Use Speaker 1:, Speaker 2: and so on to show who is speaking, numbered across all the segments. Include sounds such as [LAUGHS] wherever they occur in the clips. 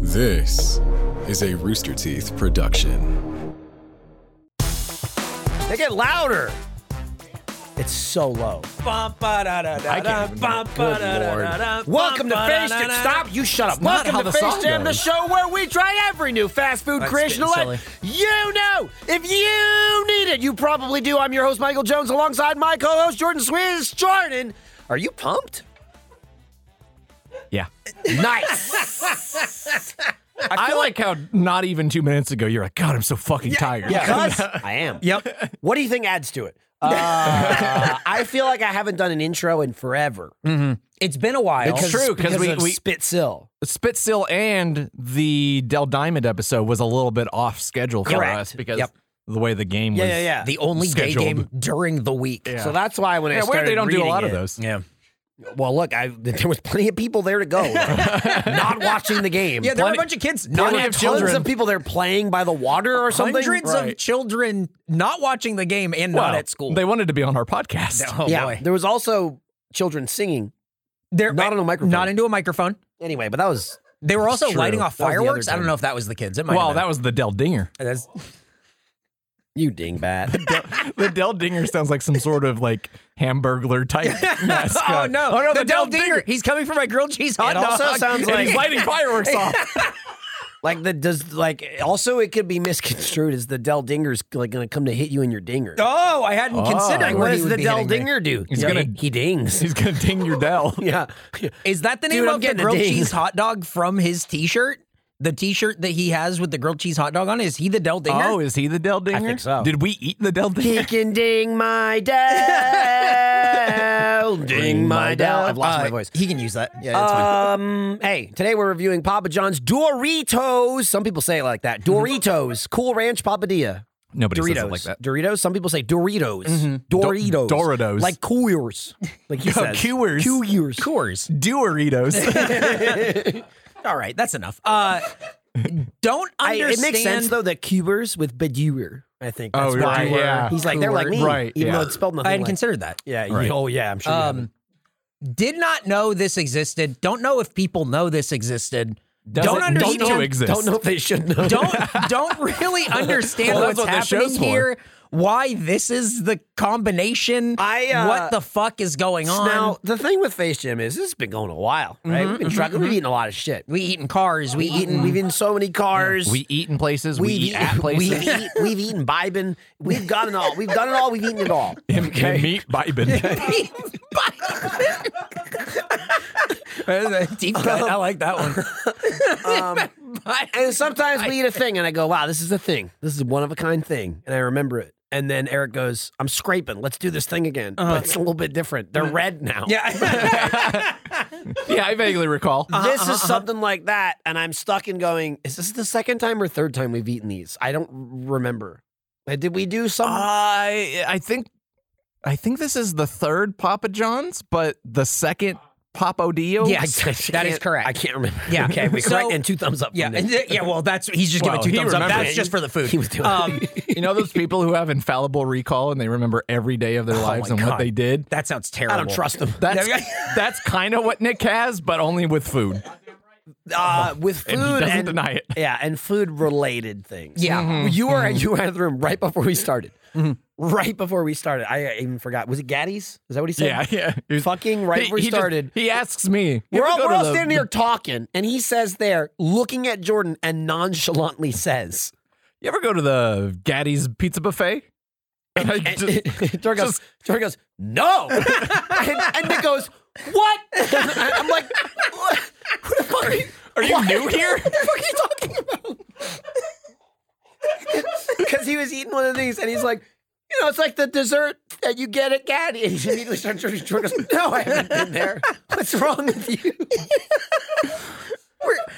Speaker 1: This is a Rooster Teeth production.
Speaker 2: They get louder.
Speaker 3: It's so low.
Speaker 2: Welcome to Face Jam. Stop. You shut up.
Speaker 3: not
Speaker 2: Welcome
Speaker 3: how
Speaker 2: to
Speaker 3: the
Speaker 2: Face
Speaker 3: song
Speaker 2: Jam, the
Speaker 3: goes.
Speaker 2: show where we try every new fast food creation of
Speaker 3: getting
Speaker 2: life. You know, if you need it, you probably do. I'm your host, Michael Jones, alongside my co-host, Jordan Swiss. Jordan, are you pumped?
Speaker 4: Yeah.
Speaker 2: Nice.
Speaker 4: I, like how not even two minutes ago you're like, God, I'm so fucking tired.
Speaker 2: Because I am. Yep. What do you think adds to it? Uh, I feel like I haven't done an intro in forever.
Speaker 3: It's been a while.
Speaker 4: It's true, 'cause we-
Speaker 3: of
Speaker 4: we-
Speaker 3: Spitzill.
Speaker 4: Spitzill and the Del Diamond episode was a little bit off schedule for
Speaker 2: Correct.
Speaker 4: us because
Speaker 2: Yep.
Speaker 4: the way the game was.
Speaker 3: The only
Speaker 4: Scheduled.
Speaker 3: day game during the week.
Speaker 2: So that's why when I
Speaker 4: Yeah, weird
Speaker 2: started
Speaker 4: they don't do a
Speaker 2: reading
Speaker 4: lot of
Speaker 2: it-
Speaker 4: those.
Speaker 3: Yeah.
Speaker 2: Well, look, I, there was plenty of people there to go, not watching the game.
Speaker 3: Yeah, there were a bunch
Speaker 4: Plenty-
Speaker 3: of kids
Speaker 2: there
Speaker 3: not
Speaker 2: were
Speaker 4: plenty
Speaker 3: at
Speaker 2: tons
Speaker 4: of children.
Speaker 2: of people there playing by the water or something.
Speaker 3: hundreds of
Speaker 4: Right.
Speaker 3: children not watching the game and not
Speaker 4: Well,
Speaker 3: at school.
Speaker 4: They wanted to be on our podcast. [LAUGHS]
Speaker 3: oh
Speaker 2: yeah,
Speaker 3: boy.
Speaker 2: there was also children singing.
Speaker 3: They're eh,
Speaker 2: Not on a microphone.
Speaker 3: Not into a microphone.
Speaker 2: Anyway, but that was
Speaker 3: They were also
Speaker 2: True.
Speaker 3: lighting off
Speaker 2: That was the other
Speaker 3: fireworks. I
Speaker 2: time.
Speaker 3: don't know if that was the kids. It might
Speaker 4: Well,
Speaker 3: have
Speaker 4: that was the Del Dinger.
Speaker 3: been. That's-
Speaker 2: you dingbat.
Speaker 4: the Del Dinger sounds like some sort of like Hamburglar type
Speaker 3: [LAUGHS] oh
Speaker 4: mascot.
Speaker 3: no!
Speaker 4: Oh no,
Speaker 3: the, Del Dinger. He's coming for my grilled cheese hot
Speaker 2: It
Speaker 3: dog.
Speaker 2: also sounds
Speaker 4: And he's
Speaker 2: like
Speaker 4: lighting fireworks off.
Speaker 2: like the does like also it could be misconstrued as the Del Dinger's like going to come to hit you in your dinger.
Speaker 3: oh, I hadn't considered.
Speaker 2: like,
Speaker 3: where
Speaker 2: what
Speaker 3: he
Speaker 2: does
Speaker 3: would
Speaker 2: the
Speaker 3: be
Speaker 2: Del
Speaker 3: hitting me.
Speaker 2: Dinger do?
Speaker 4: He's
Speaker 2: Yeah,
Speaker 4: gonna-
Speaker 2: he, he
Speaker 4: [LAUGHS]
Speaker 2: dings.
Speaker 4: He's gonna ding your Dell.
Speaker 2: yeah,
Speaker 3: Is that the
Speaker 2: Dude,
Speaker 3: name
Speaker 2: I'm
Speaker 3: of the
Speaker 2: getting a
Speaker 3: grilled
Speaker 2: ding.
Speaker 3: cheese hot dog from his T-shirt? The T-shirt that he has with the grilled cheese hot dog on it? is he the Del Dinger?
Speaker 4: Oh, is he the Del Dinger?
Speaker 2: think so.
Speaker 4: Did we eat the Del Dinger?
Speaker 2: he can ding my Del, ding my Del. I've lost
Speaker 3: Uh,
Speaker 2: my voice.
Speaker 3: He can use that. Yeah, that's fine.
Speaker 2: Um, hey, today we're reviewing Papa John's Doritos. Some people say it like that.
Speaker 4: [LAUGHS]
Speaker 2: Doritos, Cool Ranch Papadilla.
Speaker 4: Nobody
Speaker 2: Doritos.
Speaker 4: says it like that. Mm-hmm.
Speaker 2: Doritos. Some people say Doritos. Doritos.
Speaker 4: Do- Doritos.
Speaker 2: Like Coors. Like he
Speaker 4: [LAUGHS] Oh,
Speaker 2: says.
Speaker 4: Coors.
Speaker 2: Coors.
Speaker 3: Coors.
Speaker 4: [LAUGHS] Doritos.
Speaker 3: All right, that's enough. Uh, [LAUGHS] don't
Speaker 2: I,
Speaker 3: understand.
Speaker 2: it makes sense though that Coors with Badur. I think that's
Speaker 4: Oh, you're
Speaker 2: why
Speaker 4: right, yeah.
Speaker 2: he's like they're like me,
Speaker 4: Right,
Speaker 2: even
Speaker 4: yeah.
Speaker 2: though it's spelled nothing.
Speaker 3: I hadn't
Speaker 2: like-
Speaker 3: considered that.
Speaker 2: yeah. you-
Speaker 4: Right.
Speaker 2: Oh yeah. I'm sure. you haven't.
Speaker 3: Um, did not know this existed. Don't know if people know this existed.
Speaker 4: Doesn't-
Speaker 3: don't understand.
Speaker 4: Don't know exists.
Speaker 2: Don't know if they should know.
Speaker 3: [LAUGHS] don't don't
Speaker 4: [LAUGHS]
Speaker 3: really understand
Speaker 4: Well,
Speaker 3: what's
Speaker 4: that's what this
Speaker 3: happening
Speaker 4: show's for.
Speaker 3: here. Why this is the combination?
Speaker 2: I, uh,
Speaker 3: what the fuck is going on?
Speaker 2: Now the thing with Face Jam is this has been going a while,
Speaker 4: Mm-hmm,
Speaker 2: right? we've been struggling. We've eaten a lot of shit.
Speaker 3: we eating cars. We
Speaker 2: We've eaten.
Speaker 3: eaten.
Speaker 2: We've eaten so many cars.
Speaker 4: we eat in places. [LAUGHS] We, eat at places.
Speaker 2: We've, eat, we've eaten Bibin. We've gotten all. We've done it all. We've eaten it all.
Speaker 4: [LAUGHS] Him- him meat Bibin.
Speaker 2: [LAUGHS]
Speaker 3: Deep cut. I like that one.
Speaker 2: Um, [LAUGHS]
Speaker 3: [LAUGHS]
Speaker 2: And sometimes we eat a thing, and I go, "Wow, this is a thing. This is a one of a kind thing," and I remember it. And then Eric goes, "I'm scraping. Let's do this thing again,
Speaker 4: Uh-huh.
Speaker 2: but it's a little bit different.
Speaker 4: Mm-hmm.
Speaker 2: They're red now."
Speaker 3: yeah.
Speaker 4: [LAUGHS] yeah, I vaguely recall.
Speaker 2: This is
Speaker 4: uh-huh.
Speaker 2: something like that, and I'm stuck in going. Is this the second time or third time we've eaten these? I don't remember. Uh, Did we do some?
Speaker 4: I I think I think this is the third Papa John's, but the second Papa Dio.
Speaker 3: Yes.
Speaker 2: I just
Speaker 3: that is
Speaker 2: can't-
Speaker 3: correct.
Speaker 2: I can't remember.
Speaker 3: Yeah.
Speaker 2: Okay. We
Speaker 3: So-
Speaker 2: correct and two thumbs up.
Speaker 3: Yeah,
Speaker 2: From Nick.
Speaker 3: and th- yeah. Well, that's he's just giving
Speaker 4: Well,
Speaker 3: two
Speaker 4: he
Speaker 3: thumbs up.
Speaker 4: remembered.
Speaker 3: That's just for the
Speaker 2: [LAUGHS]
Speaker 3: food.
Speaker 2: He was doing
Speaker 3: Um,
Speaker 4: You know those people who have infallible recall and they remember every day of their lives
Speaker 3: my
Speaker 4: and
Speaker 3: God.
Speaker 4: what they did.
Speaker 3: that sounds terrible.
Speaker 2: I don't trust him.
Speaker 4: That's [LAUGHS] that's kind of what Nick has, but only with food,
Speaker 2: Uh, with food
Speaker 4: and he doesn't
Speaker 2: and-
Speaker 4: deny it.
Speaker 2: Yeah, and food related things.
Speaker 3: Yeah.
Speaker 4: Mm-hmm.
Speaker 2: you were you were out of the room right before we started. Right before we started, I even forgot. Was it Gaddy's? Is that what he said?
Speaker 4: Yeah, yeah. He was-
Speaker 2: Fucking right before we
Speaker 4: he just-
Speaker 2: started.
Speaker 4: he asks me. "You
Speaker 2: we're
Speaker 4: ever
Speaker 2: all,
Speaker 4: go
Speaker 2: we're
Speaker 4: to
Speaker 2: all
Speaker 4: the-
Speaker 2: standing here talking, and he says there, looking at Jordan, and nonchalantly says,
Speaker 4: You ever go to the Gaddy's Pizza Buffet? And
Speaker 2: [LAUGHS]
Speaker 4: I just-
Speaker 2: Jordan, goes, Jordan goes,
Speaker 4: [LAUGHS]
Speaker 2: no. and, and Nick goes, what? [LAUGHS] I- I'm like, what, what the fuck are you,
Speaker 4: are you
Speaker 2: what?
Speaker 4: new here?
Speaker 2: What the fuck are you [LAUGHS] talking about? Because he was eating one of these and he's like, you know, it's like the dessert that you get at Gaddy. [LAUGHS] And he immediately starts Jordan goes, no, I haven't been there. What's wrong with you?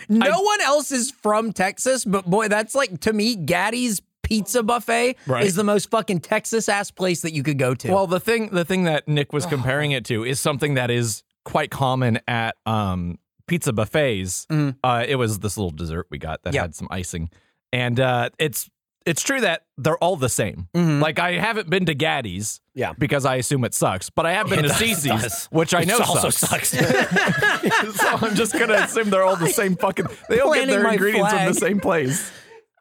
Speaker 3: No one else is from Texas, but boy, that's like to me, Gaddy's Pizza Buffet
Speaker 4: Right.
Speaker 3: is the most fucking Texas ass place that you could go to.
Speaker 4: Well, the thing the thing that Nick was comparing it to is something that is quite common at um, pizza buffets. Uh, it was this little dessert we got that
Speaker 3: Yeah.
Speaker 4: had some icing, and uh, it's it's true that they're all the same. Like I haven't been to Gaddy's,
Speaker 2: Yeah.
Speaker 4: because I assume it sucks. But I have been to Cece's, which I know
Speaker 2: also
Speaker 4: sucks. [LAUGHS] so I'm just gonna assume they're all the same fucking. They all get
Speaker 3: Planting
Speaker 4: their
Speaker 3: my
Speaker 4: ingredients from
Speaker 3: flag.
Speaker 4: the same place.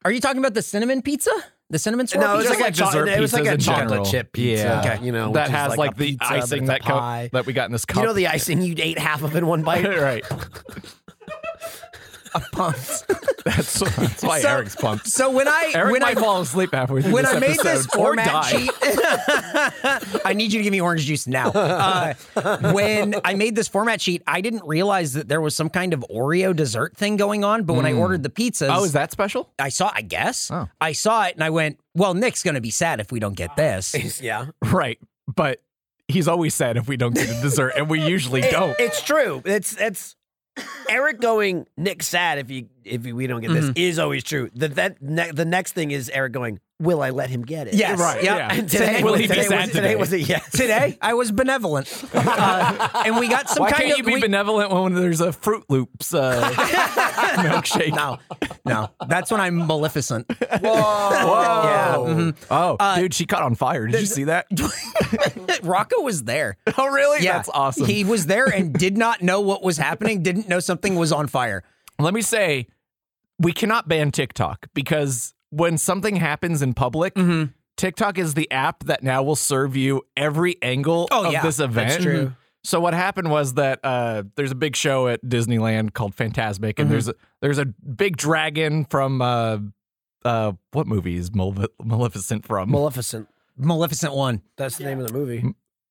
Speaker 3: Are you talking about the cinnamon pizza? The cinnamon swirl
Speaker 2: No, it was
Speaker 3: pizza?
Speaker 2: like, a
Speaker 4: like
Speaker 2: cho-
Speaker 4: dessert
Speaker 2: it was like
Speaker 4: pizzas
Speaker 2: a
Speaker 4: in
Speaker 2: chocolate
Speaker 4: general.
Speaker 2: chip pizza.
Speaker 4: Yeah.
Speaker 2: Okay, you know
Speaker 4: that
Speaker 2: which is
Speaker 4: has like,
Speaker 2: a
Speaker 4: the
Speaker 2: pizza, but
Speaker 4: icing
Speaker 2: it's
Speaker 4: that
Speaker 2: a
Speaker 4: co-
Speaker 2: pie.
Speaker 4: that we got in this cup.
Speaker 2: You know the icing you'd ate half of in one bite. [LAUGHS]
Speaker 4: [LAUGHS] right. That's,
Speaker 2: [LAUGHS]
Speaker 4: that's why
Speaker 3: So-
Speaker 4: Eric's pumped.
Speaker 3: so when I
Speaker 4: Eric
Speaker 3: when
Speaker 4: might
Speaker 3: I
Speaker 4: fall asleep halfway through
Speaker 3: when
Speaker 4: this
Speaker 3: I made
Speaker 4: episode
Speaker 3: this
Speaker 4: or
Speaker 3: format
Speaker 4: die.
Speaker 3: sheet, [LAUGHS] I need you to give me orange juice now. Uh, when I made this format sheet, I didn't realize that there was some kind of Oreo dessert thing going on. But when I ordered the pizzas,
Speaker 4: Oh, is that Oh. special?
Speaker 3: I saw. I guess I saw it, and I went, "Well, Nick's gonna be sad if we don't get
Speaker 4: [LAUGHS]
Speaker 3: this."
Speaker 2: Yeah.
Speaker 4: Right, but he's always sad if we don't get a dessert, and we
Speaker 2: [LAUGHS]
Speaker 4: usually
Speaker 2: It-
Speaker 4: don't.
Speaker 2: It's true. It's it's Eric going Nick sad if you if we don't get this
Speaker 4: Mm-hmm.
Speaker 2: is always true. The that ne- the next thing is Eric going. Will I let him get it?
Speaker 3: Yes. Right,
Speaker 2: Yep.
Speaker 4: yeah.
Speaker 2: And [LAUGHS] today,
Speaker 4: Will
Speaker 2: was-
Speaker 4: he be
Speaker 2: today
Speaker 4: sad
Speaker 2: was,
Speaker 4: today?
Speaker 2: was a yes.
Speaker 3: Today, I was benevolent, Uh, and we got some
Speaker 4: Why
Speaker 3: kind
Speaker 4: can't
Speaker 3: of.
Speaker 4: you be
Speaker 3: we-
Speaker 4: benevolent when there's a Fruit
Speaker 2: [LAUGHS]
Speaker 4: Loops uh, milkshake? No.
Speaker 3: no, that's when I'm maleficent. [LAUGHS]
Speaker 4: Yeah.
Speaker 3: Yeah.
Speaker 2: mm-hmm.
Speaker 4: Oh,
Speaker 2: Uh,
Speaker 4: dude, she caught on fire. Did you see that?
Speaker 3: Rocco was there.
Speaker 4: [LAUGHS] oh, really?
Speaker 3: Yeah.
Speaker 4: That's awesome.
Speaker 3: He was there and did not know what was happening, didn't know something was on fire.
Speaker 4: Let me say, we cannot ban TikTok because when something happens in public,
Speaker 3: Mm-hmm.
Speaker 4: TikTok is the app that now will serve you every angle
Speaker 3: Oh,
Speaker 4: of
Speaker 3: yeah.
Speaker 4: this event.
Speaker 3: That's
Speaker 4: Mm-hmm.
Speaker 3: true.
Speaker 4: So what happened was that uh, there's a big show at Disneyland called Fantasmic, and there's a,
Speaker 3: Mm-hmm.
Speaker 4: there's a big dragon from uh, uh, what movie is Malefic- Maleficent from?
Speaker 2: Maleficent.
Speaker 3: Maleficent one.
Speaker 2: That's the name of the movie.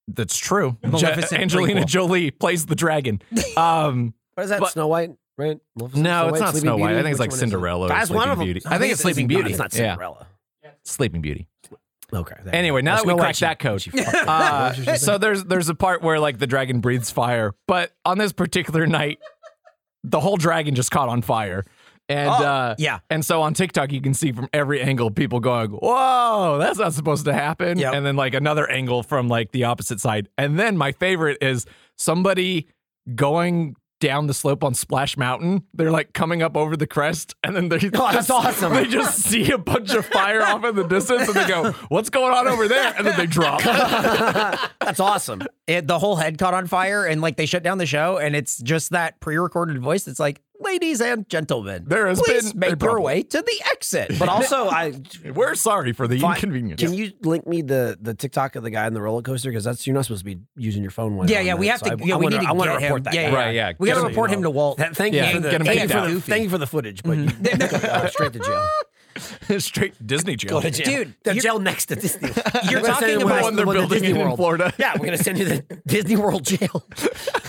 Speaker 4: That's true.
Speaker 3: Maleficent
Speaker 4: Angelina
Speaker 3: prequel.
Speaker 4: Jolie plays
Speaker 3: [LAUGHS]
Speaker 4: the dragon. Um,
Speaker 2: What is that?
Speaker 4: But-
Speaker 2: Snow White, right? Maleficent,
Speaker 4: no,
Speaker 2: Snow
Speaker 4: it's
Speaker 2: White,
Speaker 4: not
Speaker 2: Sleeping
Speaker 4: Snow White.
Speaker 2: Beauty?
Speaker 4: I think it's
Speaker 2: Which
Speaker 4: like
Speaker 2: one is it?
Speaker 4: Cinderella. or
Speaker 2: That's
Speaker 4: Sleeping
Speaker 2: one of them.
Speaker 4: Beauty. I think it's Sleeping
Speaker 2: no,
Speaker 4: Beauty.
Speaker 2: It's not
Speaker 4: Yeah,
Speaker 2: Cinderella.
Speaker 4: Sleeping Beauty.
Speaker 2: Okay. there you
Speaker 4: Anyway,
Speaker 2: go.
Speaker 4: now that we
Speaker 2: Snow White,
Speaker 4: cracked
Speaker 2: she-
Speaker 4: that code, uh, so there's there's a part where like the dragon breathes fire, but on this particular night, the whole dragon just caught on fire, and
Speaker 2: Oh,
Speaker 3: Oh,
Speaker 4: uh,
Speaker 3: yeah.
Speaker 4: and so on TikTok you can see from every angle people going, "Whoa, that's not supposed to happen,"
Speaker 3: Yep.
Speaker 4: and then like another angle from like the opposite side, and then my favorite is somebody going. Down the slope on Splash Mountain, they're like coming up over the crest,
Speaker 2: [LAUGHS]
Speaker 4: and then they
Speaker 2: Oh, that's
Speaker 4: just-
Speaker 2: awesome.
Speaker 4: They just see a bunch of fire off in the distance, and they go, "What's going on over there?" And then
Speaker 2: [LAUGHS]
Speaker 4: they drop.
Speaker 2: [LAUGHS] That's awesome.
Speaker 3: It, the whole head caught on fire and like they shut down the show and it's just that pre-recorded voice that's like, ladies and gentlemen,
Speaker 4: There has
Speaker 3: please
Speaker 4: been a
Speaker 3: make your
Speaker 4: problem."
Speaker 3: way to the exit.
Speaker 4: [LAUGHS]
Speaker 2: But also, I
Speaker 4: [LAUGHS] We're sorry for the
Speaker 2: Fine.
Speaker 4: inconvenience.
Speaker 2: Can you link me the the TikTok of the guy on the roller coaster? Because that's you're not supposed to be using your phone. When
Speaker 3: yeah,
Speaker 2: on
Speaker 3: yeah, we
Speaker 2: that.
Speaker 3: have
Speaker 2: So
Speaker 3: to.
Speaker 2: I-
Speaker 3: yeah,
Speaker 2: I
Speaker 3: we
Speaker 2: wanna-
Speaker 3: need to
Speaker 2: I wanna
Speaker 3: get him.
Speaker 2: report that.
Speaker 3: Yeah,
Speaker 2: guy.
Speaker 4: Right, yeah.
Speaker 3: We got to
Speaker 4: Just so you
Speaker 3: report him to Walt.
Speaker 2: Th- Thank
Speaker 4: Yeah,
Speaker 2: you for the
Speaker 4: get him
Speaker 2: thank you
Speaker 4: kicked
Speaker 2: for
Speaker 4: out.
Speaker 2: the, thank you for the footage, but you [LAUGHS] go straight to jail.
Speaker 4: [LAUGHS] straight to Disney jail?
Speaker 3: Dude,
Speaker 2: the
Speaker 3: you're-
Speaker 2: jail next to Disney.
Speaker 3: [LAUGHS]
Speaker 2: We're
Speaker 3: You're
Speaker 2: gonna
Speaker 3: talking
Speaker 2: send you
Speaker 3: about
Speaker 2: to
Speaker 3: one
Speaker 4: they're
Speaker 2: to
Speaker 4: building
Speaker 2: Disney
Speaker 4: in
Speaker 2: World.
Speaker 4: Florida.
Speaker 2: Yeah, we're gonna send you
Speaker 3: [LAUGHS]
Speaker 2: to Disney World jail. [LAUGHS]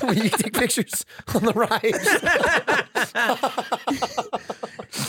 Speaker 2: When you take pictures on the
Speaker 3: [LAUGHS]
Speaker 2: ride.
Speaker 3: [LAUGHS]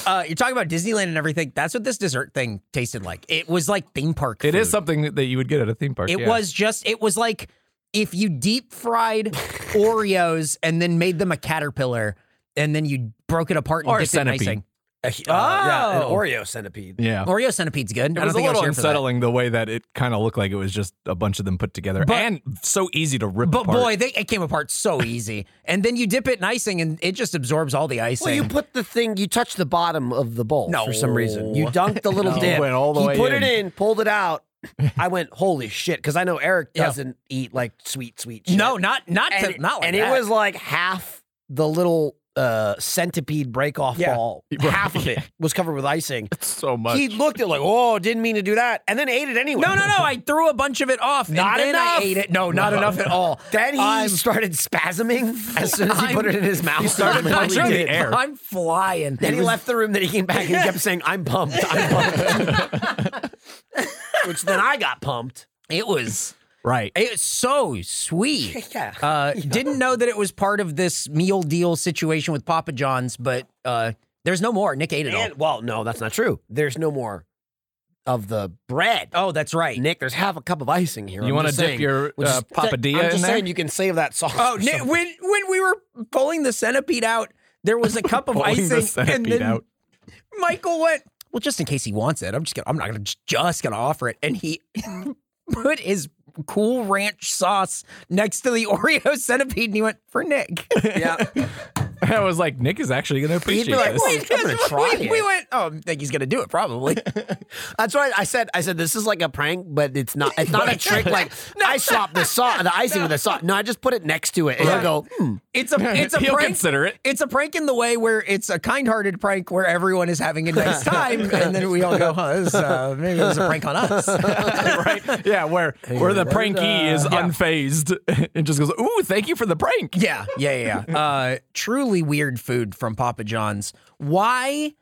Speaker 3: Uh, you're talking about Disneyland and everything. That's what this dessert thing tasted like. It was like theme park.
Speaker 4: It is
Speaker 3: food.
Speaker 4: something that you would get at a theme park.
Speaker 3: It
Speaker 4: yeah.
Speaker 3: was just, it was like if you deep
Speaker 4: [LAUGHS]
Speaker 3: fried Oreos and then made them a caterpillar and then you broke it apart and
Speaker 4: Or a
Speaker 3: dipped it in icing.
Speaker 4: centipede.
Speaker 2: Uh, yeah, an
Speaker 3: Oh.
Speaker 2: Oreo centipede.
Speaker 4: Yeah.
Speaker 3: Oreo centipede's good. I
Speaker 4: It
Speaker 3: don't
Speaker 4: was a
Speaker 3: think I was
Speaker 4: little
Speaker 3: here for that.
Speaker 4: unsettling the way that it kind of looked like it was just a bunch of them put together
Speaker 3: But-
Speaker 4: and so easy to rip
Speaker 3: But
Speaker 4: apart.
Speaker 3: boy, they, it came
Speaker 2: [LAUGHS]
Speaker 3: apart so easy. and then you dip it in icing and it just absorbs all the icing.
Speaker 2: Well, you put the thing, you touch the bottom of the bowl
Speaker 3: No.
Speaker 2: for some reason. You dunked the little
Speaker 4: No.
Speaker 2: dip.
Speaker 4: Went all the
Speaker 2: he
Speaker 4: way
Speaker 2: put
Speaker 4: in.
Speaker 2: it in, pulled it out. I went, holy shit, because I know Eric
Speaker 3: Yeah.
Speaker 2: doesn't eat like sweet, sweet shit.
Speaker 3: no, not not
Speaker 2: and,
Speaker 3: to, not like
Speaker 2: and
Speaker 3: that.
Speaker 2: it was like half the little uh, centipede break off
Speaker 3: Yeah.
Speaker 2: ball.
Speaker 4: Right.
Speaker 2: Half of it was covered with icing.
Speaker 4: so much.
Speaker 2: He looked at it like, oh, didn't mean to do that, and then ate it anyway.
Speaker 3: no, no, no. I threw a bunch of it off.
Speaker 2: Not
Speaker 3: and then
Speaker 2: enough.
Speaker 3: I ate it. No, not enough at all.
Speaker 2: [LAUGHS] Then he
Speaker 3: I'm-
Speaker 2: started spasming as soon as he put it in his mouth. He
Speaker 3: [LAUGHS]
Speaker 4: started punching
Speaker 2: did.
Speaker 4: the air.
Speaker 3: I'm flying.
Speaker 2: Then he left the room. Then he came back and he
Speaker 4: [LAUGHS]
Speaker 2: kept saying, "I'm pumped. I'm pumped." [LAUGHS] Which then I got pumped.
Speaker 3: It was
Speaker 4: right.
Speaker 3: it was so sweet.
Speaker 2: [LAUGHS] Yeah.
Speaker 3: Uh, Didn't know that it was part of this meal deal situation with Papa John's, but uh, there's no more. Nick ate it all.
Speaker 2: And well, no, that's not true. There's no more of the bread.
Speaker 3: Oh, that's right.
Speaker 2: Nick, there's half a cup of icing here.
Speaker 4: You
Speaker 2: I'm
Speaker 4: wanna
Speaker 2: just
Speaker 4: dip
Speaker 2: saying,
Speaker 4: your,
Speaker 2: which
Speaker 4: uh,
Speaker 2: is-
Speaker 4: papadilla
Speaker 2: I'm
Speaker 4: in
Speaker 2: just
Speaker 4: there?
Speaker 2: saying you can save that sauce.
Speaker 3: Oh,
Speaker 2: for
Speaker 3: Nick,
Speaker 2: some-
Speaker 3: when when we were pulling the centipede out, there was a cup of
Speaker 4: [LAUGHS] Pulling the
Speaker 3: icing, and
Speaker 4: centipede
Speaker 3: then [LAUGHS]
Speaker 4: out.
Speaker 3: Michael went. Well, just in case he wants it, I'm just gonna. I'm not gonna just gonna offer it, and he [LAUGHS] put his cool [LAUGHS]
Speaker 4: [LAUGHS]
Speaker 3: ranch sauce next to the Oreo centipede, and he went for Nick.
Speaker 2: yeah.
Speaker 4: I was like, Nick is actually going to
Speaker 2: He'd
Speaker 4: appreciate
Speaker 2: be like,
Speaker 4: this.
Speaker 2: "Well, I'm gonna try
Speaker 3: we,
Speaker 2: it."
Speaker 3: we went. Oh, I think he's gonna do it
Speaker 4: [LAUGHS]
Speaker 3: probably.
Speaker 2: [LAUGHS] That's what I, I said. I said this is like a prank, but it's not. It's not a trick.
Speaker 4: [LAUGHS]
Speaker 2: Like I swap the sauce, the icing with the sauce. No, I just put it next to it, and he'll go. Hmm.
Speaker 3: It's a [LAUGHS] it's a
Speaker 4: He'll
Speaker 3: prank.
Speaker 4: consider it.
Speaker 3: It's a prank in the way where it's a kind-hearted prank where everyone is having a
Speaker 4: [LAUGHS]
Speaker 3: nice time, and then we all go, "Huh, this, uh, maybe it was a prank on us."
Speaker 4: [LAUGHS] right? Yeah, where where the pranky is unfazed [LAUGHS] and just goes, "Ooh, thank you for the prank."
Speaker 3: yeah, yeah, yeah,
Speaker 4: [LAUGHS]
Speaker 3: yeah. Uh, truly weird food from Papa John's. Why,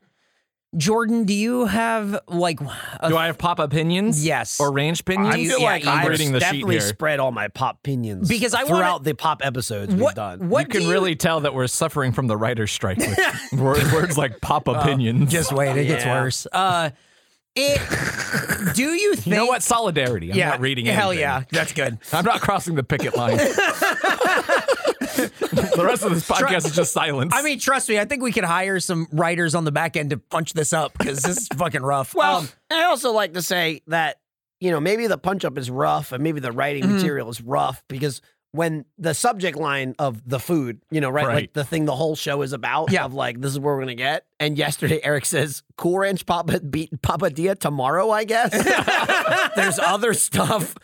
Speaker 3: Jordan? Do you have like? A,
Speaker 4: Do I have pop opinions?
Speaker 3: Yes.
Speaker 4: Or ranch opinions?
Speaker 3: I feel
Speaker 4: yeah,
Speaker 3: like
Speaker 4: you-
Speaker 3: I'm
Speaker 4: I'm
Speaker 2: I've
Speaker 4: reading the sheet
Speaker 2: definitely
Speaker 4: here.
Speaker 2: spread all my pop opinions
Speaker 3: Because I wanna-
Speaker 2: throughout the pop episodes we've
Speaker 3: what?
Speaker 2: done.
Speaker 3: What
Speaker 4: you can
Speaker 3: do
Speaker 4: really tell that we're suffering from the writer's strike with wor- words like pop
Speaker 3: Uh, [LAUGHS]
Speaker 4: opinions. [LAUGHS]
Speaker 3: Just wait, it gets
Speaker 2: Yeah.
Speaker 3: worse. Uh, it. do you think?
Speaker 4: [LAUGHS] you know what? Solidarity. I'm not reading anything.
Speaker 3: Hell yeah, that's good.
Speaker 4: I'm not crossing the picket line. the rest of this podcast is just silence.
Speaker 3: I mean, trust me, I think we could hire some writers on the back end to punch this up because this is fucking rough.
Speaker 2: Well,
Speaker 3: Um,
Speaker 2: I also like to say that you know maybe the punch up is rough, and maybe the writing material is rough because when the subject line of the food, you know, right, like
Speaker 4: Right.
Speaker 2: the thing the whole show is about,
Speaker 3: Yeah.
Speaker 2: of like this is where we're gonna get. And yesterday, [LAUGHS] Eric says Cool Ranch Papa beat Papadia tomorrow. I guess [LAUGHS] there's other stuff,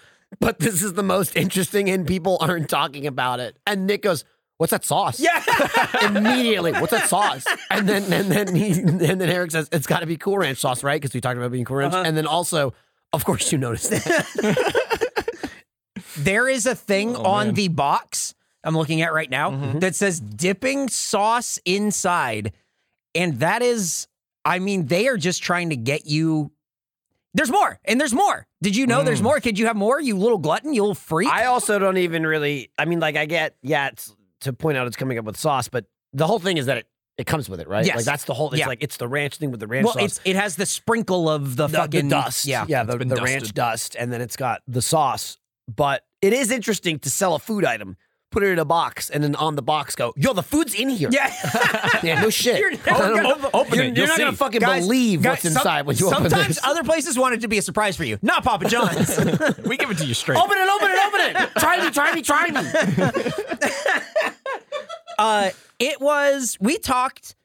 Speaker 2: but this is the most interesting, and people aren't talking about it. And Nick goes. What's that sauce? Yeah, [LAUGHS]
Speaker 3: Um, [LAUGHS]
Speaker 2: immediately. What's that sauce? And then and then he and then Eric says it's got to be Cool Ranch sauce, right? Because we talked about being Cool Ranch. And then also, of course, you noticed that.
Speaker 3: there is a thing
Speaker 2: Oh,
Speaker 3: on the box I'm looking at right now
Speaker 2: Mm-hmm.
Speaker 3: that says dipping sauce inside. And that is, I mean, they are just trying to get you. There's more, and there's more. Did you know there's more? Could you have more, you little glutton, you little freak?
Speaker 2: [LAUGHS] Mm. I also don't even really. I mean, like I get yeah it's, to point out it's coming up with sauce, but the whole thing is that it it comes with it, right?
Speaker 3: Yes.
Speaker 2: Like that's the whole. It's
Speaker 3: Yeah.
Speaker 2: like it's the ranch thing with the ranch
Speaker 3: well,
Speaker 2: sauce.
Speaker 3: it's, it has the sprinkle of the,
Speaker 2: the, the
Speaker 3: fucking
Speaker 2: dust.
Speaker 3: Yeah.
Speaker 2: yeah, the,
Speaker 4: been
Speaker 2: the ranch
Speaker 4: dusted.
Speaker 2: dust, and then it's got the sauce. But it is interesting to sell a food item, put it in a box, and then on the box go, "Yo, the food's in here." [LAUGHS]
Speaker 3: Yeah.
Speaker 2: Yeah, no shit.
Speaker 3: You're never
Speaker 2: I don't-
Speaker 3: gonna-
Speaker 4: Op- open
Speaker 2: you're,
Speaker 4: it,
Speaker 2: you're
Speaker 4: you'll
Speaker 2: not
Speaker 3: [LAUGHS]
Speaker 2: gonna
Speaker 4: see.
Speaker 2: fucking
Speaker 3: Guys,
Speaker 2: believe
Speaker 3: guys,
Speaker 2: what's
Speaker 3: some-
Speaker 2: inside when you open
Speaker 3: Sometimes
Speaker 2: this.
Speaker 3: other places want it to be a surprise for you,
Speaker 2: [LAUGHS]
Speaker 3: not Papa John's. [LAUGHS]
Speaker 4: we give it to you straight.
Speaker 3: oh,
Speaker 2: Open it, open it, open it. try me, try me, try me.
Speaker 3: [LAUGHS] uh, it was. We talked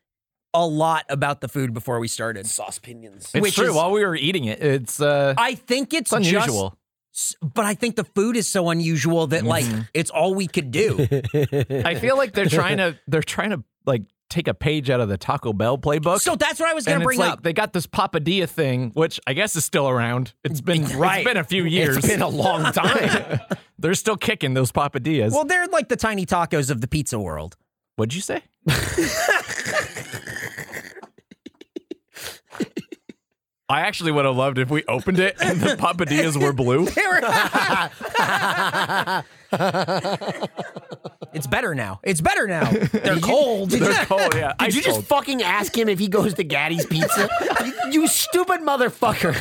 Speaker 3: a lot about the food before we
Speaker 2: [LAUGHS]
Speaker 3: started.
Speaker 2: Sauce pinions.
Speaker 4: it's
Speaker 3: which
Speaker 4: true.
Speaker 3: is- Oh,
Speaker 4: While we were eating it, it's uh,
Speaker 3: I think it's,
Speaker 4: it's unusual.
Speaker 3: just- but I think the food is so unusual that like
Speaker 4: Mm-hmm.
Speaker 3: it's all we could
Speaker 4: [LAUGHS]
Speaker 3: do.
Speaker 4: I feel like they're trying to [LAUGHS] they're trying to like take a page out of the Taco Bell playbook.
Speaker 3: so that's what I was
Speaker 4: and
Speaker 3: going to
Speaker 4: it's
Speaker 3: bring
Speaker 4: like
Speaker 3: up.
Speaker 4: they got this papadilla thing, which I guess is still around. It's been
Speaker 2: Right.
Speaker 4: it's been a few years.
Speaker 2: It's been a long
Speaker 4: [LAUGHS]
Speaker 2: time.
Speaker 4: They're still kicking those papadillas.
Speaker 3: well, they're like the tiny tacos of the pizza
Speaker 4: [LAUGHS]
Speaker 3: world.
Speaker 4: What'd you say?
Speaker 2: [LAUGHS]
Speaker 4: I actually would have loved if we opened it and the papadillas were blue.
Speaker 3: It's better now. It's better
Speaker 4: [LAUGHS]
Speaker 3: now. They're cold.
Speaker 4: They're cold, yeah.
Speaker 2: Did you just fucking ask him if he goes to Gaddy's [LAUGHS] Pizza? you, you stupid [LAUGHS] motherfucker.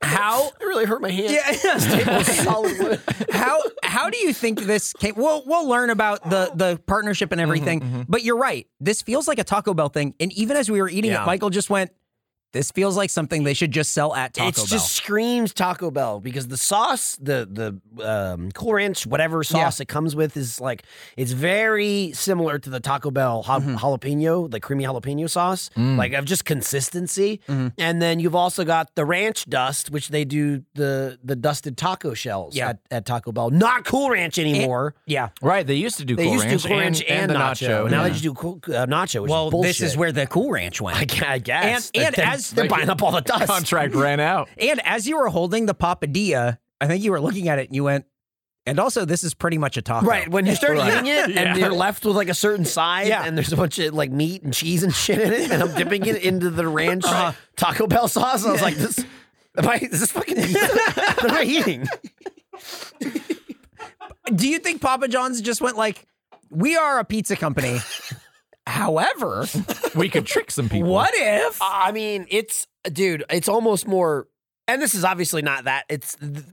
Speaker 3: how
Speaker 2: It really hurt my hand. [LAUGHS]
Speaker 3: Yeah.
Speaker 2: Solid wood.
Speaker 3: how how do you think this came? We'll we'll learn about the the partnership and everything. But you're right. This feels like a Taco Bell thing. And even as we were eating it,
Speaker 2: Yeah.
Speaker 3: Michael just went. This feels like something they should just sell at Taco
Speaker 2: It's
Speaker 3: Bell.
Speaker 2: just screams Taco Bell because the sauce, the the um, Cool Ranch, whatever sauce it comes with, is like it's very similar to the Taco Bell ha-
Speaker 3: Mm-hmm.
Speaker 2: jalapeno, the creamy jalapeno sauce,
Speaker 3: Mm.
Speaker 2: like of just consistency.
Speaker 3: Mm-hmm.
Speaker 2: And then you've also got the ranch dust, which they do the the dusted taco shells
Speaker 3: Yeah.
Speaker 2: at, at Taco Bell. Not Cool Ranch anymore.
Speaker 3: yeah.
Speaker 4: Right, they used to do
Speaker 2: they
Speaker 4: Cool
Speaker 2: used
Speaker 4: Ranch
Speaker 2: to do Cool Ranch and,
Speaker 4: the
Speaker 2: nacho. Now they
Speaker 4: yeah.
Speaker 2: just do cool, uh, nacho. Which
Speaker 3: Well,
Speaker 2: is bullshit.
Speaker 3: this is where the Cool Ranch went.
Speaker 2: I gu- I guess.
Speaker 3: And-
Speaker 2: Like,
Speaker 3: and
Speaker 2: they're-
Speaker 3: as-
Speaker 2: they're buying up all the dust. [LAUGHS]
Speaker 4: contract ran out.
Speaker 3: And as you were holding the papadilla, I think you were looking at it and you went, and also this is pretty much a
Speaker 2: [LAUGHS]
Speaker 3: taco.
Speaker 2: Right. When you start eating it
Speaker 4: Yeah.
Speaker 2: and you're left with like a certain side
Speaker 3: Yeah.
Speaker 2: and there's a bunch of like meat and cheese and shit in it, and [LAUGHS] I'm dipping it into the ranch Taco Bell sauce. And I was like, this am I is this [LAUGHS] fucking pizza? what am I eating?
Speaker 3: Do you think Papa John's just went like, we are a pizza company. However,
Speaker 4: We could trick some people.
Speaker 3: what if
Speaker 2: I mean, it's dude, it's almost more and this is obviously not that. It's the,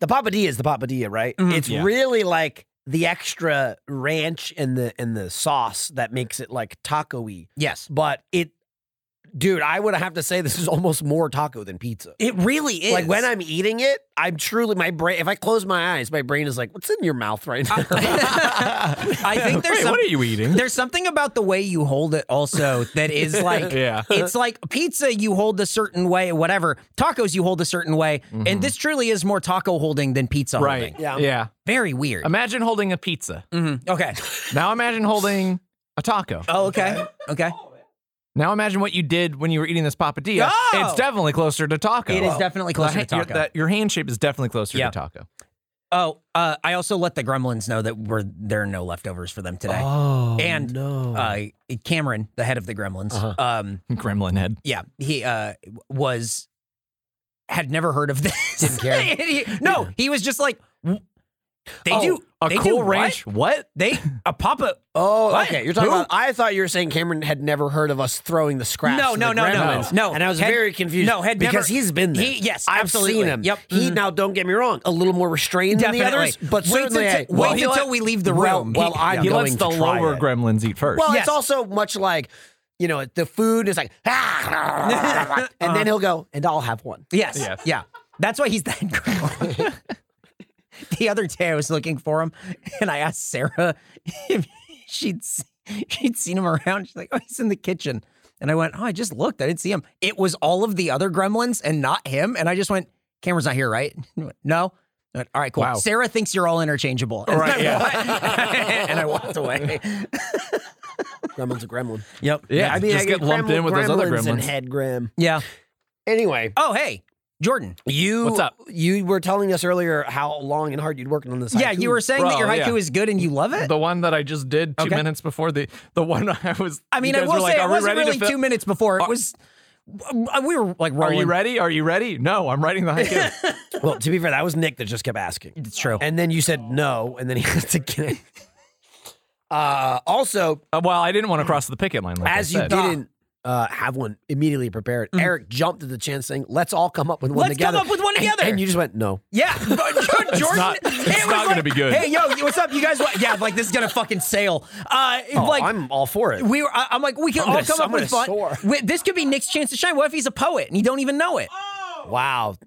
Speaker 2: the papadilla is the papadilla, right? It's
Speaker 4: Yeah.
Speaker 2: really like the extra ranch and the and the sauce that makes it like taco-y.
Speaker 3: Yes.
Speaker 2: But it Dude, I would have to say this is almost more taco than pizza.
Speaker 3: It really is.
Speaker 2: Like when I'm eating it, I'm truly my brain. If I close my eyes, my brain is like, "What's in your mouth right [LAUGHS] now?"
Speaker 3: I think there's
Speaker 4: Wait,
Speaker 3: some-
Speaker 4: what are you eating?
Speaker 3: There's something about the way you hold it also that is like
Speaker 4: [LAUGHS] Yeah.
Speaker 3: it's like pizza you hold a certain way, whatever. Tacos you hold a certain way. And this truly is more taco holding than pizza
Speaker 4: Mm-hmm. Right.
Speaker 3: holding.
Speaker 2: Yeah.
Speaker 4: Yeah. yeah.
Speaker 3: Very weird.
Speaker 4: Imagine holding a pizza.
Speaker 3: Mhm.
Speaker 4: [LAUGHS]
Speaker 3: Okay.
Speaker 4: Now imagine holding a taco.
Speaker 3: Oh, okay. Okay.
Speaker 4: Now imagine what you did when you were eating this papadilla.
Speaker 3: Oh!
Speaker 4: It's definitely closer to taco.
Speaker 3: It is definitely
Speaker 4: The
Speaker 3: closer to
Speaker 4: ha- your-
Speaker 3: taco.
Speaker 4: that- your hand shape is definitely closer
Speaker 3: Yep.
Speaker 4: to taco.
Speaker 3: oh, uh, I also let the gremlins know that we're there are no leftovers for them today.
Speaker 4: Oh,
Speaker 3: and
Speaker 4: no.
Speaker 3: uh, Cameron, the head of the gremlins,
Speaker 2: Uh-huh.
Speaker 3: um,
Speaker 4: Gremlin head.
Speaker 3: yeah, he uh, was had never heard of this. Didn't
Speaker 2: care.
Speaker 3: no, [LAUGHS] he was just like, w- they
Speaker 4: Oh,
Speaker 3: do
Speaker 4: a
Speaker 3: they do
Speaker 4: cool
Speaker 3: what?
Speaker 4: ranch. What?
Speaker 3: They a papa.
Speaker 2: Oh,
Speaker 3: What?
Speaker 2: okay. You're talking
Speaker 3: Who?
Speaker 2: about. I thought you were saying Cameron had never heard of us throwing the scraps.
Speaker 3: No,
Speaker 2: to
Speaker 3: no,
Speaker 2: the
Speaker 3: no, no,
Speaker 2: gremlins,
Speaker 3: no.
Speaker 2: And I was
Speaker 3: Had-
Speaker 2: very confused.
Speaker 3: no, had
Speaker 2: because
Speaker 3: never-
Speaker 2: he's been there.
Speaker 3: He- yes,
Speaker 2: I've
Speaker 3: absolutely.
Speaker 2: seen him.
Speaker 3: Yep.
Speaker 2: He
Speaker 3: Mhm.
Speaker 2: now don't get me wrong, a little more restrained than the
Speaker 3: Definitely.
Speaker 2: others, but
Speaker 3: Wait
Speaker 2: certainly
Speaker 3: until-
Speaker 2: I-
Speaker 3: wait until
Speaker 2: let-
Speaker 3: we leave the
Speaker 2: well-
Speaker 3: room.
Speaker 2: Well,
Speaker 3: He-
Speaker 2: I'm
Speaker 3: yeah.
Speaker 4: he
Speaker 2: going
Speaker 4: lets the
Speaker 2: to try
Speaker 4: lower
Speaker 2: it.
Speaker 4: gremlins eat first.
Speaker 2: Well,
Speaker 3: Yes.
Speaker 2: it's also much like, you know, the food is like, [LAUGHS] ah, and then he'll go, and I'll have one.
Speaker 3: Yes,
Speaker 4: Yes.
Speaker 3: yeah. That's why he's that [LAUGHS]
Speaker 4: [LAUGHS]
Speaker 3: gremlin. the other day, I was looking for him, and I asked Sarah if she'd se- she'd seen him around. She's like, "Oh, he's in the kitchen," and I went, "Oh, I just looked. I didn't see him. It was all of the other gremlins and not him." And I just went, "Camera's not here, right?" [LAUGHS] And he went, no. I went, all right, cool.
Speaker 4: Wow.
Speaker 3: Sarah thinks you're all interchangeable. And [LAUGHS]
Speaker 4: Right,
Speaker 3: I
Speaker 4: yeah.
Speaker 3: walked- and I walked
Speaker 4: [LAUGHS]
Speaker 3: away.
Speaker 2: Gremlin's a gremlin.
Speaker 3: Yep.
Speaker 4: yeah,
Speaker 2: I mean,
Speaker 4: just
Speaker 2: I
Speaker 4: get lumped
Speaker 2: gremlin-
Speaker 4: in with those other
Speaker 2: gremlins and
Speaker 4: gremlins.
Speaker 2: head grim.
Speaker 3: Yeah.
Speaker 2: Anyway,
Speaker 3: Oh, hey, Jordan.
Speaker 2: you
Speaker 4: What's up?
Speaker 2: You were telling us earlier how long and hard you'd working on this.
Speaker 3: Yeah,
Speaker 2: haiku.
Speaker 3: you were saying that your
Speaker 4: Well,
Speaker 3: haiku
Speaker 4: yeah.
Speaker 3: is good and you love it.
Speaker 4: the one that I just did two
Speaker 3: Okay.
Speaker 4: minutes before the the one [LAUGHS] I was.
Speaker 3: I mean,
Speaker 4: you
Speaker 3: I
Speaker 4: guys
Speaker 3: will
Speaker 4: were like,
Speaker 3: say
Speaker 4: "Are
Speaker 3: it
Speaker 4: we
Speaker 3: wasn't
Speaker 4: ready
Speaker 3: really
Speaker 4: to fi-
Speaker 3: two minutes before. It was. uh, We were like
Speaker 4: Are
Speaker 3: rolling.
Speaker 4: you ready? Are you ready? No, I'm writing the haiku.
Speaker 2: [LAUGHS] Well, to be fair, that was Nick that just kept asking.
Speaker 3: It's true.
Speaker 2: And then you said no, and then he [LAUGHS] has to get it. Uh, also,
Speaker 4: Uh, well, I didn't want to cross the picket line. Like
Speaker 2: as
Speaker 4: I
Speaker 2: you
Speaker 4: said. Mm.
Speaker 2: didn't uh, have one immediately prepared, Eric jumped at the chance saying, let's all come up with one
Speaker 3: Let's come
Speaker 2: together.
Speaker 3: up with one
Speaker 2: And-
Speaker 3: together.
Speaker 2: And, you just went, [LAUGHS] no.
Speaker 3: yeah, [LAUGHS] but Jordan.
Speaker 4: not-
Speaker 3: it
Speaker 4: it's
Speaker 3: was
Speaker 4: not gonna
Speaker 3: like,
Speaker 4: be good.
Speaker 3: Hey, yo, what's up, you guys? What? Yeah, like this is gonna fucking sail. Uh,
Speaker 2: Oh,
Speaker 3: like
Speaker 2: I'm all for it.
Speaker 3: we were. I, am like, we can
Speaker 2: I'm
Speaker 3: all
Speaker 2: gonna-
Speaker 3: come
Speaker 2: I'm
Speaker 3: up with
Speaker 2: gonna
Speaker 3: fun.
Speaker 2: soar.
Speaker 3: Wait, this could be Nick's chance to shine. What if he's a poet and you don't even know it?
Speaker 2: wow.
Speaker 4: [LAUGHS]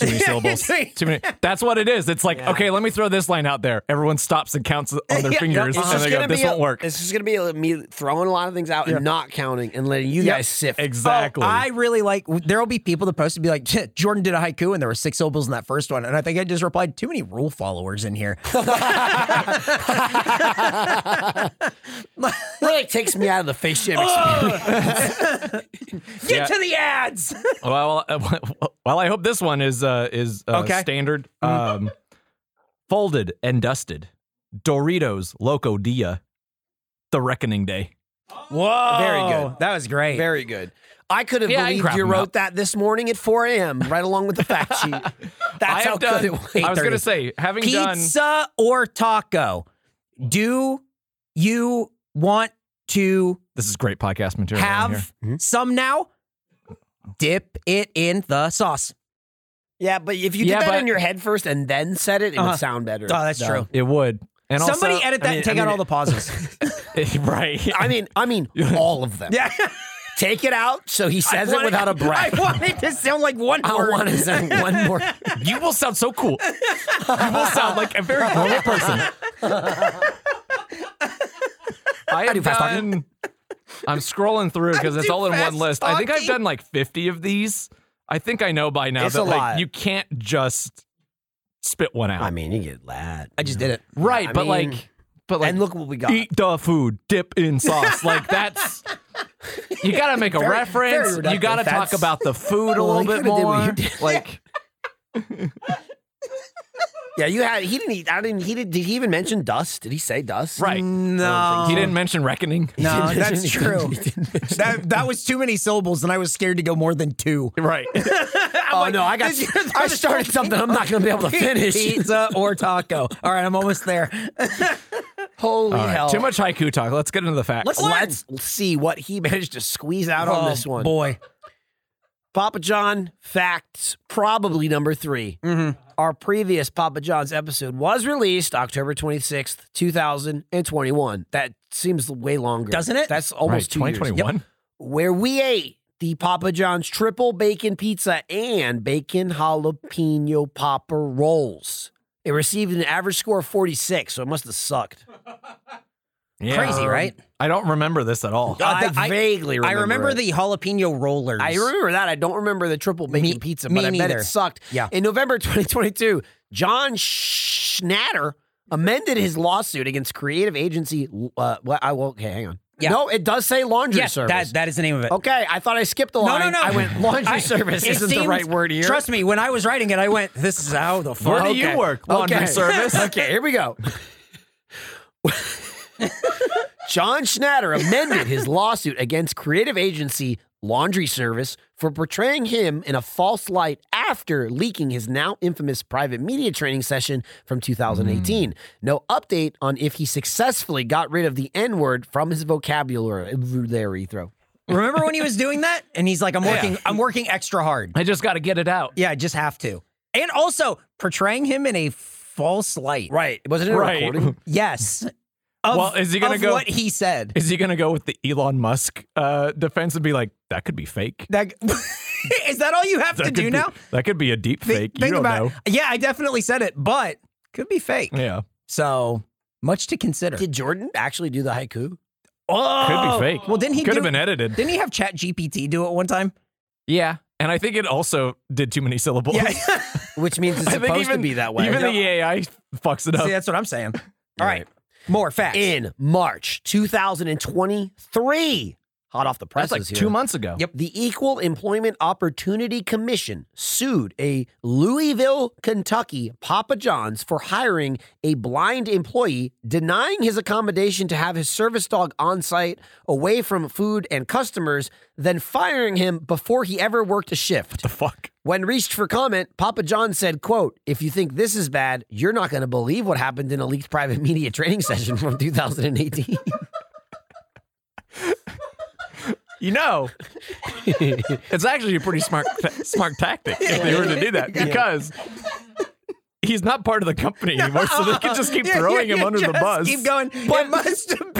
Speaker 4: Too many syllables.
Speaker 3: [LAUGHS]
Speaker 4: Too many. That's what it is. It's like, okay, let me throw this line out there. Everyone stops and counts on
Speaker 2: [LAUGHS]
Speaker 4: their
Speaker 3: Yeah,
Speaker 4: fingers,
Speaker 3: it's
Speaker 4: and they go,
Speaker 2: gonna
Speaker 4: "This
Speaker 2: be a-
Speaker 4: won't work."
Speaker 2: It's just going to be a- me throwing a lot of things out and not counting and letting you guys sift.
Speaker 4: [LAUGHS] Exactly.
Speaker 3: Oh, I really like. There will be people that post to be like, Jordan did a haiku and there were six syllables in that first one, and I think I just replied, too many rule followers in here. [LAUGHS]
Speaker 2: really takes me out of the face jam
Speaker 3: Get to the
Speaker 4: [LAUGHS]
Speaker 3: ads.
Speaker 4: well, uh, well, I hope this one is uh, is uh,
Speaker 3: Okay. Mm-hmm.
Speaker 4: standard. Um, folded and dusted. Doritos Loco Dia. The
Speaker 3: [LAUGHS]
Speaker 4: Reckoning Day.
Speaker 3: [LAUGHS] Whoa.
Speaker 2: Very good.
Speaker 3: Oh. That was great.
Speaker 2: Very good. I could have
Speaker 4: Yeah, I can
Speaker 2: believed
Speaker 4: crop
Speaker 2: you
Speaker 4: 'em
Speaker 2: wrote
Speaker 4: up.
Speaker 2: that this morning at 4 a.m. right along with the
Speaker 3: [LAUGHS]
Speaker 2: fact sheet. That's
Speaker 4: I
Speaker 2: how
Speaker 4: have done.
Speaker 2: good it was.
Speaker 4: I was going
Speaker 3: 8:30.
Speaker 4: to say, having done
Speaker 3: Pizza or taco? Do you want to
Speaker 4: this is great podcast material. right here.
Speaker 3: have some now? Dip it in the sauce.
Speaker 2: Yeah, but if you did
Speaker 4: Yeah,
Speaker 2: that
Speaker 4: but-
Speaker 2: in your head first and then said it, it
Speaker 3: Uh-huh.
Speaker 2: would sound better.
Speaker 3: Oh, that's true.
Speaker 4: It would. And
Speaker 3: Somebody
Speaker 4: also,
Speaker 3: edit that
Speaker 4: I mean-
Speaker 3: and take
Speaker 4: I
Speaker 3: out
Speaker 4: mean,
Speaker 3: all the pauses.
Speaker 4: it- [LAUGHS] right.
Speaker 2: I mean, I mean, all of them.
Speaker 3: [LAUGHS] yeah.
Speaker 2: Take it out so he says it
Speaker 3: Wanted-
Speaker 2: without a breath.
Speaker 3: [LAUGHS] I want it to sound like one
Speaker 2: I
Speaker 3: word.
Speaker 2: want to say one
Speaker 3: [LAUGHS]
Speaker 2: more.
Speaker 4: you will sound so cool. You will sound like a very normal person. I have done, I'm scrolling through because it's
Speaker 3: do
Speaker 4: all in
Speaker 3: fast
Speaker 4: one list. I think I've
Speaker 3: talking.
Speaker 4: done like 50 of these. I think I know by now
Speaker 2: It's a
Speaker 4: that
Speaker 2: lot.
Speaker 4: like you can't just spit one out.
Speaker 2: I mean, you get that.
Speaker 3: I just did it.
Speaker 4: right,
Speaker 2: I
Speaker 4: but
Speaker 2: mean-
Speaker 4: like but like
Speaker 2: And look what we got.
Speaker 4: eat the food, dip in sauce. like
Speaker 2: [LAUGHS]
Speaker 4: that's you gotta make a reference.
Speaker 2: very
Speaker 4: you gotta
Speaker 2: reductive.
Speaker 4: talk
Speaker 2: That's-
Speaker 4: about the food a
Speaker 2: Well,
Speaker 4: little
Speaker 2: you
Speaker 4: bit
Speaker 2: coulda did what you
Speaker 4: more.
Speaker 2: did. [LAUGHS]
Speaker 4: Like
Speaker 2: Yeah, you had. He didn't. eat- I didn't. He did. Did he even mention dust? Did he say dust?
Speaker 4: right.
Speaker 3: No.
Speaker 4: He didn't mention reckoning. [LAUGHS]
Speaker 3: No,
Speaker 2: He didn't
Speaker 3: that's
Speaker 2: mention-
Speaker 3: true.
Speaker 2: he didn't mention-
Speaker 3: That, that was too many syllables, and I was scared to go more than two.
Speaker 4: Right.
Speaker 2: Oh no, I got.
Speaker 3: this year's
Speaker 2: I started something I'm not going to be able to finish.
Speaker 3: Pizza or taco. All right, I'm almost there.
Speaker 2: Holy
Speaker 4: All right,
Speaker 2: hell!
Speaker 4: Too much haiku talk. Let's get into the facts.
Speaker 3: Let's-
Speaker 2: Let's see what he managed to squeeze out
Speaker 3: Oh,
Speaker 2: on this one.
Speaker 3: boy.
Speaker 2: Papa John facts, probably number 3 Our previous Papa John's episode was released October 26th, 2021. That seems way longer.
Speaker 3: Doesn't it?
Speaker 2: That's
Speaker 4: Right,
Speaker 2: almost two years.
Speaker 4: 2021.
Speaker 2: where we ate the Papa John's triple bacon pizza and bacon jalapeno popper rolls. It received an average score of 46, so it must have sucked.
Speaker 4: Yeah. Um,
Speaker 3: Crazy, right?
Speaker 4: I don't remember this at all.
Speaker 3: Uh, the-
Speaker 2: I vaguely remember.
Speaker 3: I remember
Speaker 2: it.
Speaker 3: the jalapeno rollers.
Speaker 2: I remember that. I don't remember the triple bacon
Speaker 3: Me-
Speaker 2: pizza,
Speaker 3: me
Speaker 2: but I bet
Speaker 3: neither.
Speaker 2: it sucked.
Speaker 3: Yeah.
Speaker 2: In November [LAUGHS] 2022, John Schnatter amended his lawsuit against creative agency. Uh, well, I will. Okay, hang on.
Speaker 3: Yeah.
Speaker 2: No, it does say laundry
Speaker 3: Yes,
Speaker 2: service.
Speaker 3: that, that is the name of it.
Speaker 2: okay, I thought I skipped the
Speaker 3: No,
Speaker 2: line.
Speaker 3: no, no.
Speaker 2: I went laundry
Speaker 3: [LAUGHS] I-
Speaker 2: service
Speaker 3: it
Speaker 2: isn't the
Speaker 3: seems-
Speaker 2: right word here.
Speaker 3: Trust me, when I was writing it, I went, this is how the fuck.
Speaker 4: Where do you
Speaker 2: Okay.
Speaker 4: work? Laundry
Speaker 2: Okay.
Speaker 4: service.
Speaker 2: okay, here we go. John Schnatter amended his lawsuit against creative agency Laundry Service for portraying him in a false light after leaking his now infamous private media training session from 2018. No update on if he successfully got rid of the N word from his vocabulary. There, Ethro.
Speaker 3: Remember when he was doing that? And he's like, I'm working, I'm working extra hard.
Speaker 4: I just got to get it out.
Speaker 3: Yeah, I just have to. And also portraying him in a false light.
Speaker 2: Right. Wasn't it a
Speaker 4: Right.
Speaker 2: recording?
Speaker 3: Yes. Of,
Speaker 4: Well, is he gonna
Speaker 3: of
Speaker 4: go-
Speaker 3: what he said?
Speaker 4: [LAUGHS] Is he going to go with the Elon Musk uh, defense and be like, that could be fake? [LAUGHS]
Speaker 3: That, [LAUGHS] is that all you have
Speaker 4: That
Speaker 3: to
Speaker 4: could
Speaker 3: do
Speaker 4: be-
Speaker 3: now?
Speaker 4: That could be a deep
Speaker 3: Thi-
Speaker 4: fake. you don't know.
Speaker 3: Yeah, I definitely said it, but could be fake.
Speaker 4: Yeah.
Speaker 3: So much to consider.
Speaker 2: Did Jordan actually do the haiku?
Speaker 3: oh,
Speaker 4: Could be fake.
Speaker 3: Well, didn't he
Speaker 4: Could
Speaker 3: do
Speaker 4: have been edited.
Speaker 3: Didn't he have Chat GPT do it one time?
Speaker 4: Yeah. And I think it also did too many syllables.
Speaker 3: Yeah.
Speaker 4: I
Speaker 3: [LAUGHS]
Speaker 2: Which means it's
Speaker 4: think
Speaker 2: supposed
Speaker 4: even-
Speaker 2: to be that way.
Speaker 4: [LAUGHS] Even the AI fucks it up.
Speaker 3: See, that's what I'm saying. All right. More facts.
Speaker 2: in March 2023. Hot off the presses
Speaker 4: That's like
Speaker 2: here.
Speaker 4: two months ago.
Speaker 3: Yep.
Speaker 2: The Equal Employment Opportunity Commission sued a Louisville, Kentucky Papa John's for hiring a blind employee, denying his accommodation to have his service dog on site away from food and customers, then firing him before he ever worked a shift.
Speaker 4: The fuck.
Speaker 2: When reached for comment, Papa John said, quote, if you think this is bad, you're not going to believe what happened in a leaked private media training session from [LAUGHS] 2018.
Speaker 4: You know, [LAUGHS] it's actually a pretty smart smart tactic if they were to do that because he's not part of the company anymore, so they can just keep
Speaker 3: Yeah,
Speaker 4: throwing
Speaker 3: you-
Speaker 4: him
Speaker 3: you
Speaker 4: under the
Speaker 3: just
Speaker 4: bus.
Speaker 3: Keep going. But it must have been
Speaker 2: [LAUGHS]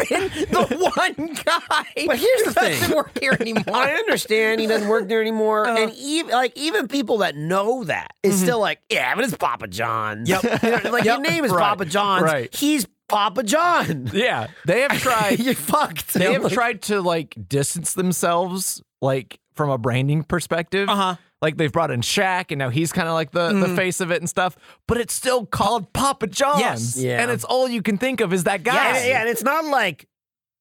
Speaker 3: the one guy.
Speaker 2: But here's the
Speaker 3: who
Speaker 2: thing.
Speaker 3: Doesn't work here anymore.
Speaker 2: I understand he doesn't work there anymore. and even like even people that know that is still like, yeah, but it's Papa John's.
Speaker 3: Yep.
Speaker 2: [LAUGHS] You know, like your
Speaker 3: Yep.
Speaker 2: name is
Speaker 4: Right.
Speaker 2: Papa John's.
Speaker 4: Right.
Speaker 2: He's Papa [LAUGHS] John.
Speaker 4: Yeah, they have
Speaker 3: [LAUGHS]
Speaker 2: [LAUGHS]
Speaker 4: tried.
Speaker 2: You're fucked.
Speaker 4: they have tried to like distance themselves, like from a branding perspective.
Speaker 3: Uh-huh. Mm.
Speaker 4: Like they've brought in Shaq, and now he's kind of like the, the face of it and stuff. But it's still called Papa John's,
Speaker 2: Yeah.
Speaker 4: and it's all you can think of is that
Speaker 2: Yeah,
Speaker 4: guy.
Speaker 2: and- yeah, and it's not like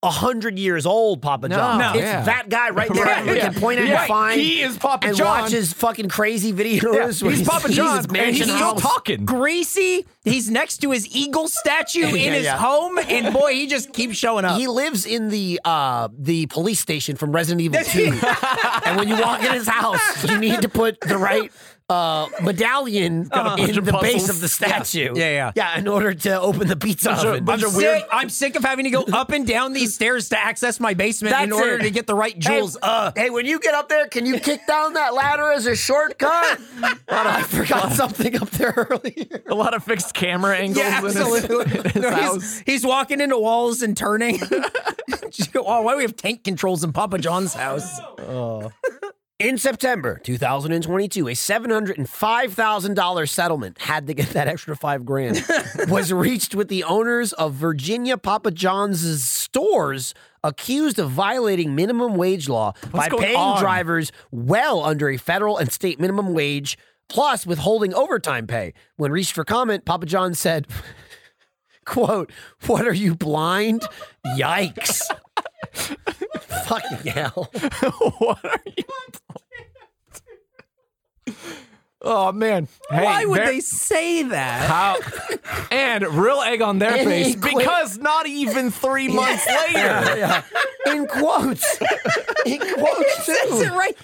Speaker 2: a hundred years old Papa
Speaker 4: No.
Speaker 2: John.
Speaker 4: No.
Speaker 2: It's
Speaker 4: Yeah.
Speaker 2: that guy right there.
Speaker 4: Right,
Speaker 2: we
Speaker 4: yeah.
Speaker 2: can point at
Speaker 4: Yeah.
Speaker 2: and find.
Speaker 4: He is Papa
Speaker 2: and
Speaker 4: John.
Speaker 2: watch his fucking crazy videos.
Speaker 4: Yeah,
Speaker 2: where
Speaker 4: he's Papa
Speaker 2: he's
Speaker 4: John,
Speaker 2: his
Speaker 4: and
Speaker 2: mansion
Speaker 4: he's still
Speaker 2: house.
Speaker 4: talking.
Speaker 3: Greasy. He's next to his eagle statue in
Speaker 2: Yeah,
Speaker 3: his
Speaker 2: yeah.
Speaker 3: home, and boy, he just keeps showing up.
Speaker 2: He lives in the uh, the police station from Resident Evil 2. [LAUGHS] and when you walk in his house, you need to put the right uh, medallion
Speaker 4: Uh,
Speaker 3: Uh-huh.
Speaker 4: bunch
Speaker 2: in
Speaker 4: of
Speaker 2: the base
Speaker 4: puzzles.
Speaker 2: of the statue.
Speaker 3: Yeah, yeah.
Speaker 2: Yeah, in order to open the pizza
Speaker 4: of-
Speaker 2: oven.
Speaker 4: bunch
Speaker 3: I'm
Speaker 4: of weird-
Speaker 3: Sick, I'm sick of having to go up and down these stairs to access my basement in
Speaker 2: That's
Speaker 3: order
Speaker 2: it.
Speaker 3: to get the right jewels.
Speaker 2: Hey,
Speaker 3: Uh,
Speaker 2: hey, when you get up there, can you kick down that ladder as a shortcut? oh, no, I forgot something up there [LAUGHS] earlier.
Speaker 4: a lot of fixed camera angles.
Speaker 3: [LAUGHS] yeah,
Speaker 4: in his-
Speaker 3: absolutely. [LAUGHS]
Speaker 4: in his
Speaker 3: No,
Speaker 4: house.
Speaker 3: he's, he's walking into walls and turning. [LAUGHS] Just go, oh, why do we have tank controls in Papa John's house?
Speaker 2: In September 2022, a $705,000 settlement, had to get that extra five
Speaker 4: [LAUGHS]
Speaker 2: grand, was reached with the owners of Virginia Papa John's stores accused of violating minimum wage law by
Speaker 4: going
Speaker 2: paying
Speaker 4: on?
Speaker 2: drivers well under a federal and state minimum wage, plus withholding overtime pay. When reached for comment, Papa John said, quote, what are you blind?
Speaker 4: [LAUGHS]
Speaker 2: Yikes. Fucking hell.
Speaker 4: what are you? doing? [LAUGHS] oh man! Hey,
Speaker 3: why would
Speaker 4: there-
Speaker 3: they say that?
Speaker 4: How? And real egg
Speaker 2: [LAUGHS]
Speaker 4: on their
Speaker 2: And
Speaker 4: face
Speaker 2: he quit.
Speaker 4: because not
Speaker 2: [LAUGHS]
Speaker 4: even three months later.
Speaker 2: in quotes. In [LAUGHS] quotes too.
Speaker 3: That's it right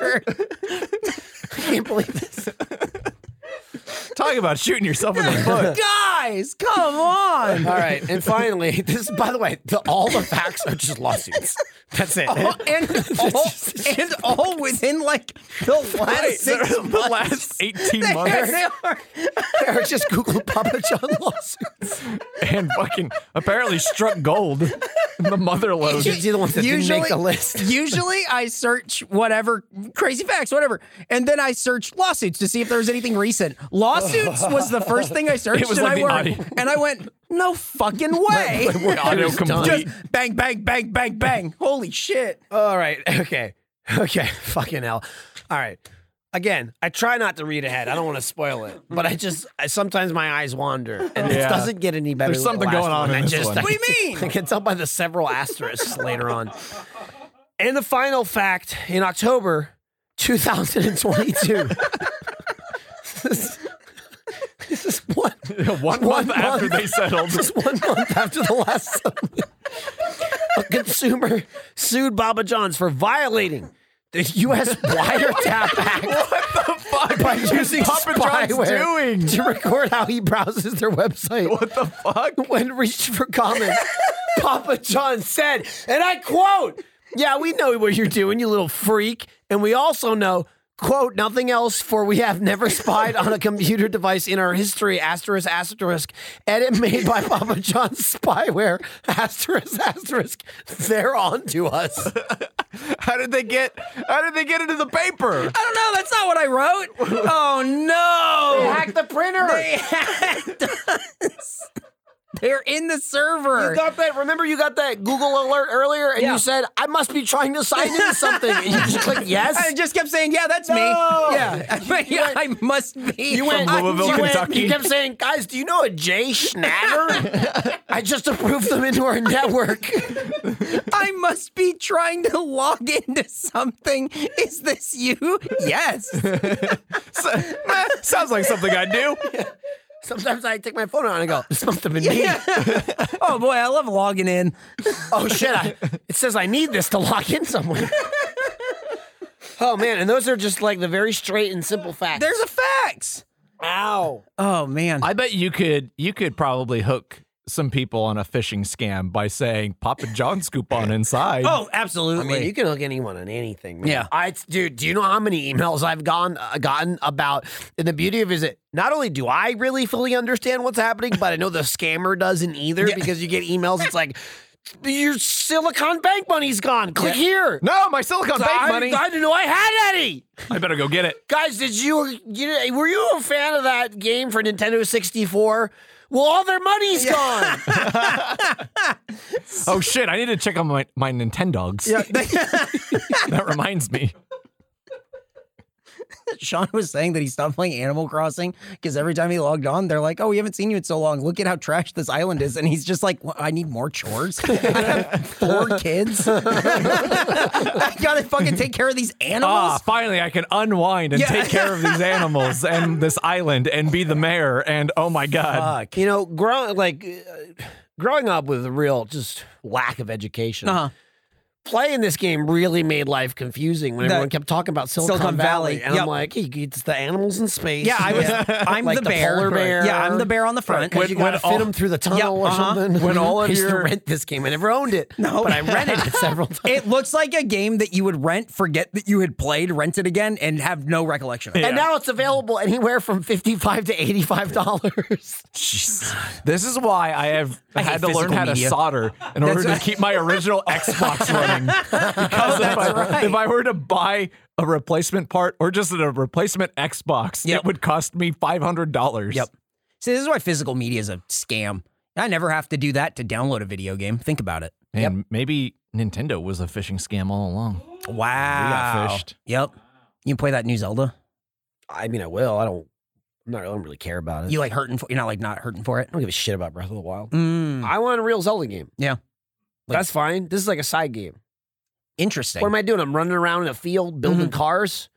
Speaker 3: there.
Speaker 2: I can't believe this.
Speaker 4: Talk about shooting yourself
Speaker 2: [LAUGHS]
Speaker 4: in the
Speaker 3: [LAUGHS]
Speaker 4: foot.
Speaker 3: Guys, come on.
Speaker 4: [LAUGHS]
Speaker 2: All right, and finally, this. By the way, the, all the facts are just lawsuits. That's
Speaker 4: [LAUGHS]
Speaker 2: it.
Speaker 3: and all, and all within like the last six
Speaker 4: the last 18 months
Speaker 3: There they are.
Speaker 2: They're just Google Papa John lawsuits.
Speaker 4: and fucking apparently struck gold. the mother load.
Speaker 2: She's the one that didn't make the
Speaker 4: [LAUGHS]
Speaker 2: list.
Speaker 3: usually I search whatever crazy facts, whatever, and then I search lawsuits to see if there was anything recent. Lawsuits was the first
Speaker 4: [LAUGHS]
Speaker 3: thing I searched,
Speaker 4: was
Speaker 3: and,
Speaker 4: like
Speaker 3: I
Speaker 4: the
Speaker 3: went,
Speaker 4: audio-
Speaker 3: and I went, no fucking way. [LAUGHS]
Speaker 4: audio complete.
Speaker 3: Just bang, bang, bang, bang, bang. Holy shit.
Speaker 2: All right. [LAUGHS] Okay. Okay. [LAUGHS] Fucking hell. All right. Again, I try not to read ahead. I don't want to spoil it, but I just I, sometimes my eyes wander, and it
Speaker 4: Yeah.
Speaker 2: doesn't get any better.
Speaker 4: There's
Speaker 2: than the
Speaker 4: something
Speaker 2: last
Speaker 4: going on
Speaker 2: one.
Speaker 4: in
Speaker 2: I
Speaker 4: this
Speaker 2: just,
Speaker 4: one.
Speaker 2: I
Speaker 4: What
Speaker 3: do you
Speaker 2: can-
Speaker 3: mean?
Speaker 2: [LAUGHS] I can tell by the several asterisks later on. And the final fact in October [LAUGHS] 2022. this is one,
Speaker 4: [LAUGHS]
Speaker 2: one
Speaker 4: One [LAUGHS] month after they settled.
Speaker 2: just one month after the last settlement, a consumer sued Baba John's for violating the U.S. Wiretap Act. What the fuck? By using
Speaker 4: Papa John's
Speaker 2: spyware
Speaker 4: doing?
Speaker 2: to [LAUGHS] record how he browses their website.
Speaker 4: What the fuck?
Speaker 2: [LAUGHS] When reached for
Speaker 4: [LAUGHS]
Speaker 2: comments, Papa John said, and I quote, Yeah, we know what you're doing, you little freak. And we also know, quote, nothing else, for we have never spied on a computer device in our history, asterisk, asterisk, edit made by Papa John's spyware, asterisk, asterisk, they're on to us.
Speaker 4: [LAUGHS] How did they get? How did they get into the paper?
Speaker 3: I don't know. That's not what I wrote. Oh no!
Speaker 2: Hack the printer.
Speaker 3: [LAUGHS] They hacked us. They're in the server.
Speaker 2: You got that? Remember, you got that Google alert earlier, and
Speaker 3: Yeah.
Speaker 2: you said, "I must be trying to sign into something." And you just clicked yes.
Speaker 3: I just kept saying, "Yeah, that's me."
Speaker 2: No.
Speaker 3: [LAUGHS] Yeah, yeah, I must be.
Speaker 2: You went,
Speaker 4: From Louisville,
Speaker 2: you went-
Speaker 4: Kentucky.
Speaker 2: you kept saying, guys, do you know a Jay Schnatter? I just approved them into our network.
Speaker 3: I must be trying to log into something. Is this you? [LAUGHS] Yes.
Speaker 4: So- eh, sounds like something I
Speaker 2: [LAUGHS]
Speaker 4: do.
Speaker 2: Sometimes I take my phone out and I go, this must have been me.
Speaker 3: oh boy, I love logging in.
Speaker 2: Oh shit, I, it says I need this to log in somewhere. Oh man, and those are just like the very straight and simple facts.
Speaker 3: There's a fax.
Speaker 2: ow.
Speaker 3: Oh man.
Speaker 4: I bet you could. You could probably hook some people on a phishing scam by saying Papa John's [LAUGHS] coupon inside.
Speaker 3: oh, absolutely.
Speaker 2: Man, you can hook anyone on anything, man.
Speaker 3: Yeah.
Speaker 2: I dude, do you know how many emails I've gone uh, gotten about? And the beauty of it is that not only do I really fully understand what's happening, but I know the scammer doesn't either because you get emails. It's like your Silicon Bank money's gone. Click here.
Speaker 4: no, my Silicon Bank
Speaker 2: I,
Speaker 4: money.
Speaker 2: I didn't know I had any.
Speaker 4: I better go
Speaker 2: [LAUGHS]
Speaker 4: get it.
Speaker 2: Guys, did you, you were you a fan of that game for Nintendo 64? Well, all their money's gone.
Speaker 4: Oh shit! I need to check on my my Nintendogs.
Speaker 3: [LAUGHS]
Speaker 4: that reminds me.
Speaker 3: Sean was saying that he stopped playing Animal Crossing because every time he logged on, they're like, "Oh, we haven't seen you in so long. Look at how trash this island is." And he's just like, well, "I need more chores. [LAUGHS] I have four kids. [LAUGHS] I gotta fucking take care of these animals."
Speaker 4: Ah, finally, I can unwind and
Speaker 3: Yeah.
Speaker 4: take care of these animals
Speaker 3: [LAUGHS]
Speaker 4: and this island and be the mayor. And oh my
Speaker 3: Uh,
Speaker 4: god,
Speaker 2: You know, grow, like uh, growing up with a real just lack of education.
Speaker 3: Uh-huh.
Speaker 2: Playing this game really made life confusing when
Speaker 3: That-
Speaker 2: everyone kept talking about Silicon,
Speaker 3: Silicon
Speaker 2: Valley,
Speaker 3: Valley,
Speaker 2: and
Speaker 3: yep.
Speaker 2: I'm like, "Hey, it's the animals in space.
Speaker 3: Yeah,
Speaker 2: [LAUGHS]
Speaker 3: I was. I'm
Speaker 2: Like
Speaker 3: the,
Speaker 2: the
Speaker 3: bear.
Speaker 2: polar bear.
Speaker 3: Yeah, I'm the bear on the front.
Speaker 2: Because you
Speaker 4: When-
Speaker 2: gotta
Speaker 4: when all-
Speaker 2: fit them through the tunnel
Speaker 3: Yeah,
Speaker 2: or [LAUGHS]
Speaker 3: uh-huh.
Speaker 2: something.
Speaker 4: When all
Speaker 2: I
Speaker 4: of
Speaker 2: used to
Speaker 4: your-
Speaker 2: rent this game, I never owned it.
Speaker 3: No.
Speaker 2: but I rented it several [LAUGHS] times.
Speaker 3: it looks like a game that you would rent, forget that you had played, rent it again, and have no recollection. of it.
Speaker 2: And now it's available anywhere from fifty-five to eighty-five dollars.
Speaker 4: this is why I have
Speaker 3: hate
Speaker 4: had to learn
Speaker 3: physical
Speaker 4: how
Speaker 3: media.
Speaker 4: to solder in order to
Speaker 3: right.
Speaker 4: keep
Speaker 3: [LAUGHS]
Speaker 4: my original Xbox running. Because if, I,
Speaker 3: right.
Speaker 4: if I were to buy a replacement part or just a replacement Xbox,
Speaker 3: Yep.
Speaker 4: it would cost me five hundred dollars.
Speaker 3: Yep. See, this is why physical media is a scam. I never have to do that to download a video game. Think about it.
Speaker 4: And maybe Nintendo was a phishing scam all along.
Speaker 3: Wow.
Speaker 4: fished.
Speaker 3: Yep. You can play that new Zelda.
Speaker 2: I mean, I will. I don't. I'm not. I don't really care about it.
Speaker 3: You like hurting for you're not like not hurting for it.
Speaker 2: I don't give a shit about Breath of the Wild.
Speaker 3: Mm,
Speaker 2: I want a real Zelda game.
Speaker 3: Yeah. Like-
Speaker 2: That's fine. This is like a side game.
Speaker 3: interesting.
Speaker 2: What am I doing? I'm running around in a field building
Speaker 4: Mm-hmm.
Speaker 2: cars.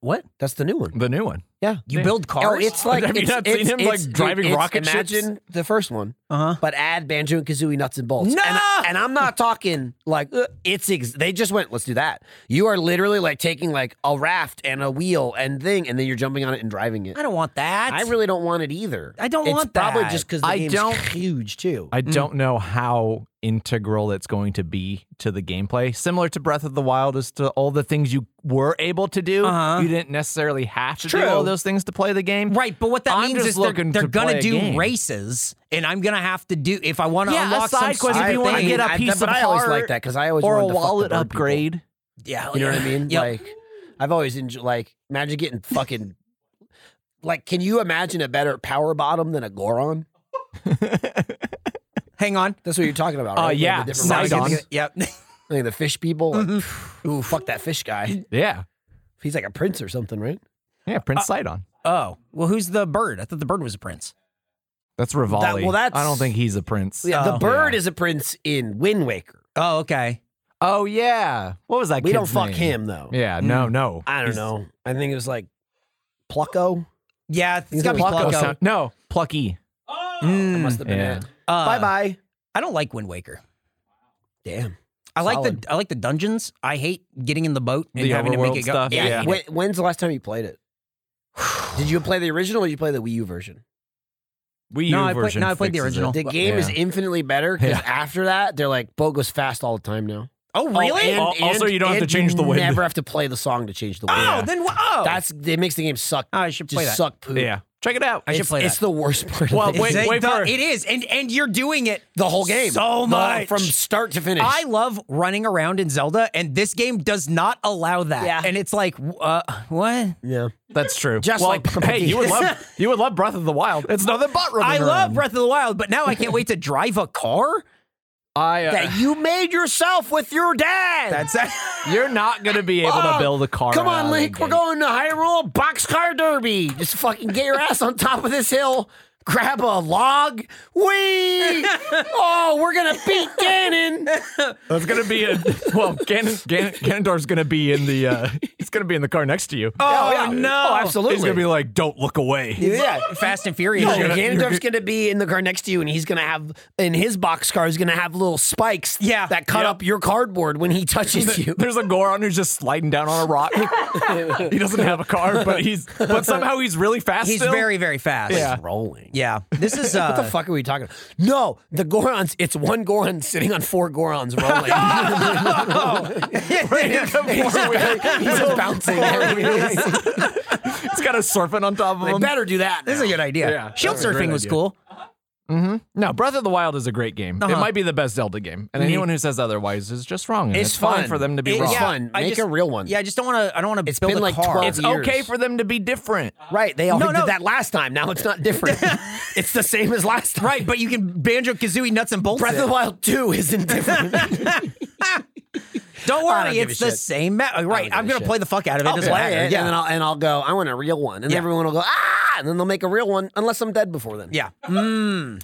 Speaker 3: what?
Speaker 2: That's the new one.
Speaker 4: The new one.
Speaker 2: Yeah.
Speaker 3: You
Speaker 4: Yeah.
Speaker 3: build cars?
Speaker 2: Oh, it's like
Speaker 4: Have you
Speaker 2: it's,
Speaker 4: not seen
Speaker 2: it's-
Speaker 4: him,
Speaker 2: it's-
Speaker 4: like, driving
Speaker 2: it's-
Speaker 4: rocket ships?
Speaker 2: Imagine the first one,
Speaker 3: uh-huh.
Speaker 2: but add Banjo and Kazooie nuts and bolts.
Speaker 3: No!
Speaker 2: and, and I'm not talking like uh, it's. Ex- they just went. Let's do that. You are literally like taking like a raft and a wheel and thing, and then you're jumping on it and driving it.
Speaker 3: I don't want that.
Speaker 2: I really don't want it either.
Speaker 3: I don't
Speaker 2: it's
Speaker 3: want
Speaker 2: Probably
Speaker 3: that.
Speaker 2: just because the
Speaker 4: I
Speaker 2: game's
Speaker 4: don't-
Speaker 2: huge too.
Speaker 4: I don't know how integral it's going to be to the gameplay. Similar to Breath of the Wild, as to all the things you were able to do,
Speaker 3: Uh-huh.
Speaker 4: you didn't necessarily have to
Speaker 2: True.
Speaker 4: do all those things to play the game.
Speaker 3: Right, but what that
Speaker 4: I'm
Speaker 3: means
Speaker 4: just
Speaker 3: is they're,
Speaker 4: looking
Speaker 3: they're
Speaker 4: to
Speaker 3: gonna
Speaker 4: play a
Speaker 3: do
Speaker 4: game.
Speaker 3: races, and I'm gonna have to do if I want to
Speaker 4: Yeah, a
Speaker 3: unlock some
Speaker 4: side quest if
Speaker 3: side
Speaker 4: you wanna
Speaker 3: thing,
Speaker 4: get a
Speaker 2: I-
Speaker 4: piece
Speaker 2: but
Speaker 4: of
Speaker 2: I always
Speaker 4: heart
Speaker 2: like that because I always
Speaker 4: or a
Speaker 2: wanted to fuck the
Speaker 4: wallet
Speaker 2: bird
Speaker 4: upgrade.
Speaker 3: Yeah,
Speaker 2: People. You know
Speaker 4: [LAUGHS]
Speaker 2: what I mean?
Speaker 3: Yep.
Speaker 2: Like I've always enjoyed. Like imagine getting fucking. Like, can you imagine a better power bottom than a Goron?
Speaker 3: hang on.
Speaker 2: That's what you're talking about, right?
Speaker 4: Uh,
Speaker 2: Like, the
Speaker 4: yeah, Mm-hmm.
Speaker 2: different
Speaker 4: Sidon.
Speaker 2: races.
Speaker 4: Sidon.
Speaker 3: Yep. [LAUGHS]
Speaker 2: Like the fish people. Like, Ooh, fuck that fish
Speaker 4: [LAUGHS]
Speaker 2: guy.
Speaker 4: [LAUGHS] Yeah,
Speaker 2: He's like a prince or something, right?
Speaker 4: yeah. Prince Sidon.
Speaker 3: Oh, well, who's the bird? I thought the bird was a prince.
Speaker 4: That's Rivali.
Speaker 2: That- well, that's-
Speaker 4: I don't think he's a prince.
Speaker 2: Yeah, the
Speaker 3: Oh.
Speaker 2: bird is a prince in Wind Waker.
Speaker 3: Oh, okay.
Speaker 4: Oh yeah. What was that?
Speaker 2: We don't
Speaker 4: kid's
Speaker 2: fuck
Speaker 4: name?
Speaker 2: him though.
Speaker 4: Yeah. No. No.
Speaker 2: I don't
Speaker 4: He's-
Speaker 2: know. I think it was like Plucko.
Speaker 3: Yeah,
Speaker 2: He's
Speaker 3: it's gotta be
Speaker 2: a
Speaker 4: Plucko
Speaker 2: Plucko.
Speaker 3: Plucko.
Speaker 4: sound- No. Plucky.
Speaker 2: It
Speaker 3: Mm,
Speaker 2: must have been
Speaker 4: Yeah.
Speaker 2: that.
Speaker 3: uh,
Speaker 2: bye bye.
Speaker 3: I don't like Wind Waker.
Speaker 2: Damn.
Speaker 3: I like
Speaker 2: Solid.
Speaker 3: the I like the dungeons. I hate getting in the boat and
Speaker 4: The
Speaker 3: having to make
Speaker 4: overworld
Speaker 3: it go.
Speaker 4: stuff,
Speaker 3: Yeah, I
Speaker 4: yeah.
Speaker 3: hate it.
Speaker 2: When, when's the last time you played it? Did you play the original or did you play the Wii U version?
Speaker 4: Wii U
Speaker 3: No, I played-
Speaker 4: version.
Speaker 3: no, I played the
Speaker 4: fixes it.
Speaker 3: original.
Speaker 2: The game is
Speaker 4: yeah.
Speaker 2: infinitely better because
Speaker 4: Yeah.
Speaker 2: after that, they're like, boat goes fast all the time now.
Speaker 3: Oh, really?
Speaker 2: and-
Speaker 3: Oh,
Speaker 4: Al- also,
Speaker 2: and-
Speaker 4: you don't have
Speaker 2: and
Speaker 4: to change the wind.
Speaker 2: never have to play the song to change the wind.
Speaker 3: then wha- oh,
Speaker 2: That's it makes the game suck.
Speaker 3: Oh, I should play
Speaker 2: just
Speaker 3: that.
Speaker 2: suck poop.
Speaker 4: Yeah. Check it out.
Speaker 3: I should
Speaker 2: It's,
Speaker 3: play that.
Speaker 2: it's the worst part
Speaker 4: Well,
Speaker 2: of the,
Speaker 4: wait-
Speaker 2: game.
Speaker 3: They-
Speaker 4: wait
Speaker 3: the-
Speaker 4: for it.
Speaker 3: it is, and and you're doing it
Speaker 2: the whole game.
Speaker 3: so
Speaker 2: The-
Speaker 3: much
Speaker 2: from start to finish.
Speaker 3: I love running around in Zelda, and this game does not allow that.
Speaker 2: Yeah.
Speaker 3: And it's like, w- uh, what?
Speaker 2: yeah.
Speaker 4: That's true.
Speaker 2: Just
Speaker 4: well,
Speaker 2: like Papa
Speaker 4: hey, you would
Speaker 2: D's.
Speaker 4: love you would love Breath of the Wild. It's nothing but running
Speaker 3: I love
Speaker 4: around.
Speaker 3: Breath of the Wild, but now I can't wait to drive a car.
Speaker 4: I, uh,
Speaker 2: that you made yourself with your dad.
Speaker 3: That's
Speaker 4: [LAUGHS] you're not gonna be able to
Speaker 2: Oh,
Speaker 4: build a car.
Speaker 2: Come
Speaker 4: out
Speaker 3: uh,
Speaker 2: on,
Speaker 4: of
Speaker 2: Link.
Speaker 4: that
Speaker 2: We're going
Speaker 4: game.
Speaker 2: to Hyrule Boxcar Derby. Just fucking get your ass on top of this hill, grab a log.
Speaker 4: [LAUGHS]
Speaker 2: Wee! Oh, we're going to beat Ganon.
Speaker 4: That's gonna be a well. Ganon, Ganon, Ganondorf's gonna be in the. Uh, he's gonna be in the car next to you.
Speaker 3: Oh, yeah. no.
Speaker 4: Oh, absolutely. He's gonna be like, "Don't look away."
Speaker 2: Yeah.
Speaker 3: Fast and Furious.
Speaker 4: you're
Speaker 2: No,
Speaker 4: gonna-
Speaker 2: Ganondorf's going to Oh, be in the car next to you, and he's going to have, in his boxcar, he's going to have little spikes
Speaker 3: Yeah.
Speaker 2: that cut
Speaker 4: Yeah.
Speaker 2: up your cardboard when he [LAUGHS]
Speaker 3: [LAUGHS]
Speaker 2: touches you.
Speaker 4: There's a Goron who's just sliding down on a rock. he doesn't have a car, but he's but somehow he's really fast.
Speaker 3: He's
Speaker 4: still.
Speaker 3: very, very fast.
Speaker 2: [LAUGHS]
Speaker 4: Yeah.
Speaker 2: Rolling.
Speaker 3: Yeah. This is uh,
Speaker 2: What the fuck are we talking? No, the Gorons. It's one Goron sitting on four Gorons
Speaker 3: [LAUGHS]
Speaker 2: rolling.
Speaker 3: oh.
Speaker 4: He's
Speaker 2: [LAUGHS] He's just bouncing. [LAUGHS]
Speaker 4: got a serpent on top of
Speaker 2: they
Speaker 4: him.
Speaker 2: better do that.
Speaker 3: This is a good idea.
Speaker 4: Yeah,
Speaker 3: Shield
Speaker 4: that's a great
Speaker 3: surfing was
Speaker 4: idea.
Speaker 3: cool.
Speaker 4: No, Breath of the Wild is a great game. It
Speaker 3: Uh-huh.
Speaker 4: might be the best Zelda game, and anyone who says otherwise is just wrong. and
Speaker 2: It's
Speaker 4: it's fine
Speaker 2: fun.
Speaker 4: for them to be
Speaker 2: It's
Speaker 4: wrong.
Speaker 2: Yeah. fun.
Speaker 3: I
Speaker 2: Make
Speaker 3: just-
Speaker 2: a real one.
Speaker 3: Yeah, I just don't want to. I don't want to
Speaker 2: It's
Speaker 3: build
Speaker 2: been
Speaker 3: a
Speaker 2: like
Speaker 3: car.
Speaker 2: 12
Speaker 4: It's
Speaker 2: years.
Speaker 4: okay for them to be different.
Speaker 2: Right. They all
Speaker 3: No,
Speaker 2: did
Speaker 3: no.
Speaker 2: that last time. Now it's not
Speaker 3: [LAUGHS]
Speaker 2: different. it's the same as last time.
Speaker 3: right, but you can banjo kazooie nuts and bolts.
Speaker 2: Breath of
Speaker 3: it.
Speaker 2: the Wild 2 isn't different. I
Speaker 3: Don't
Speaker 2: don't
Speaker 3: worry,
Speaker 2: give
Speaker 3: it's
Speaker 2: a
Speaker 3: the
Speaker 2: shit.
Speaker 3: same. Ma- right,
Speaker 2: give
Speaker 3: I'm
Speaker 2: a
Speaker 3: gonna
Speaker 2: shit.
Speaker 3: play the fuck out of it.
Speaker 2: I'll
Speaker 3: doesn't
Speaker 2: play
Speaker 3: matter.
Speaker 2: it,
Speaker 3: yeah,
Speaker 2: and then I'll, and I'll go, I want a real one. And
Speaker 3: Yeah.
Speaker 2: everyone will go, ah! And then they'll make a real one, unless I'm dead before then.
Speaker 3: yeah.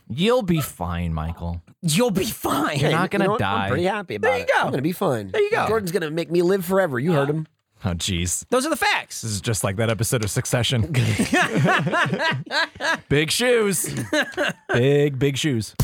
Speaker 4: You'll be fine, Michael.
Speaker 3: Mm, You'll be fine.
Speaker 4: You're not
Speaker 2: You
Speaker 4: gonna
Speaker 2: know what?
Speaker 4: die.
Speaker 2: I'm pretty happy about
Speaker 3: There you
Speaker 2: it.
Speaker 3: go.
Speaker 2: I'm going to be fine. There
Speaker 3: you go.
Speaker 2: Jordan's going to make me live forever. You heard him.
Speaker 4: oh, jeez.
Speaker 3: Those are the facts.
Speaker 4: This is just like that episode
Speaker 2: [LAUGHS]
Speaker 4: of Succession. big shoes. big, big shoes.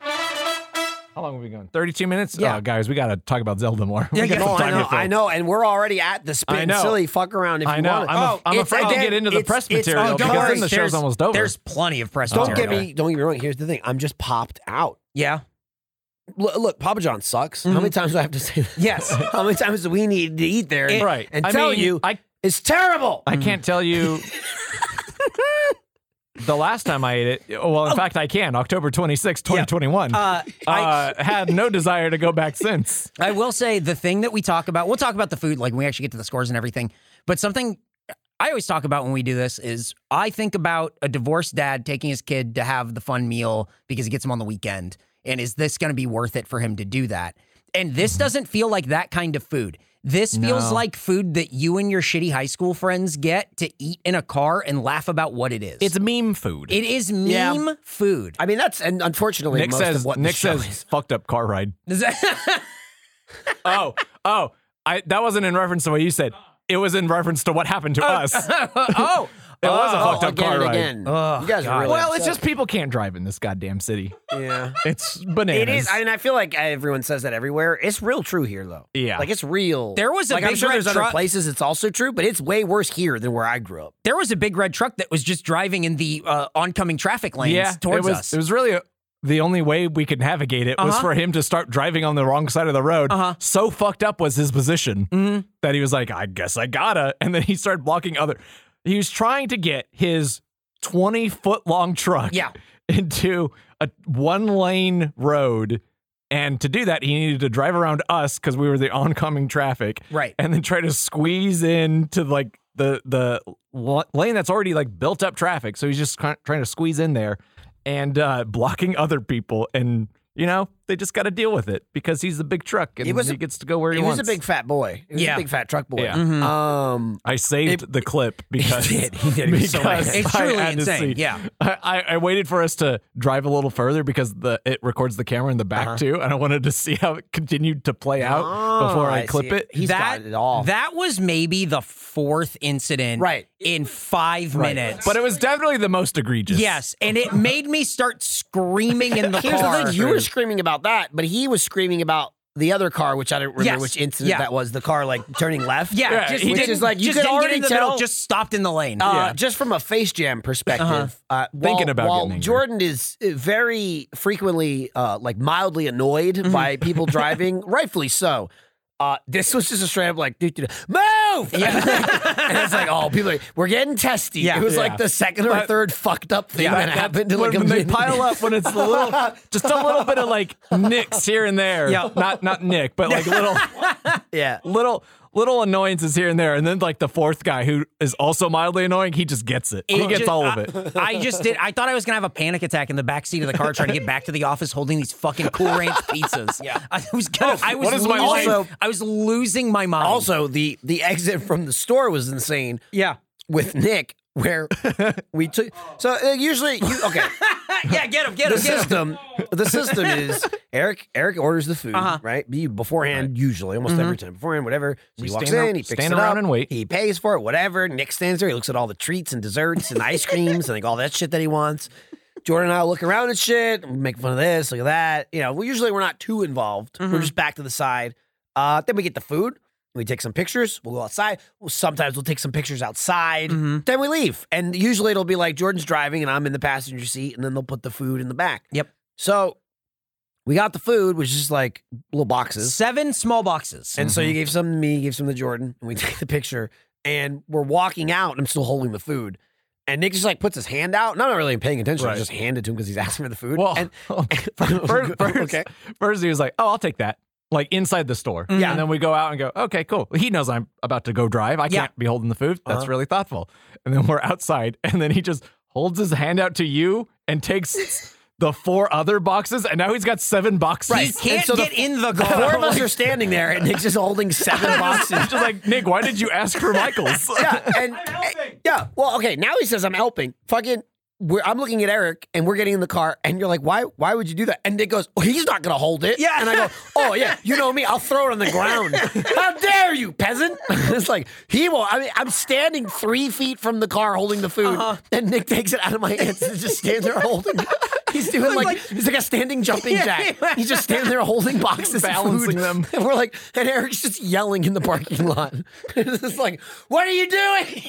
Speaker 4: How long have we gone? 32 minutes?
Speaker 3: Yeah.
Speaker 4: Oh, guys, we got to talk about Zelda more. We got
Speaker 2: No,
Speaker 4: some
Speaker 2: Oh, I
Speaker 4: time to
Speaker 2: know,
Speaker 4: fill.
Speaker 2: I know, and we're already at the
Speaker 4: I
Speaker 2: spin
Speaker 4: know.
Speaker 2: silly fuck around if
Speaker 4: I
Speaker 2: you
Speaker 4: know.
Speaker 2: want.
Speaker 4: I'm,
Speaker 3: Oh,
Speaker 4: af- I'm
Speaker 2: it's-
Speaker 4: afraid to
Speaker 2: and
Speaker 4: get into the
Speaker 2: it's-
Speaker 4: press
Speaker 2: it's-
Speaker 4: material
Speaker 2: oh, don't
Speaker 4: because
Speaker 2: worry.
Speaker 4: then the
Speaker 3: there's-
Speaker 4: show's almost over.
Speaker 3: There's plenty of press.
Speaker 2: Don't
Speaker 3: material
Speaker 2: get
Speaker 3: there.
Speaker 2: me. Don't get me wrong. Here's the thing. I'm just popped out.
Speaker 3: Yeah.
Speaker 2: Look, look Papa John sucks.
Speaker 4: Mm-hmm.
Speaker 2: How many times do I have to say that?
Speaker 4: [LAUGHS]
Speaker 2: [LAUGHS]
Speaker 3: Yes.
Speaker 2: How many times do we need to eat there? And,
Speaker 4: Right.
Speaker 2: And
Speaker 4: I
Speaker 2: tell
Speaker 4: mean,
Speaker 2: you, Mm.
Speaker 4: I-
Speaker 2: it's terrible.
Speaker 4: I can't
Speaker 2: [LAUGHS]
Speaker 4: tell you. the last time I ate it, well, in
Speaker 2: Oh.
Speaker 4: fact, I can. October twenty sixth, 2021.
Speaker 3: Uh,
Speaker 4: Uh,
Speaker 3: I,
Speaker 2: [LAUGHS]
Speaker 4: had no desire to go back since.
Speaker 3: I will say the thing that we talk about. We'll talk about the food, like when we actually get to the scores and everything. But something I always talk about when we do this is I think about a divorced dad taking his kid to have the fun meal because he gets him on the weekend, and is this going to be worth it for him to do that? And this doesn't feel like that kind of food. This feels
Speaker 4: Mm-hmm. No.
Speaker 3: like food that you and your shitty high school friends get to eat in a car and laugh about what it is.
Speaker 4: It's meme food.
Speaker 3: It is meme
Speaker 2: Yeah.
Speaker 3: food.
Speaker 2: I mean, that's and unfortunately,
Speaker 4: Nick
Speaker 2: most
Speaker 4: says.
Speaker 2: of what the
Speaker 4: Nick
Speaker 2: show
Speaker 4: says.
Speaker 2: is.
Speaker 4: Fucked up car ride.
Speaker 3: [LAUGHS]
Speaker 4: Oh, oh, I that wasn't in reference to what you said. It was in reference to what
Speaker 2: [LAUGHS]
Speaker 4: happened to us. It
Speaker 3: oh,
Speaker 4: was a
Speaker 2: Oh,
Speaker 4: fucked up
Speaker 2: again
Speaker 4: car
Speaker 2: and
Speaker 4: ride.
Speaker 2: again.
Speaker 3: Ugh,
Speaker 2: you guys
Speaker 3: God.
Speaker 2: are really
Speaker 4: Well, it's
Speaker 2: upset.
Speaker 4: just people can't drive in this goddamn city.
Speaker 2: yeah.
Speaker 4: It's bananas.
Speaker 2: It is. I mean, I feel like everyone says that everywhere. It's real true here, though.
Speaker 4: Yeah.
Speaker 2: Like it's real.
Speaker 3: There was a
Speaker 2: like I'm
Speaker 3: big
Speaker 2: sure
Speaker 3: red
Speaker 2: there's other
Speaker 3: truck-
Speaker 2: places it's also true, but it's way worse here than where I grew up.
Speaker 3: there was a big red truck that was just driving in the uh, oncoming traffic lanes
Speaker 4: yeah,
Speaker 3: towards
Speaker 4: it was,
Speaker 3: us.
Speaker 4: It was really a, the only way we could navigate it was
Speaker 3: Uh-huh.
Speaker 4: for him to start driving on the wrong side of the road.
Speaker 3: Uh-huh. Mm-hmm.
Speaker 4: So fucked up was his position that he was like, I guess I gotta. And then he started blocking other. He was trying to get his 20 foot long truck
Speaker 3: Yeah.
Speaker 4: [LAUGHS] into a one lane road. And to do that, he needed to drive around us because we were the oncoming traffic.
Speaker 3: Right.
Speaker 4: And then try to squeeze into like the the lo- lane that's already like built up traffic. So he's just kind trying to squeeze in there and uh, blocking other people. And, you know, they just got to deal with it because he's the big truck and
Speaker 2: He was
Speaker 4: he
Speaker 2: a-
Speaker 4: gets to go where he,
Speaker 2: He was
Speaker 4: wants.
Speaker 2: a big fat boy. He was
Speaker 3: Yeah. Mm-hmm.
Speaker 2: a big fat truck boy.
Speaker 4: Yeah.
Speaker 2: Um,
Speaker 4: I saved the clip
Speaker 2: [LAUGHS]
Speaker 4: because
Speaker 2: He did. He did. He was so
Speaker 4: because
Speaker 3: mad. It's
Speaker 4: I
Speaker 3: truly
Speaker 4: had to
Speaker 3: insane.
Speaker 4: see-
Speaker 3: Yeah.
Speaker 4: I, I, I waited for us to drive a little further because the it records the camera in the
Speaker 2: Uh-huh.
Speaker 4: back too, and I wanted to see how it continued to play out before
Speaker 2: Oh,
Speaker 4: I,
Speaker 2: I
Speaker 4: clip
Speaker 2: see.
Speaker 4: it.
Speaker 2: He's
Speaker 3: that,
Speaker 2: got it all.
Speaker 3: That was maybe the fourth incident
Speaker 2: Right.
Speaker 3: in five minutes.
Speaker 4: But it was definitely the most egregious.
Speaker 3: yes, and it made me start screaming in the
Speaker 2: here's
Speaker 3: car.
Speaker 2: the thing: you were screaming about that, but he was screaming about the other car, which I don't remember
Speaker 3: Yes.
Speaker 2: which incident
Speaker 3: Yeah.
Speaker 2: that was. The car like turning left.
Speaker 3: yeah,
Speaker 4: Yeah,
Speaker 3: just
Speaker 4: he
Speaker 3: didn't-
Speaker 2: which is like you
Speaker 3: just
Speaker 2: could
Speaker 3: didn't get
Speaker 2: already
Speaker 3: in the
Speaker 2: tell.
Speaker 3: middle, just stopped in the lane.
Speaker 2: Uh,
Speaker 4: Yeah.
Speaker 2: Just from a face jam perspective,
Speaker 3: Uh-huh.
Speaker 2: uh while,
Speaker 4: Thinking about
Speaker 2: while
Speaker 4: getting angry.
Speaker 2: Jordan is uh, very frequently uh, like mildly annoyed
Speaker 4: Mm-hmm.
Speaker 2: by people
Speaker 4: [LAUGHS]
Speaker 2: driving, rightfully so. Uh, this was just a straight up like, dude, dude, move! [LAUGHS] and it's like, oh, people, are, we're getting testy.
Speaker 3: Yeah.
Speaker 2: it was
Speaker 4: Yeah.
Speaker 2: like the second or
Speaker 4: But-
Speaker 2: third fucked up thing that,
Speaker 4: That-
Speaker 2: happened. To,
Speaker 4: when,
Speaker 2: like a
Speaker 4: when they
Speaker 2: minute.
Speaker 4: pile up when it's a little just a little bit of like nicks here and there.
Speaker 3: Yeah.
Speaker 4: Not not nick, but
Speaker 2: [LAUGHS]
Speaker 4: like little
Speaker 2: [LAUGHS] yeah.
Speaker 4: little little annoyances here and there. And then like the fourth guy who is also mildly annoying, he just gets it. he
Speaker 3: It
Speaker 4: gets
Speaker 3: ju-
Speaker 4: all
Speaker 3: I-
Speaker 4: of
Speaker 3: [LAUGHS]
Speaker 4: it.
Speaker 3: I just did. I thought I was gonna have a panic attack in the back seat of the car trying to get back to the office, holding these fucking Cool Ranch pizzas. Yeah, I was
Speaker 2: Oh,
Speaker 3: gonna. I was
Speaker 4: what is my
Speaker 3: losing-
Speaker 2: life?
Speaker 3: I was losing my mind.
Speaker 2: Also, the the exit from the store was insane
Speaker 3: yeah,
Speaker 2: with Nick,
Speaker 4: [LAUGHS]
Speaker 2: where we took. So uh, usually, you, okay.
Speaker 3: yeah. Get
Speaker 2: the
Speaker 3: him. Get him. Get him.
Speaker 2: system the
Speaker 3: [LAUGHS]
Speaker 2: system is Eric Eric orders the food
Speaker 3: Uh-huh. Mm-hmm.
Speaker 2: right Be- beforehand usually almost every time beforehand whatever so he walks
Speaker 4: stand ar-
Speaker 2: in he picks
Speaker 4: stand
Speaker 2: it
Speaker 4: around
Speaker 2: up,
Speaker 4: and wait.
Speaker 2: he pays for it whatever Nick stands there he looks at all the treats and desserts and ice creams and like all that shit that he wants Jordan and I look around at shit we make fun of this look at that you know we usually we're not too involved we're just back to the side uh, then we get the food we take some pictures. We'll go outside. Well, sometimes we'll take some pictures outside. Then we leave. And usually it'll be like Jordan's driving and I'm in the passenger seat, and then they'll put the food in the back.
Speaker 3: Yep.
Speaker 2: So we got the food, which is just like little boxes.
Speaker 3: Seven small boxes.
Speaker 2: And so
Speaker 4: Mm-hmm.
Speaker 2: you gave some to me, you gave some to Jordan, and we [LAUGHS] take the picture. And we're walking out, and I'm still holding the food. And Nick just like puts his hand out. and I'm not really paying attention. I
Speaker 4: Right.
Speaker 2: just hand it to him because he's [LAUGHS] asking for the food.
Speaker 4: Well, [LAUGHS]
Speaker 3: [LAUGHS]
Speaker 2: and,
Speaker 4: first, first,
Speaker 2: Okay.
Speaker 4: first he was like, "Oh, I'll take that." Like inside the store,
Speaker 3: Yeah.
Speaker 4: And then we go out and go, "Okay, cool." He knows I'm about to go drive. I
Speaker 3: Yeah. Uh-huh.
Speaker 4: can't be holding the food. That's really thoughtful. And then we're outside, and then he just holds his hand out to you
Speaker 3: [LAUGHS]
Speaker 4: and takes the four other boxes, and now he's got seven boxes.
Speaker 3: He can't
Speaker 2: so the-
Speaker 3: get in [LAUGHS] the car.
Speaker 2: four of us are standing there, and Nick's just holding seven
Speaker 3: [LAUGHS]
Speaker 4: [LAUGHS]
Speaker 2: boxes.
Speaker 4: He's just like Nick, why did you ask for Michaels?
Speaker 2: [LAUGHS] yeah, and eh, yeah. Well, okay. Now he says I'm helping. Fucking, we're, I'm looking at Eric, and we're getting in the car, and you're like, why? Why would you do that? And Nick goes, oh, he's not gonna hold it.
Speaker 3: Yeah.
Speaker 2: And I go, oh yeah, you know me. I'll throw it on the
Speaker 3: [LAUGHS]
Speaker 2: ground. How dare you, peasant? [LAUGHS] it's like he will. I mean, I'm standing three feet from the car holding the food,
Speaker 3: Uh-huh.
Speaker 2: and Nick takes it out of my hands and just stands there
Speaker 3: [LAUGHS]
Speaker 2: holding. it. He's doing like, he's like a standing jumping
Speaker 3: Yeah,
Speaker 2: jack.
Speaker 3: yeah.
Speaker 2: He's just standing there holding boxes, of
Speaker 4: Balancing
Speaker 2: food.
Speaker 4: them.
Speaker 2: And [LAUGHS] we're like, and Eric's just yelling in the parking lot. [LAUGHS] it's like, what are you doing?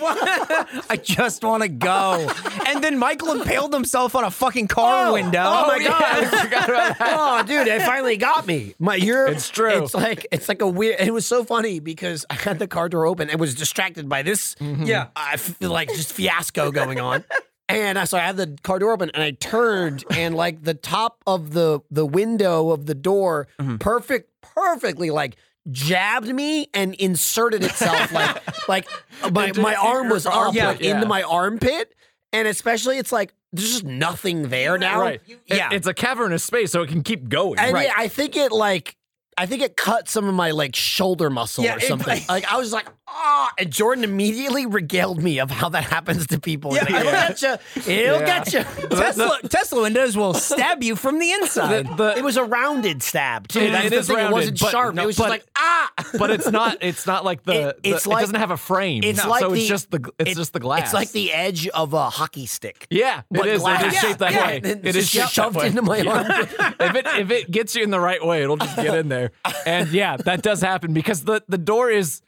Speaker 3: I just want to go. And then Michael impaled himself on a fucking car window.
Speaker 2: Oh [LAUGHS] my god!
Speaker 3: [LAUGHS] Yeah.
Speaker 2: I forgot about that. [LAUGHS] Oh, dude, it finally got me. My, you're.
Speaker 4: It's true.
Speaker 2: It's like it's like a weird. It was so funny because I had the car door open and was distracted by this.
Speaker 3: Yeah.
Speaker 2: I feel like just fiasco going [LAUGHS] on. And I, so I had the car door open, and I turned, and like the top of the the window of the door, perfect, perfectly like jabbed me and inserted itself [LAUGHS] like like uh, my
Speaker 4: Into
Speaker 2: my
Speaker 4: your
Speaker 2: arm was up
Speaker 4: armpit,
Speaker 2: like,
Speaker 4: yeah.
Speaker 2: into my armpit, and especially it's like there's just nothing there now.
Speaker 4: right.
Speaker 3: Yeah.
Speaker 4: It- it's a cavernous space, so it can keep going.
Speaker 2: And
Speaker 3: Right.
Speaker 2: yeah, I think it like I think it cut some of my like shoulder muscle
Speaker 3: Yeah,
Speaker 2: or
Speaker 3: it-
Speaker 2: something. like I was like, ah, and Jordan immediately regaled me of how that [LAUGHS] happens to people. He's
Speaker 3: Yeah.
Speaker 2: like, It'll get you. It'll
Speaker 4: Yeah.
Speaker 2: get
Speaker 4: [LAUGHS]
Speaker 2: you.
Speaker 3: [LAUGHS] Tesla, Tesla windows will stab you from the inside.
Speaker 4: The- the-
Speaker 2: it was a rounded stab too.
Speaker 4: It-
Speaker 2: That's
Speaker 4: it
Speaker 2: the
Speaker 4: is
Speaker 2: thing.
Speaker 4: rounded,
Speaker 2: it wasn't
Speaker 4: but-
Speaker 2: sharp.
Speaker 4: no,
Speaker 2: it was just
Speaker 4: but-
Speaker 2: like ah.
Speaker 4: but it's not. It's not like the.
Speaker 2: It-
Speaker 4: the-
Speaker 2: it's like-
Speaker 4: it doesn't have a frame.
Speaker 2: It's like
Speaker 4: so
Speaker 2: the-
Speaker 4: it's just the. [LAUGHS] It's
Speaker 2: it-
Speaker 4: just the glass.
Speaker 2: It's like the edge of a hockey stick.
Speaker 4: Yeah,
Speaker 2: But
Speaker 4: it is.
Speaker 2: glass.
Speaker 4: It is shaped that
Speaker 2: Yeah,
Speaker 4: way.
Speaker 2: yeah, and
Speaker 4: It is
Speaker 2: just
Speaker 4: shaped that
Speaker 2: shoved
Speaker 4: way.
Speaker 2: into my arm.
Speaker 4: [LAUGHS] if it if it gets you in the right way, it'll just get in there. And yeah, that does happen because the the door is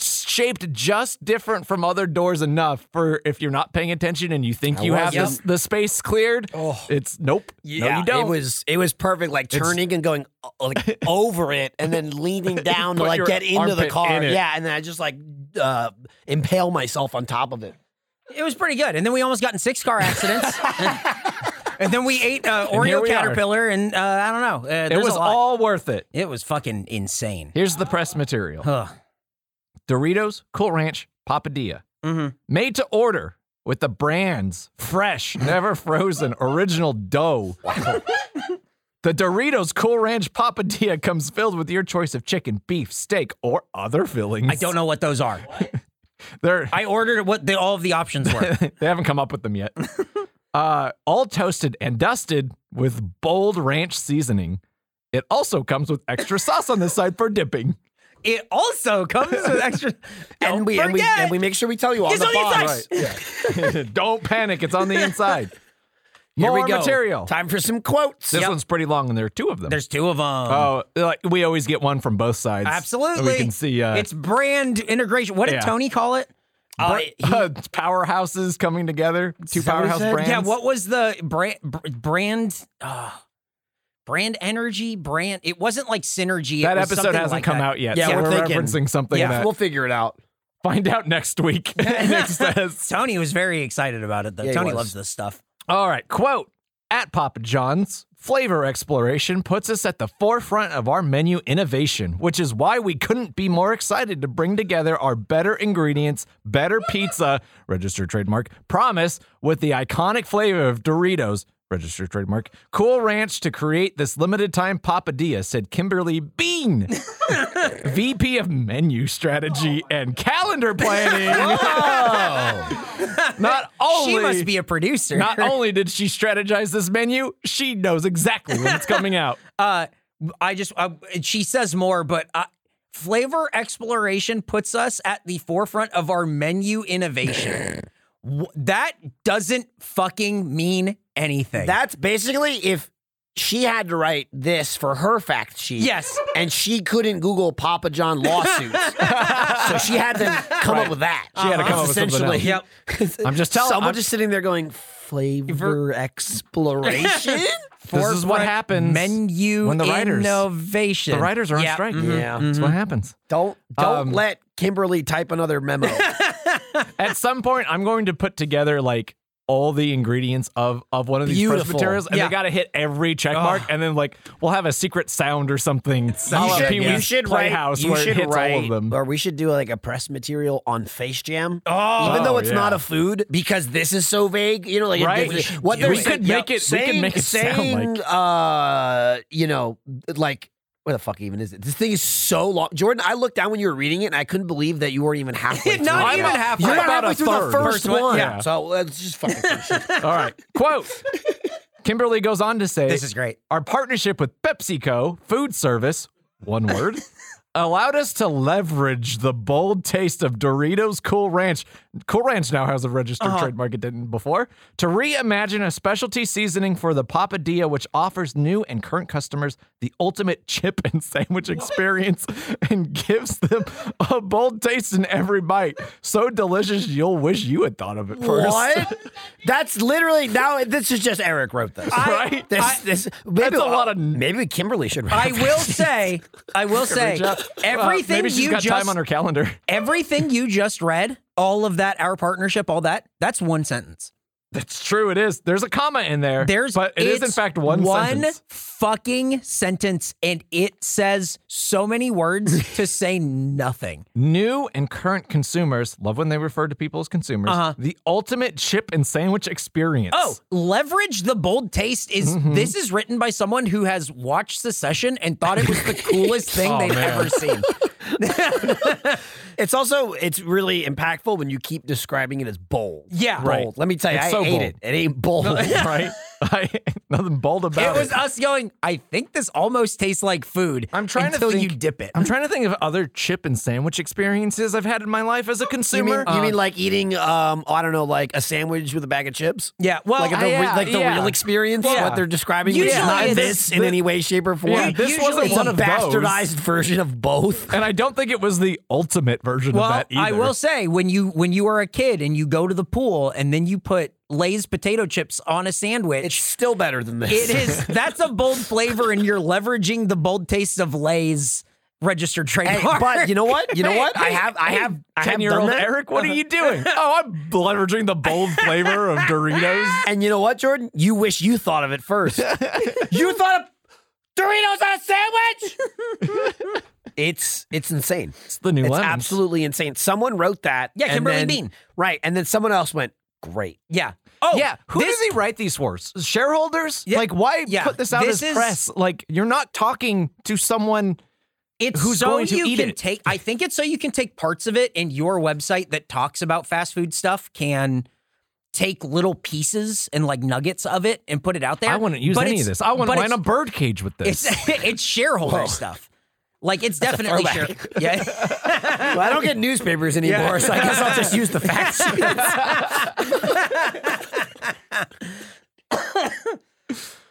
Speaker 4: sh- shaped just different from other doors enough for if you're not paying attention and you think you have
Speaker 2: wasn't.
Speaker 4: this, the space cleared. It's nope. no, you don't.
Speaker 2: Oh. It was it was perfect, like turning and going uh,
Speaker 4: [LAUGHS]
Speaker 2: like over it, and then leaning down to
Speaker 4: Put
Speaker 2: like
Speaker 4: your
Speaker 2: get into the
Speaker 4: armpit
Speaker 2: car.
Speaker 4: in it.
Speaker 2: yeah, and then I just like uh, impale myself on top of it.
Speaker 3: It was pretty good. And then we almost got in six car [LAUGHS] accidents. and then we ate uh,
Speaker 4: here
Speaker 3: Oreo
Speaker 4: we are.
Speaker 3: caterpillar, and uh, I don't know. Uh,
Speaker 4: it
Speaker 3: there's
Speaker 4: was
Speaker 3: a lot.
Speaker 4: all worth it.
Speaker 3: It was fucking insane.
Speaker 4: Here's the press material.
Speaker 3: Ugh.
Speaker 4: Doritos, Cool Ranch, Papadilla.
Speaker 3: Mhm.
Speaker 4: Made to order with the brands
Speaker 3: [LAUGHS]
Speaker 4: fresh, never frozen, original dough. the Doritos Cool Ranch Papadilla comes filled with your choice of chicken, beef, steak, or other fillings.
Speaker 3: I don't know what those are.
Speaker 4: They're,
Speaker 3: I ordered what the, all of the options [LAUGHS] were.
Speaker 4: they haven't come up with
Speaker 3: [LAUGHS]
Speaker 4: them yet. uh, all toasted and dusted with bold ranch seasoning. It also comes with extra
Speaker 3: [LAUGHS]
Speaker 4: sauce on the side for dipping.
Speaker 3: it also comes with extra.
Speaker 2: and we and we
Speaker 3: forget.
Speaker 2: and we make sure we tell you on
Speaker 3: It's
Speaker 2: the
Speaker 3: on the
Speaker 2: box.
Speaker 3: inside.
Speaker 4: [LAUGHS] Don't panic. It's on the inside.
Speaker 3: Here we
Speaker 4: More
Speaker 3: go.
Speaker 4: material.
Speaker 2: Time for some quotes.
Speaker 4: This
Speaker 3: Yep.
Speaker 4: one's pretty long, and there are two of them.
Speaker 3: There's two of them.
Speaker 4: oh, like, we always get one from both sides.
Speaker 3: Absolutely.
Speaker 4: We can see [LAUGHS] uh,
Speaker 3: it's brand integration. What did
Speaker 4: Yeah.
Speaker 3: Tony call it?
Speaker 2: Uh,
Speaker 4: uh, powerhouses coming together. Two
Speaker 2: that what he
Speaker 4: powerhouse
Speaker 2: said?
Speaker 4: brands.
Speaker 3: Yeah, what was the brand br- brand uh, brand energy brand? It wasn't like synergy. It
Speaker 4: That
Speaker 3: was
Speaker 4: episode
Speaker 3: something
Speaker 4: hasn't
Speaker 3: like
Speaker 4: come
Speaker 3: that.
Speaker 4: out yet.
Speaker 2: Yeah,
Speaker 4: so
Speaker 2: we're
Speaker 4: we're,
Speaker 2: thinking.
Speaker 3: [LAUGHS]
Speaker 4: referencing [LAUGHS] something
Speaker 2: yeah,
Speaker 4: that
Speaker 2: we'll figure it out.
Speaker 4: find out next week. [LAUGHS] next test.
Speaker 3: Tony was very excited about it though.
Speaker 2: Yeah, he
Speaker 3: Tony
Speaker 2: was.
Speaker 3: loves this stuff.
Speaker 4: All right, quote at Papa John's. Flavor exploration puts us at the forefront of our menu innovation, which is why we couldn't be more excited to bring together our better ingredients, better pizza, registered trademark, promise with the iconic flavor of Doritos, registered trademark, Cool Ranch to create this limited time papadilla, said Kimberly
Speaker 3: [LAUGHS]
Speaker 4: Bean, VP of menu strategy and calendar planning. [LAUGHS] Not only
Speaker 3: she must be a
Speaker 2: [LAUGHS]
Speaker 3: producer.
Speaker 4: not only did she strategize this menu, she knows exactly when it's coming
Speaker 2: [LAUGHS]
Speaker 4: out.
Speaker 3: uh, I just uh, she says more, but uh, flavor exploration puts us at the forefront of our menu innovation. W- that doesn't fucking mean anything.
Speaker 2: That's basically if she had to write this for her fact sheet.
Speaker 3: Yes.
Speaker 2: And she couldn't Google Papa John lawsuits.
Speaker 4: [LAUGHS]
Speaker 2: so she had to come up with that. She
Speaker 4: had to come up with something
Speaker 2: essentially.
Speaker 3: else.
Speaker 4: I'm just telling-
Speaker 2: Someone
Speaker 4: I'm-
Speaker 2: just sitting there going, flavor
Speaker 3: [LAUGHS]
Speaker 2: exploration?
Speaker 4: This is what
Speaker 3: forefront
Speaker 4: happens
Speaker 3: menu
Speaker 4: when the writers-
Speaker 3: innovation.
Speaker 4: The writers are on
Speaker 3: Yeah,
Speaker 4: strike.
Speaker 3: mhm.
Speaker 2: Yeah. Mm-hmm.
Speaker 4: That's what happens.
Speaker 2: Don't don't
Speaker 4: Um,
Speaker 2: let Kimberly type another
Speaker 4: [LAUGHS]
Speaker 2: memo.
Speaker 4: At some point, I'm going to put together like all the ingredients of of one of these press
Speaker 2: Beautiful.
Speaker 4: materials, and
Speaker 3: Yeah.
Speaker 4: they got to hit every check mark, and then like we'll have a secret sound or something. a la
Speaker 2: You should-
Speaker 4: Pee-wee's
Speaker 2: you should
Speaker 4: Playhouse
Speaker 2: write, you
Speaker 4: where it
Speaker 2: should
Speaker 4: hits
Speaker 2: write,
Speaker 4: all of them.
Speaker 2: Or we should do like a press material on Face Jam.
Speaker 3: Oh,
Speaker 2: Even though
Speaker 4: Oh,
Speaker 2: it's not
Speaker 4: yeah.
Speaker 2: a food, because this is so vague, you know, like it-
Speaker 4: Right.
Speaker 2: it-
Speaker 4: We should
Speaker 2: what
Speaker 4: do
Speaker 2: they're
Speaker 4: it. We could
Speaker 2: saying-
Speaker 4: make it- we
Speaker 2: Saying,
Speaker 4: could make it sound
Speaker 2: saying, uh, you know, like where the fuck even is it? This thing is so long, Jordan. I looked down when you were reading it, and I couldn't believe that you weren't even
Speaker 4: [LAUGHS]
Speaker 2: halfway. through
Speaker 3: Not
Speaker 2: it.
Speaker 3: even
Speaker 2: I'm about-
Speaker 3: halfway.
Speaker 2: You're about
Speaker 4: About a
Speaker 2: halfway through the
Speaker 4: third.
Speaker 2: first,
Speaker 3: First one,
Speaker 2: one.
Speaker 4: yeah.
Speaker 2: So let's just fucking. finish it.
Speaker 4: [LAUGHS] all right, quote. Kimberly goes on to say,
Speaker 3: this is great.
Speaker 4: Our partnership with PepsiCo Food Service, one
Speaker 3: [LAUGHS]
Speaker 4: word, allowed us to leverage the bold taste of Doritos Cool Ranch. Cool Ranch now has a registered
Speaker 3: Uh-huh.
Speaker 4: trademark it didn't before. To reimagine a specialty seasoning for the papadilla, which offers new and current customers the ultimate chip and [LAUGHS] sandwich experience and gives them a bold taste in every bite. So delicious, you'll wish you had thought of it first. [LAUGHS]
Speaker 2: What? [LAUGHS] That's literally now. This is just Eric wrote this.
Speaker 4: Right?
Speaker 2: This,
Speaker 4: I-
Speaker 2: this, maybe
Speaker 4: that's a lot of-
Speaker 2: Maybe Kimberly should write.
Speaker 3: I
Speaker 2: it.
Speaker 4: [LAUGHS]
Speaker 3: will say, I will say, everything
Speaker 4: Uh, maybe she's
Speaker 3: you
Speaker 4: got
Speaker 3: just
Speaker 4: time on her calendar.
Speaker 3: everything you just read, all of that, our partnership, all that, that's one sentence.
Speaker 4: That's true. It is. There's a comma in there.
Speaker 3: There's
Speaker 4: but it is in
Speaker 3: it's
Speaker 4: fact one,
Speaker 3: one
Speaker 4: sentence.
Speaker 3: fucking sentence, and it says so many words
Speaker 4: [LAUGHS]
Speaker 3: to say nothing.
Speaker 4: New and current consumers love when they refer to people as consumers.
Speaker 3: Uh-huh.
Speaker 4: The ultimate chip and sandwich experience.
Speaker 3: Oh, leverage the bold taste is
Speaker 4: Mm-hmm.
Speaker 3: this is written by someone who has watched Secession and thought it
Speaker 4: [LAUGHS]
Speaker 3: was the coolest thing
Speaker 4: Oh,
Speaker 3: they've
Speaker 4: man.
Speaker 3: ever
Speaker 4: [LAUGHS]
Speaker 3: seen.
Speaker 2: It's also it's really impactful when you keep describing it as bold.
Speaker 3: Yeah.
Speaker 2: bold.
Speaker 4: Right.
Speaker 2: Let me tell you,
Speaker 4: It's
Speaker 2: I
Speaker 4: so
Speaker 2: hate [LAUGHS]
Speaker 4: bold. [LAUGHS]
Speaker 2: it. It ain't bold.
Speaker 4: [LAUGHS] right. I [LAUGHS] nothing bold about
Speaker 3: It
Speaker 4: it.
Speaker 3: was us going, I think this almost tastes like food.
Speaker 4: I'm trying to
Speaker 3: until you
Speaker 4: think-
Speaker 3: dip it.
Speaker 4: I'm trying to think of other chip and sandwich experiences I've had in my life as a
Speaker 2: You
Speaker 4: consumer. Uh,
Speaker 2: mean, you mean like eating, um, I don't know, like a sandwich with a bag of chips?
Speaker 3: yeah, well,
Speaker 2: like the,
Speaker 3: I-
Speaker 2: re-
Speaker 3: yeah,
Speaker 2: like the
Speaker 4: uh, yeah.
Speaker 2: real experience,
Speaker 4: Yeah.
Speaker 2: what they're describing, which
Speaker 3: Usually
Speaker 2: is not
Speaker 3: it's-
Speaker 2: this in any way, shape, or form.
Speaker 4: Yeah, this
Speaker 2: Usually
Speaker 4: wasn't
Speaker 2: it's
Speaker 4: one
Speaker 2: a
Speaker 4: of those.
Speaker 2: bastardized version of both. [LAUGHS]
Speaker 4: and I don't think it was the ultimate version
Speaker 3: well,
Speaker 4: of that either.
Speaker 3: I will say when you when you are a kid and you go to the pool and then you put Lay's potato chips on a sandwich,
Speaker 2: It's still better than this.
Speaker 3: It is. [LAUGHS] That's a bold flavor, and you're leveraging the bold tastes of Lay's registered
Speaker 2: Hey,
Speaker 3: trademark.
Speaker 2: but you know what? You know what? I
Speaker 4: Hey,
Speaker 2: have, I have, I
Speaker 4: hey,
Speaker 2: have done
Speaker 4: ten-year-old
Speaker 2: that.
Speaker 4: Eric. What are you doing? oh, I'm leveraging the bold flavor of
Speaker 2: [LAUGHS]
Speaker 4: Doritos.
Speaker 2: And you know what, Jordan? You wish you thought of it
Speaker 3: [LAUGHS]
Speaker 2: first. you thought of Doritos on a sandwich. it's it's insane.
Speaker 4: It's the new
Speaker 2: It's
Speaker 4: lemons.
Speaker 2: absolutely insane. Someone wrote that.
Speaker 3: Yeah,
Speaker 2: and
Speaker 3: Kimberly
Speaker 2: then-
Speaker 3: Bean.
Speaker 2: Right, and then someone else went great.
Speaker 3: yeah. Oh,
Speaker 4: yeah, who
Speaker 3: this-
Speaker 4: does he write these for? S- Shareholders?
Speaker 3: Yeah,
Speaker 4: Like, why
Speaker 3: yeah,
Speaker 4: put this out
Speaker 3: this
Speaker 4: as
Speaker 3: is-
Speaker 4: press? Like, you're not talking to someone.
Speaker 3: It's
Speaker 4: who's
Speaker 3: so
Speaker 4: going to
Speaker 3: you
Speaker 4: eat
Speaker 3: can
Speaker 4: it?
Speaker 3: take. I think it's so you can take parts of it, and your website that talks about fast food stuff can take little pieces and like nuggets of it and put it out there.
Speaker 4: I wouldn't use
Speaker 3: But
Speaker 4: any of
Speaker 3: it's-
Speaker 4: this. I wouldn't
Speaker 3: but
Speaker 4: line a
Speaker 3: it's-
Speaker 4: bird cage with this.
Speaker 3: It's [LAUGHS] it's shareholder stuff. Like it's definitely share, yeah.
Speaker 2: Well, I don't get newspapers anymore, so I guess
Speaker 3: [LAUGHS]
Speaker 2: I'll just
Speaker 4: [LAUGHS]
Speaker 2: use the fact sheets.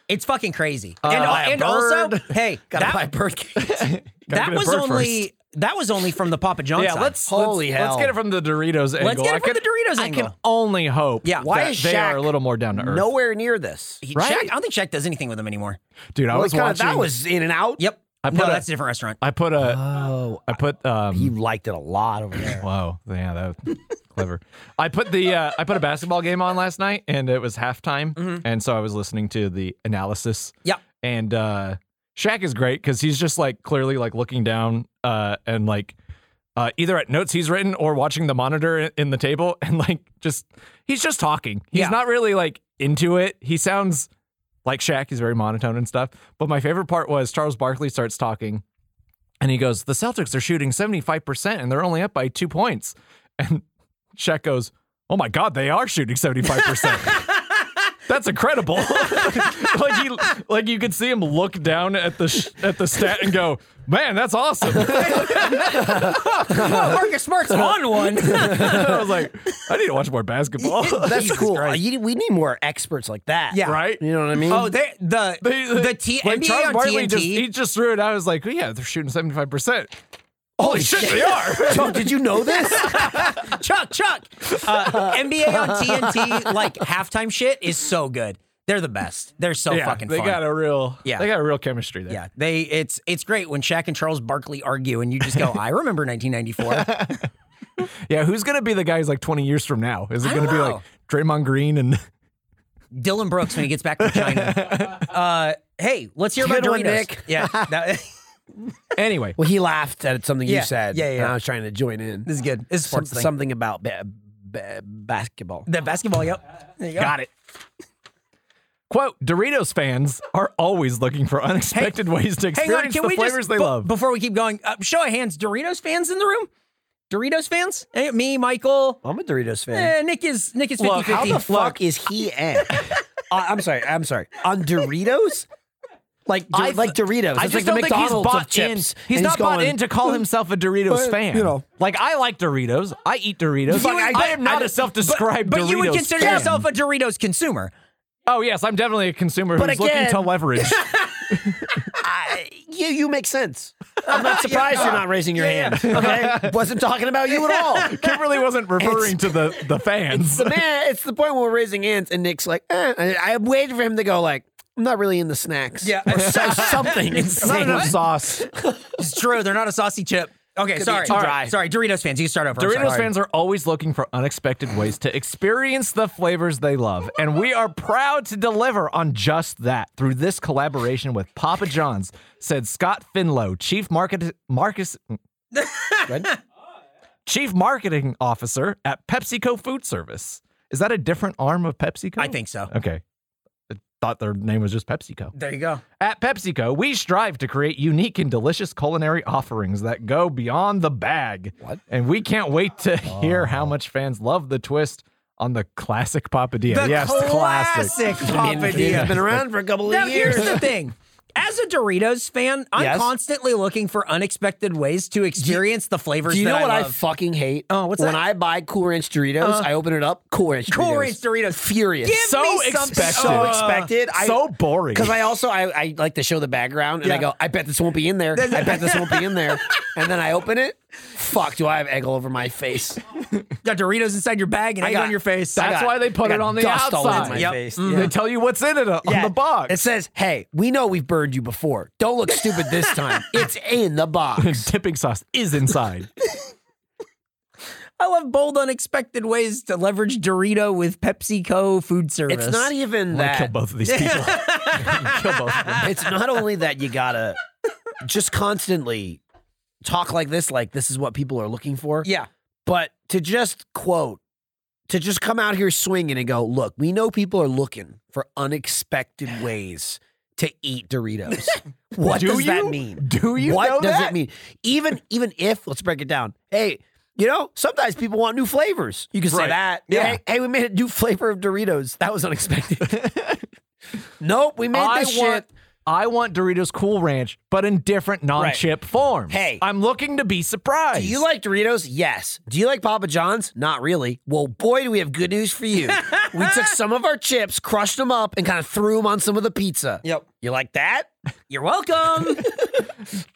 Speaker 3: It's fucking crazy.
Speaker 4: Uh,
Speaker 3: and
Speaker 2: buy a
Speaker 3: and also,
Speaker 2: bird.
Speaker 4: [LAUGHS]
Speaker 3: hey,
Speaker 2: Gotta
Speaker 3: that,
Speaker 2: buy bird cage.
Speaker 4: Gotta
Speaker 3: that
Speaker 4: get a
Speaker 3: was
Speaker 4: bird
Speaker 3: only
Speaker 4: first.
Speaker 3: that was only from the Papa John's.
Speaker 4: Yeah,
Speaker 3: side.
Speaker 4: let's
Speaker 2: Holy
Speaker 4: let's,
Speaker 2: hell.
Speaker 4: Let's get it from the Doritos angle.
Speaker 3: get it
Speaker 4: I
Speaker 3: from the Doritos
Speaker 4: I can
Speaker 3: angle.
Speaker 4: only hope.
Speaker 3: Yeah.
Speaker 2: Why
Speaker 4: that
Speaker 2: is
Speaker 4: they
Speaker 2: Shaq
Speaker 4: are a little more down to earth?
Speaker 2: Nowhere near this.
Speaker 3: He-
Speaker 4: Right?
Speaker 3: Shaq- I don't think Shaq does anything with them anymore.
Speaker 4: dude, I
Speaker 2: What
Speaker 4: was
Speaker 2: kind
Speaker 4: watching.
Speaker 2: of- that was in and out.
Speaker 3: Yep.
Speaker 4: I put
Speaker 3: no,
Speaker 4: a-
Speaker 3: that's a different restaurant.
Speaker 4: I put a. Oh, I put um.
Speaker 2: You liked it a lot over
Speaker 3: [LAUGHS]
Speaker 2: there.
Speaker 4: Wow. Yeah, that was clever. I put the uh, I put a basketball game on last night and it was halftime. And so I was listening to the analysis.
Speaker 3: Mm-hmm. Yep.
Speaker 4: And uh Shaq is great because he's just like clearly like looking down uh and like uh, either at notes he's written or watching the monitor in- in the table [LAUGHS] and like just he's just talking. He's
Speaker 3: Yeah.
Speaker 4: not really like into it. He sounds like Shaq, he's very monotone and stuff. But my favorite part was Charles Barkley starts talking and he goes, The Celtics are shooting 75% and they're only up by two points. [LAUGHS] And Shaq goes, Oh my God, they are shooting
Speaker 3: [LAUGHS]
Speaker 4: 75%. That's incredible. [LAUGHS] like he, like you could see him look down at the sh- at the stat and go, "Man, that's awesome." [LAUGHS]
Speaker 3: oh, Marcus Smart's on one.
Speaker 4: I was like, I need to watch
Speaker 3: [LAUGHS]
Speaker 4: more basketball.
Speaker 2: That's
Speaker 3: Jesus
Speaker 2: cool.
Speaker 3: Christ.
Speaker 2: You- we need more experts like that.
Speaker 3: Yeah.
Speaker 4: [LAUGHS] right?
Speaker 2: You know what I mean?
Speaker 3: oh, they, the
Speaker 4: They-
Speaker 3: the T,
Speaker 4: like
Speaker 3: NBA
Speaker 4: Charles
Speaker 3: on
Speaker 4: Barkley
Speaker 3: TNT.
Speaker 4: just he just threw it. I was like, yeah, they're shooting seventy five percent. Holy shit,
Speaker 3: [LAUGHS]
Speaker 4: they are.
Speaker 2: Joe, did you know this?
Speaker 3: Chuck, Chuck. Uh, NBA on
Speaker 4: [LAUGHS]
Speaker 3: TNT, like halftime shit is so good. They're the best. They're so
Speaker 4: yeah,
Speaker 3: fucking
Speaker 4: they
Speaker 3: fun.
Speaker 4: got a real
Speaker 3: Yeah.
Speaker 4: they got a real chemistry there.
Speaker 3: yeah, they it's it's great when Shaq and Charles Barkley argue and you just
Speaker 4: [LAUGHS]
Speaker 3: go, I remember 1994.
Speaker 4: Yeah, who's gonna be the guy who's like twenty years from now? Is it
Speaker 3: I
Speaker 4: gonna
Speaker 3: don't
Speaker 4: be
Speaker 3: know.
Speaker 4: like Draymond Green and [LAUGHS]
Speaker 3: Dylan Brooks when he gets back from China. Uh, hey, let's hear about
Speaker 2: Good one,
Speaker 3: Doritos.
Speaker 2: Nick.
Speaker 4: [LAUGHS]
Speaker 3: Yeah, that, [LAUGHS]
Speaker 4: anyway?
Speaker 2: Well, he laughed at something
Speaker 3: Yeah.
Speaker 2: you said.
Speaker 3: Yeah, yeah,
Speaker 2: And
Speaker 3: yeah.
Speaker 2: I was trying to join in.
Speaker 3: this is good. This is a
Speaker 2: Some-
Speaker 3: sports thing.
Speaker 2: something about ba- ba- basketball.
Speaker 3: The basketball, yep. There you go.
Speaker 4: Got it. Quote: Doritos fans are always looking for unexpected ways to
Speaker 3: Hang on,
Speaker 4: experience
Speaker 3: can
Speaker 4: the
Speaker 3: we
Speaker 4: flavors
Speaker 3: just
Speaker 4: they
Speaker 3: bu-
Speaker 4: love.
Speaker 3: before we keep going? Uh, show of hands, Doritos fans in the room. Doritos fans, Eh, me, Michael,
Speaker 2: I'm a Doritos fan.
Speaker 3: eh, Nick is Nick is 50
Speaker 4: Look,
Speaker 2: How
Speaker 3: 50.
Speaker 2: the fuck is he in? [LAUGHS] Uh, I'm sorry. I'm sorry. On Doritos? Like, do,
Speaker 4: I've-
Speaker 2: like Doritos.
Speaker 4: I
Speaker 2: It's
Speaker 4: just
Speaker 2: like the
Speaker 4: don't think he's
Speaker 2: McDonald's of
Speaker 4: bought in.
Speaker 2: chips.
Speaker 4: He's
Speaker 2: And
Speaker 4: not bought
Speaker 2: going,
Speaker 4: in to call himself a Doritos
Speaker 2: But,
Speaker 4: fan.
Speaker 2: you know.
Speaker 4: like I like Doritos. I eat Doritos.
Speaker 2: Fuck,
Speaker 4: I,
Speaker 2: I-
Speaker 4: am
Speaker 2: I
Speaker 4: not a
Speaker 2: just-
Speaker 4: self-described
Speaker 3: but
Speaker 4: Doritos
Speaker 3: you would consider
Speaker 4: fan.
Speaker 3: yourself a Doritos consumer.
Speaker 4: Oh yes, I'm definitely a consumer who's
Speaker 2: But
Speaker 4: looking
Speaker 2: again-
Speaker 4: to [LAUGHS] leverage.
Speaker 2: I, you, you make sense. I'm not surprised you're not raising your
Speaker 3: Yeah,
Speaker 2: hand. [LAUGHS] Okay, wasn't talking about you at all.
Speaker 4: Kimberly wasn't referring to the the fans.
Speaker 2: So man, [LAUGHS] it's the point where we're raising hands, and Nick's like, eh. And I, I'm waiting for him to go like, I'm not really into snacks.
Speaker 3: Yeah.
Speaker 2: or so, [LAUGHS] something.
Speaker 4: Not
Speaker 2: insane.
Speaker 4: enough sauce.
Speaker 3: It's true. They're not a saucy chip. Okay,
Speaker 2: Could be
Speaker 3: sorry.
Speaker 2: too
Speaker 3: All
Speaker 2: dry.
Speaker 3: right. Sorry, Doritos fans, you start over. I'm
Speaker 4: Doritos
Speaker 3: sorry.
Speaker 4: fans are always looking for unexpected ways to experience the flavors they love, and we are proud to deliver on just that through this collaboration with Papa John's," said Scott Finlow, Chief Market Marcus. Chief Marketing Officer at PepsiCo Food Service. Is that a different arm of PepsiCo?
Speaker 3: I think so.
Speaker 4: Okay. I thought their name was just PepsiCo.
Speaker 3: There you go.
Speaker 4: At PepsiCo, we strive to create unique and delicious culinary offerings that go
Speaker 2: Oh.
Speaker 4: beyond the bag. What? And we can't wait to hear how much fans love the twist on the classic papadilla.
Speaker 3: The
Speaker 4: yes, [LAUGHS]
Speaker 3: classic,
Speaker 2: I mean,
Speaker 3: Papadilla.
Speaker 2: It's been around for a couple
Speaker 3: Now
Speaker 2: of years.
Speaker 3: here's the thing. As a Doritos fan, I'm
Speaker 2: Yes.
Speaker 3: constantly looking for unexpected ways to experience the flavors
Speaker 2: Do you
Speaker 3: that
Speaker 2: know what I
Speaker 3: love.
Speaker 2: fucking hate?
Speaker 3: Oh, what's
Speaker 2: when
Speaker 3: that? Uh-huh.
Speaker 2: I buy Cool Ranch Doritos, I open it up, Cool Ranch Doritos.
Speaker 3: Cool Ranch Doritos. [LAUGHS]
Speaker 2: Furious.
Speaker 3: Give
Speaker 4: So
Speaker 3: me something-
Speaker 4: expected.
Speaker 2: so
Speaker 3: Oh,
Speaker 2: expected. I,
Speaker 4: so boring.
Speaker 2: Because I also I, I like to show the background and I
Speaker 4: Yeah.
Speaker 2: go, I bet this won't be in there. I bet this won't be in
Speaker 3: [LAUGHS]
Speaker 2: there. And then I open it. Fuck, do I have egg all over my face?
Speaker 3: Got Doritos inside your bag and egg
Speaker 2: got-
Speaker 3: on your face.
Speaker 2: I
Speaker 4: That's
Speaker 2: got-
Speaker 4: why they put
Speaker 2: I
Speaker 4: it
Speaker 2: got
Speaker 4: on the
Speaker 2: dust all in
Speaker 4: outside.
Speaker 2: my
Speaker 3: Yep.
Speaker 2: face.
Speaker 3: Mm.
Speaker 2: Yeah.
Speaker 4: They tell you what's in it uh, on
Speaker 2: Yeah.
Speaker 4: the box.
Speaker 2: It says, hey, we know we've burned you before. Don't look stupid this
Speaker 3: [LAUGHS]
Speaker 2: time. it's in the box.
Speaker 4: [LAUGHS] dipping sauce is inside.
Speaker 3: I love bold, unexpected ways to leverage Dorito with PepsiCo food service.
Speaker 2: It's
Speaker 3: [LAUGHS]
Speaker 2: not e- even
Speaker 4: I
Speaker 2: [LAUGHS]
Speaker 4: kill
Speaker 2: that.
Speaker 4: both of these people. [LAUGHS] kill both of them.
Speaker 2: It's not only that you gotta just constantly talk like this, like this is what people are looking for.
Speaker 3: Yeah.
Speaker 2: But to just quote, to just come out here swinging and go, look, we know people are looking for unexpected
Speaker 4: [SIGHS]
Speaker 2: ways to eat
Speaker 4: [LAUGHS]
Speaker 2: Doritos. what
Speaker 4: Do
Speaker 2: does that
Speaker 4: you?
Speaker 2: mean?
Speaker 4: Do you
Speaker 2: What
Speaker 4: know
Speaker 2: does
Speaker 4: that?
Speaker 2: it mean? Even even if let's break it down. Hey, you know, sometimes people want new flavors. You can say
Speaker 4: Right.
Speaker 2: that.
Speaker 4: Yeah.
Speaker 2: Hey, hey, we made a new flavor of Doritos. That was
Speaker 4: [LAUGHS]
Speaker 2: unexpected. nope, we made
Speaker 4: I
Speaker 2: this shit.
Speaker 4: want, I want Doritos Cool Ranch, but in different non-chip forms.
Speaker 2: Hey.
Speaker 4: I'm looking to be surprised.
Speaker 2: Do you like Doritos? Yes. Do you like Papa John's? Not really. Well, boy, do we have good news for you. we took some of our chips, crushed them up, and kind of threw them on some of the pizza.
Speaker 3: Yep.
Speaker 2: You like that? You're welcome.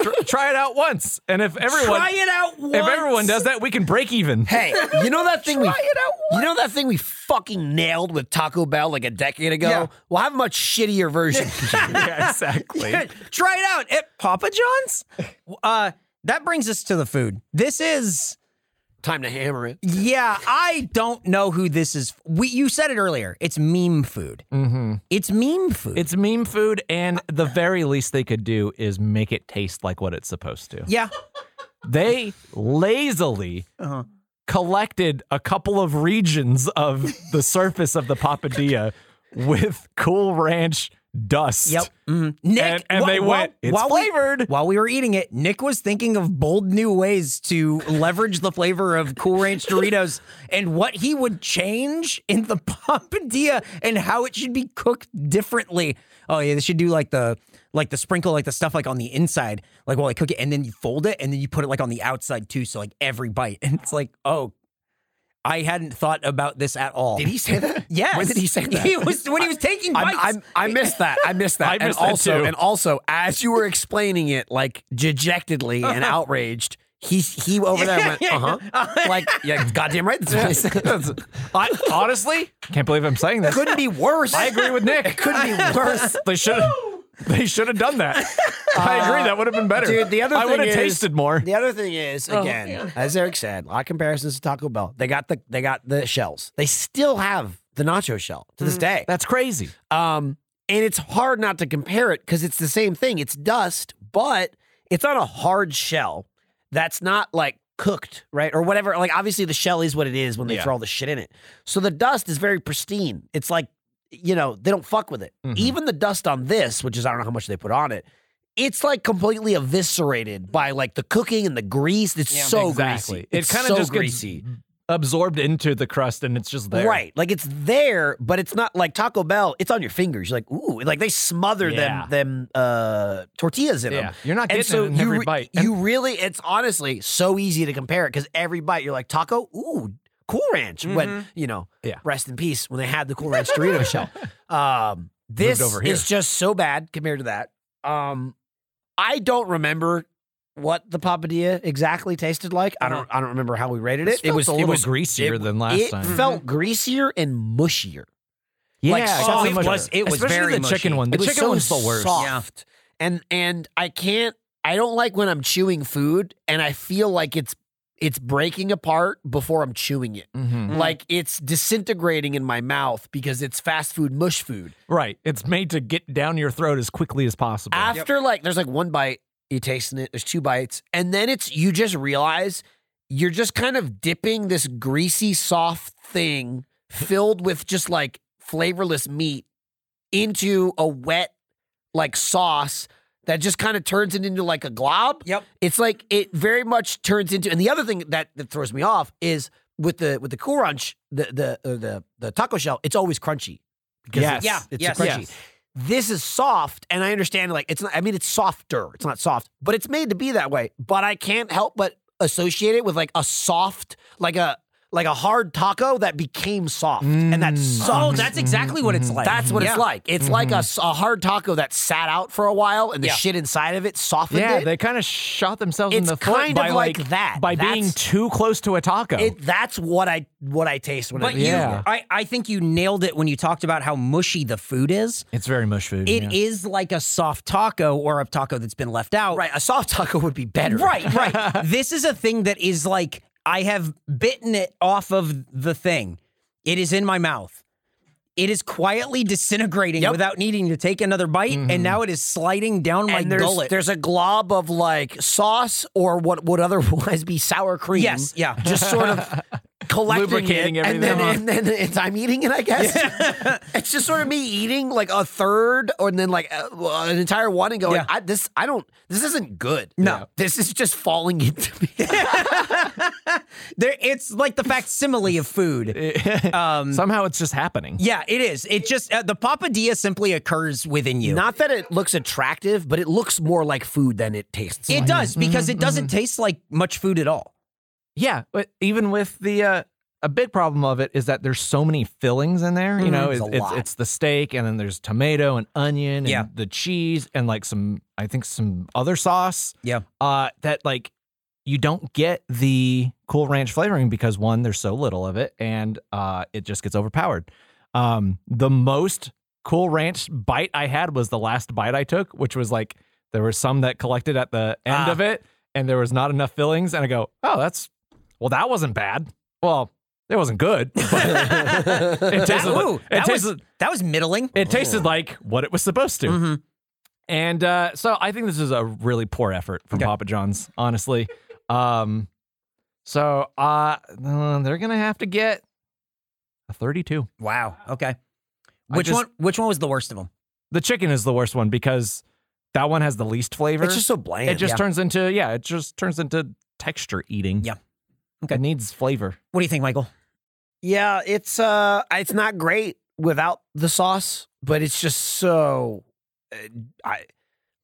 Speaker 4: Tr- [LAUGHS] try it out once, and if everyone
Speaker 2: Try it out once.
Speaker 4: if everyone does that, we can break
Speaker 2: [LAUGHS]
Speaker 4: even.
Speaker 2: Hey, you know that thing we
Speaker 4: Try it out
Speaker 2: You know that thing we fucking nailed with Taco Bell like a decade ago?
Speaker 4: Yeah.
Speaker 2: We'll have a much shittier version.
Speaker 4: yeah, exactly.
Speaker 3: [LAUGHS]
Speaker 2: [LAUGHS]
Speaker 3: Try it out at Papa John's. Uh, that brings us to the food. This is
Speaker 2: Time to hammer it.
Speaker 3: Yeah, I don't know who this is. We you said it earlier. It's meme food.
Speaker 4: Mm-hmm.
Speaker 3: It's meme food.
Speaker 4: It's meme food, and the very least they could do is make it taste like what it's supposed to.
Speaker 3: yeah.
Speaker 4: They lazily
Speaker 3: Uh-huh.
Speaker 4: collected a couple of regions of the surface of the papadilla with Cool Ranch dust.
Speaker 3: Yep. Mhm. Nick
Speaker 4: And, and
Speaker 3: wha-
Speaker 4: they
Speaker 3: wha-
Speaker 4: went, it's
Speaker 3: while we-
Speaker 4: flavored.
Speaker 3: while we were eating it, Nick was thinking of bold new ways to leverage the flavor of Cool Ranch Doritos and what he would change in the [LAUGHS] Pompadilla and how it should be cooked differently. Oh yeah, they should do like the like the sprinkle, like the stuff like on the inside, like while I cook it, and then you fold it, and then you put it like on the outside too, so like every bite, [LAUGHS] and it's like, oh, I hadn't thought about this at all.
Speaker 2: Did he say [LAUGHS] that?
Speaker 3: Yes.
Speaker 2: When did he say that?
Speaker 3: [LAUGHS] He was when he was taking
Speaker 2: I'm-
Speaker 3: bites.
Speaker 2: I'm- i missed that. I missed that.
Speaker 4: I missed
Speaker 2: and
Speaker 4: that
Speaker 2: also,
Speaker 4: too.
Speaker 2: And also, as you were explaining it, like dejectedly and outraged, he he over there went,
Speaker 3: Yeah,
Speaker 2: uh huh, like yeah, goddamn right. That's what I said.
Speaker 4: I honestly can't believe I'm saying
Speaker 2: [LAUGHS]
Speaker 4: this.
Speaker 2: couldn't be worse.
Speaker 4: I agree with Nick. It [LAUGHS]
Speaker 2: couldn't be worse.
Speaker 4: They should. [LAUGHS] They should have done that. I agree. That would have been better.
Speaker 2: dude, the other
Speaker 4: I would
Speaker 2: thing
Speaker 4: have
Speaker 2: is-
Speaker 4: tasted more.
Speaker 2: The other thing is, again, as Eric said, a lot of comparisons to Taco Bell. They got the they got the shells. They still have the nacho shell to this day.
Speaker 4: That's crazy.
Speaker 2: Um, and it's hard not to compare it because it's the same thing. It's dust, but it's on a hard shell that's not like cooked, right? Or whatever. Like, obviously, the shell is what it is when they
Speaker 4: Yeah.
Speaker 2: throw all the shit in it. So the dust is very pristine. It's like, you know, they don't fuck with it.
Speaker 4: Mhm.
Speaker 2: Even the dust on this, which is, I don't know how much they put on it. It's like completely eviscerated by like the cooking and the grease. It's so
Speaker 4: exactly.
Speaker 2: greasy.
Speaker 4: It
Speaker 2: It's
Speaker 4: kinda
Speaker 2: so
Speaker 4: just gets
Speaker 2: greasy.
Speaker 4: Absorbed into the crust, and it's just there.
Speaker 2: Right. Like it's there, but it's not like Taco Bell, it's on your fingers. You're like, ooh, like they smother
Speaker 4: Yeah.
Speaker 2: them them uh tortillas in
Speaker 4: Yeah.
Speaker 2: them.
Speaker 4: You're not getting
Speaker 2: And so
Speaker 4: it in
Speaker 2: you
Speaker 4: every
Speaker 2: re-
Speaker 4: bite. [LAUGHS] And
Speaker 2: you really it's honestly so easy to compare it because every bite you're like taco, ooh, cool ranch. When you know,
Speaker 4: Mm-hmm. Yeah.
Speaker 2: rest in peace when they had the cool ranch Dorito
Speaker 4: [LAUGHS]
Speaker 2: shell. Um this
Speaker 4: over here.
Speaker 2: is just so bad compared to that. Um I don't remember what the papadilla exactly tasted like. I don't I don't remember how we rated it.
Speaker 4: It, was Uh-huh. a little greasier
Speaker 2: it-
Speaker 4: than last
Speaker 2: it
Speaker 4: time.
Speaker 2: felt greasier and mushier.
Speaker 4: yeah,
Speaker 3: like,
Speaker 4: it got
Speaker 3: soft.
Speaker 4: so much
Speaker 3: It was-
Speaker 4: better.
Speaker 3: it was
Speaker 4: Especially
Speaker 3: very
Speaker 4: the chicken
Speaker 3: mushy.
Speaker 4: one.
Speaker 2: It
Speaker 4: The
Speaker 2: was
Speaker 4: chicken
Speaker 2: so
Speaker 4: one's the worst.
Speaker 2: Soft. And and I can't. I don't like when I'm chewing food, and I feel like it's it's breaking apart before I'm chewing it.
Speaker 4: Mhm.
Speaker 2: Like it's disintegrating in my mouth because it's fast food mush food.
Speaker 4: Right. It's made to get down your throat as quickly as possible.
Speaker 2: After like there's like one bite, you tasting it, there's two bites, and then it's you just realize you're just kind of dipping this greasy, soft thing filled with just like flavorless meat into a wet like sauce that just kind of turns it into like a glob.
Speaker 3: Yep.
Speaker 2: It's like it very much turns into and the other thing that, that throws me off is with the with the cool ranch, the the uh, the the taco shell, it's always crunchy. Because
Speaker 4: Yes.
Speaker 2: it's,
Speaker 4: Yeah,
Speaker 2: it's
Speaker 3: yes,
Speaker 2: crunchy.
Speaker 4: yes.
Speaker 2: This is soft, and I understand like it's not. I mean, it's softer. It's not soft, but it's made to be that way. But I can't help but associate it with like a soft, like a like a hard taco that became soft, and that
Speaker 3: Oh,
Speaker 2: sucks.
Speaker 3: Mm-hmm. that's exactly what it's like.
Speaker 2: That's what
Speaker 3: Yeah.
Speaker 2: it's like. It's like a, s- a hard taco that sat out for a while, and the
Speaker 3: Yeah.
Speaker 2: shit inside of it softened
Speaker 4: Yeah,
Speaker 2: it.
Speaker 4: they kind of shot themselves in
Speaker 2: It's
Speaker 4: the foot
Speaker 2: kind of
Speaker 4: by
Speaker 2: like that.
Speaker 4: by being
Speaker 2: That's-
Speaker 4: too close to a taco.
Speaker 2: It- that's what I what I taste when I
Speaker 3: But
Speaker 2: eat
Speaker 3: you,
Speaker 4: Yeah.
Speaker 3: I, I think you nailed it when you talked about how mushy the food is.
Speaker 4: it's very mush food.
Speaker 3: It is like a soft taco or a taco that's been left out.
Speaker 2: Right, a soft taco would be better.
Speaker 3: Right,
Speaker 2: [LAUGHS]
Speaker 3: right. this is a thing that is like I have bitten it off of the thing. It is in my mouth. It is quietly disintegrating
Speaker 2: Yep. Mm-hmm.
Speaker 3: without needing to take another bite, and now it is sliding down my
Speaker 2: And there's,
Speaker 3: gullet.
Speaker 2: there's a glob of like sauce or what would otherwise be sour cream.
Speaker 3: Yes, yeah.
Speaker 2: Just sort [LAUGHS] of collecting
Speaker 4: Lubricating
Speaker 2: it, and
Speaker 4: everything,
Speaker 2: then,
Speaker 4: huh?
Speaker 2: and then it's, I'm eating it, I guess. [LAUGHS] it's just sort of me eating like a third, or and then like uh, an entire one, and going,
Speaker 3: Yeah.
Speaker 2: I, "This, I don't. This isn't good. No, this is just falling [LAUGHS] into me."
Speaker 3: There- it's like the facsimile
Speaker 2: [LAUGHS]
Speaker 3: of food.
Speaker 4: [LAUGHS] Somehow it's just happening.
Speaker 3: Yeah, it is. It just uh, the papadilla simply occurs within you.
Speaker 2: Not that it looks attractive, but it looks more like food than it tastes.
Speaker 3: it does because
Speaker 2: Mm-hmm,
Speaker 3: it doesn't taste like much food at all.
Speaker 4: Yeah, but even with the uh, a big problem of it is that there's so many fillings in there. You know,
Speaker 2: it's
Speaker 4: Mm-hmm. it's,
Speaker 2: a
Speaker 4: it's
Speaker 2: lot.
Speaker 4: it's the steak and then there's tomato and onion and
Speaker 3: Yeah.
Speaker 4: the cheese and like some I think some other sauce.
Speaker 3: Yeah. [LAUGHS]
Speaker 4: Uh, that like you don't get the cool ranch flavoring because one there's so little of it and uh it just gets overpowered. Um, the most cool ranch bite I had was the last bite I took, which was like there were some that collected at the end
Speaker 3: Ah.
Speaker 4: of it, and there was not enough fillings. And I go, oh, that's well, that wasn't bad. Well, it wasn't good.
Speaker 3: [LAUGHS]
Speaker 4: But it
Speaker 3: That,
Speaker 4: tasted, like-
Speaker 3: ooh,
Speaker 4: it,
Speaker 3: that
Speaker 4: tasted,
Speaker 3: was that was middling.
Speaker 4: it tasted like what it was supposed to.
Speaker 3: Mhm.
Speaker 4: And uh, so I think this is a really poor effort from
Speaker 3: Okay.
Speaker 4: Papa John's, honestly. Um, so uh, uh, they're gonna have to get a 32.
Speaker 3: Wow. Okay.
Speaker 4: I
Speaker 3: Which
Speaker 4: just-
Speaker 3: one? Which one was the worst of them?
Speaker 4: The chicken is the worst one because that one has the least flavor.
Speaker 2: It's just so bland.
Speaker 4: it just
Speaker 3: yeah.
Speaker 4: turns into yeah, it just turns into texture eating.
Speaker 3: Yeah. Okay.
Speaker 4: It
Speaker 3: [LAUGHS]
Speaker 4: needs flavor. [LAUGHS]
Speaker 3: What do you think, Michael?
Speaker 2: Yeah, it's uh, it's not great without the sauce, but it's just so, uh, I,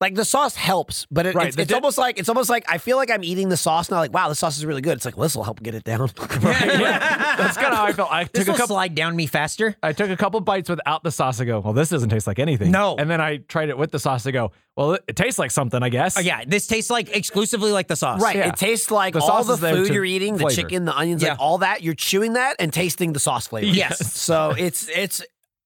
Speaker 2: like the sauce helps, but it,
Speaker 4: Right,
Speaker 2: it's,
Speaker 4: the
Speaker 2: it's
Speaker 4: di-
Speaker 2: almost like it's almost like I feel like I'm eating the sauce now. Like, wow, the sauce is really good. It's like well, this will help get it down. [LAUGHS]
Speaker 4: That's kind of how I felt. I
Speaker 3: This
Speaker 4: took a
Speaker 3: will
Speaker 4: couple.
Speaker 3: slide down me faster.
Speaker 4: I took a couple bites without the sauce. I go, well, this doesn't taste like anything.
Speaker 3: No.
Speaker 4: And then I tried it with the sauce. I go, well, it, it tastes like something, I guess.
Speaker 3: Oh, yeah, this tastes like exclusively like the sauce.
Speaker 2: Right,
Speaker 4: Yeah.
Speaker 2: it tastes like
Speaker 4: The
Speaker 2: all
Speaker 4: sauce
Speaker 2: the
Speaker 4: is there
Speaker 2: food
Speaker 4: to
Speaker 2: you're eating, the
Speaker 4: flavor.
Speaker 2: chicken, the onions,
Speaker 3: Yeah.
Speaker 2: like all that. You're chewing that and tasting the sauce flavor. [LAUGHS]
Speaker 3: Yes.
Speaker 2: so it's it's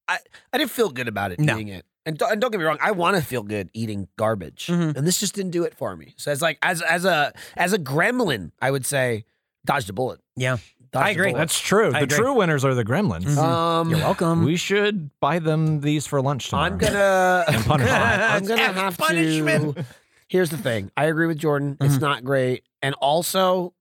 Speaker 2: I I didn't feel good about it
Speaker 3: No.
Speaker 2: eating it. And don't, and don't get me wrong, I want to feel good eating garbage,
Speaker 3: Mhm.
Speaker 2: and this just didn't do it for me. So it's like as as a as a gremlin, I would say dodged a bullet.
Speaker 3: Yeah.
Speaker 2: Dodged
Speaker 3: I
Speaker 2: a
Speaker 3: agree.
Speaker 2: bullet.
Speaker 4: That's true.
Speaker 3: I
Speaker 4: the
Speaker 3: agree.
Speaker 4: true winners are the gremlins.
Speaker 2: um,
Speaker 3: You're welcome.
Speaker 4: We should buy them these for lunch tomorrow.
Speaker 2: I'm gonna [LAUGHS]
Speaker 4: And punishment.
Speaker 2: I'm gonna
Speaker 3: As
Speaker 2: have
Speaker 3: punishment. Mm-hmm.
Speaker 2: to. Here's the thing. I agree with Jordan. It's not great, and also,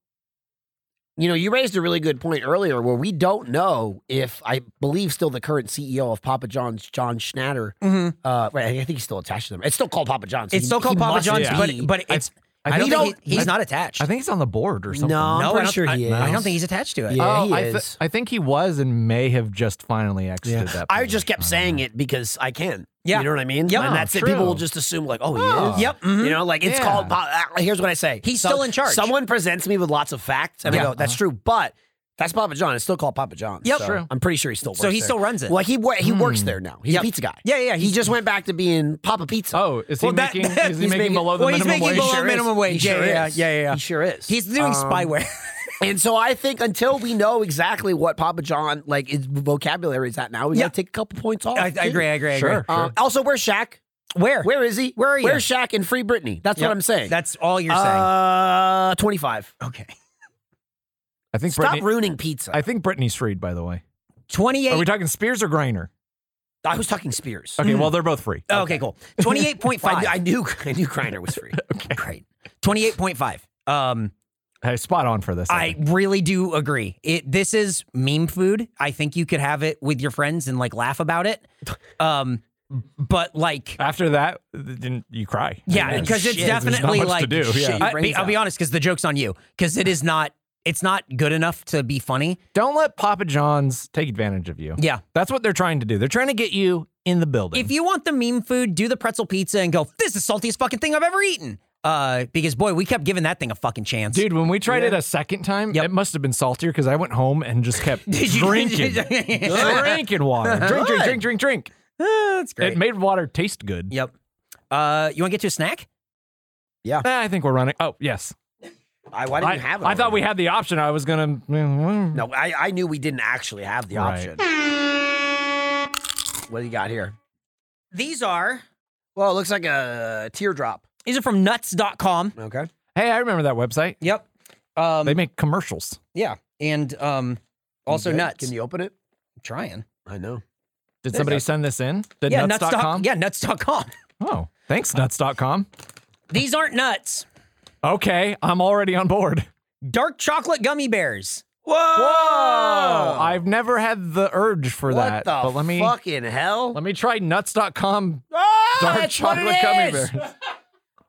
Speaker 2: you know, you raised a really good point earlier where we don't know if I believe still the current CEO of Papa John's, John Schnatter.
Speaker 3: Mhm.
Speaker 2: Uh, right, I think he's still attached to them. It's still called Papa John's.
Speaker 3: It's
Speaker 2: He-
Speaker 3: still called
Speaker 2: he
Speaker 3: Papa
Speaker 2: must
Speaker 3: John's,
Speaker 4: yeah.
Speaker 2: be.
Speaker 3: but but it's. I don't,
Speaker 2: he
Speaker 3: think he- he's not attached.
Speaker 4: I think it's on the board or something.
Speaker 2: no, I'm
Speaker 3: no, I
Speaker 2: pretty
Speaker 3: don't-
Speaker 2: sure he is.
Speaker 3: I, I don't think he's attached to it.
Speaker 2: Yeah,
Speaker 4: Oh,
Speaker 2: he
Speaker 4: I,
Speaker 2: is.
Speaker 4: th- I think he was and may have just finally exited that.
Speaker 2: I
Speaker 4: position.
Speaker 2: just kept saying it because I can.
Speaker 3: Yeah.
Speaker 2: You know what I mean?
Speaker 3: Yep.
Speaker 2: And that's it.
Speaker 4: True.
Speaker 2: People will just assume, like, oh, he
Speaker 4: Oh.
Speaker 2: is.
Speaker 3: Yep. Mhm.
Speaker 2: You know, like it's
Speaker 4: Yeah.
Speaker 2: called. po- uh, Here's what I say.
Speaker 3: He's still in charge.
Speaker 2: Someone presents me with lots of facts, and
Speaker 3: Yeah.
Speaker 2: I go, that's
Speaker 4: Uh-huh.
Speaker 2: true. But that's Papa John. It's still called Papa John.
Speaker 3: Yep.
Speaker 2: So
Speaker 4: True.
Speaker 2: I'm pretty sure he still works
Speaker 3: So he
Speaker 2: there.
Speaker 3: still runs it.
Speaker 2: Well, he, wa-
Speaker 4: Hmm.
Speaker 2: he works there now. He's
Speaker 3: Yep.
Speaker 2: a pizza guy.
Speaker 3: Yeah, yeah,
Speaker 2: He
Speaker 3: he's-
Speaker 2: just went back to being Papa Pizza.
Speaker 4: Oh, is he
Speaker 3: Well, that- [LAUGHS]
Speaker 4: making? is he
Speaker 3: he's
Speaker 4: making,
Speaker 3: making-
Speaker 4: below the
Speaker 3: well, he's
Speaker 4: minimum
Speaker 3: making
Speaker 4: wage?
Speaker 3: below
Speaker 2: Sure is.
Speaker 3: minimum wage.
Speaker 2: He
Speaker 3: Yeah,
Speaker 2: sure
Speaker 3: yeah,
Speaker 2: is.
Speaker 3: yeah, yeah, yeah.
Speaker 2: He sure is.
Speaker 3: He's
Speaker 2: Um,
Speaker 3: doing spyware.
Speaker 2: And so I think until we know exactly what Papa John like his vocabulary is at now, we
Speaker 3: Yeah.
Speaker 2: got to take a couple points off.
Speaker 3: I, I
Speaker 2: too.
Speaker 3: agree. I agree. I
Speaker 4: Sure.
Speaker 3: agree.
Speaker 2: Um, also, where's Shaq?
Speaker 3: [LAUGHS] Where?
Speaker 2: Where is he?
Speaker 3: Where are you?
Speaker 2: Where's Shaq and Free Britney? That's
Speaker 3: Yep.
Speaker 2: what I'm saying.
Speaker 3: That's all you're
Speaker 2: uh, 25.
Speaker 3: saying. Okay.
Speaker 4: I think
Speaker 2: Stop
Speaker 4: Brittany,
Speaker 2: ruining pizza.
Speaker 4: I
Speaker 2: I,
Speaker 4: think Brittany's freed. By the way, are
Speaker 3: 28.
Speaker 4: we talking Spears or Griner?
Speaker 2: was talking Spears.
Speaker 4: Okay, well they're
Speaker 3: [LAUGHS]
Speaker 4: both free.
Speaker 3: okay. cool.
Speaker 2: [LAUGHS]
Speaker 3: 28.5.
Speaker 2: I, I knew I knew Griner was free.
Speaker 3: Great. 28.5. Um,
Speaker 4: Hey, spot on for this.
Speaker 3: I
Speaker 4: think.
Speaker 3: really do agree. It this is meme food. I think you could have it with your friends and like laugh about
Speaker 4: [LAUGHS]
Speaker 3: it. Um, but like,
Speaker 4: after that, th- didn't you cry?
Speaker 3: yeah, because it's
Speaker 2: Shit, there's not
Speaker 3: definitely
Speaker 4: much to
Speaker 3: like.
Speaker 4: do, yeah.
Speaker 3: I,
Speaker 2: Shit your
Speaker 3: will be
Speaker 2: brains
Speaker 3: honest, because the joke's on you, because it is not. it's not good enough to be funny.
Speaker 4: Don't let Papa John's take advantage of you.
Speaker 3: Yeah.
Speaker 4: That's what they're trying to do. They're trying to get you in the building.
Speaker 3: If you want the meme food, do the pretzel pizza and go, this is the saltiest fucking thing I've ever eaten. Uh, because boy, we kept giving that thing a fucking chance. [LAUGHS]
Speaker 4: Dude, when we tried it a second time,
Speaker 3: Yep.
Speaker 4: it must have been saltier because I went home and
Speaker 3: [LAUGHS]
Speaker 4: just kept drinking, drinking water, drink, drink, drink, drink, drink.
Speaker 3: Ah, That's
Speaker 4: It made water taste
Speaker 3: [LAUGHS]
Speaker 4: good.
Speaker 3: Yep. Uh, you want to get to a snack?
Speaker 4: Ah, I think we're running. Oh yes,
Speaker 2: I, why didn't
Speaker 4: I,
Speaker 2: you have it?
Speaker 4: I thought we
Speaker 2: already?
Speaker 4: had the option. I was gonna. No.
Speaker 2: No, I, I knew we didn't actually have the
Speaker 4: Right.
Speaker 2: option. What do you got here?
Speaker 3: These are.
Speaker 2: Well, it looks like a teardrop.
Speaker 3: These are from nuts.com.
Speaker 2: Okay.
Speaker 4: Hey, I remember that website.
Speaker 3: Yep. Um,
Speaker 4: They make commercials.
Speaker 3: yeah. And um, also
Speaker 2: Okay.
Speaker 3: nuts.
Speaker 2: Can you open it?
Speaker 3: I'm trying.
Speaker 2: I know.
Speaker 3: There
Speaker 4: Did
Speaker 3: you
Speaker 4: somebody
Speaker 3: go.
Speaker 4: send this in? Did
Speaker 3: yeah,
Speaker 4: nuts.com?
Speaker 3: nuts.com. Yeah, nuts.com.
Speaker 4: Oh, thanks, nuts.com.
Speaker 3: [LAUGHS] These aren't nuts.
Speaker 4: Okay, I'm already on board.
Speaker 3: Dark chocolate gummy bears.
Speaker 4: Whoa! Oh, I've never had the urge for
Speaker 2: Oh. what
Speaker 4: that.
Speaker 2: the Ah,
Speaker 4: but let me
Speaker 2: fucking hell?
Speaker 4: let me try nuts.com
Speaker 3: Oh,
Speaker 4: dark chocolate gummy bears.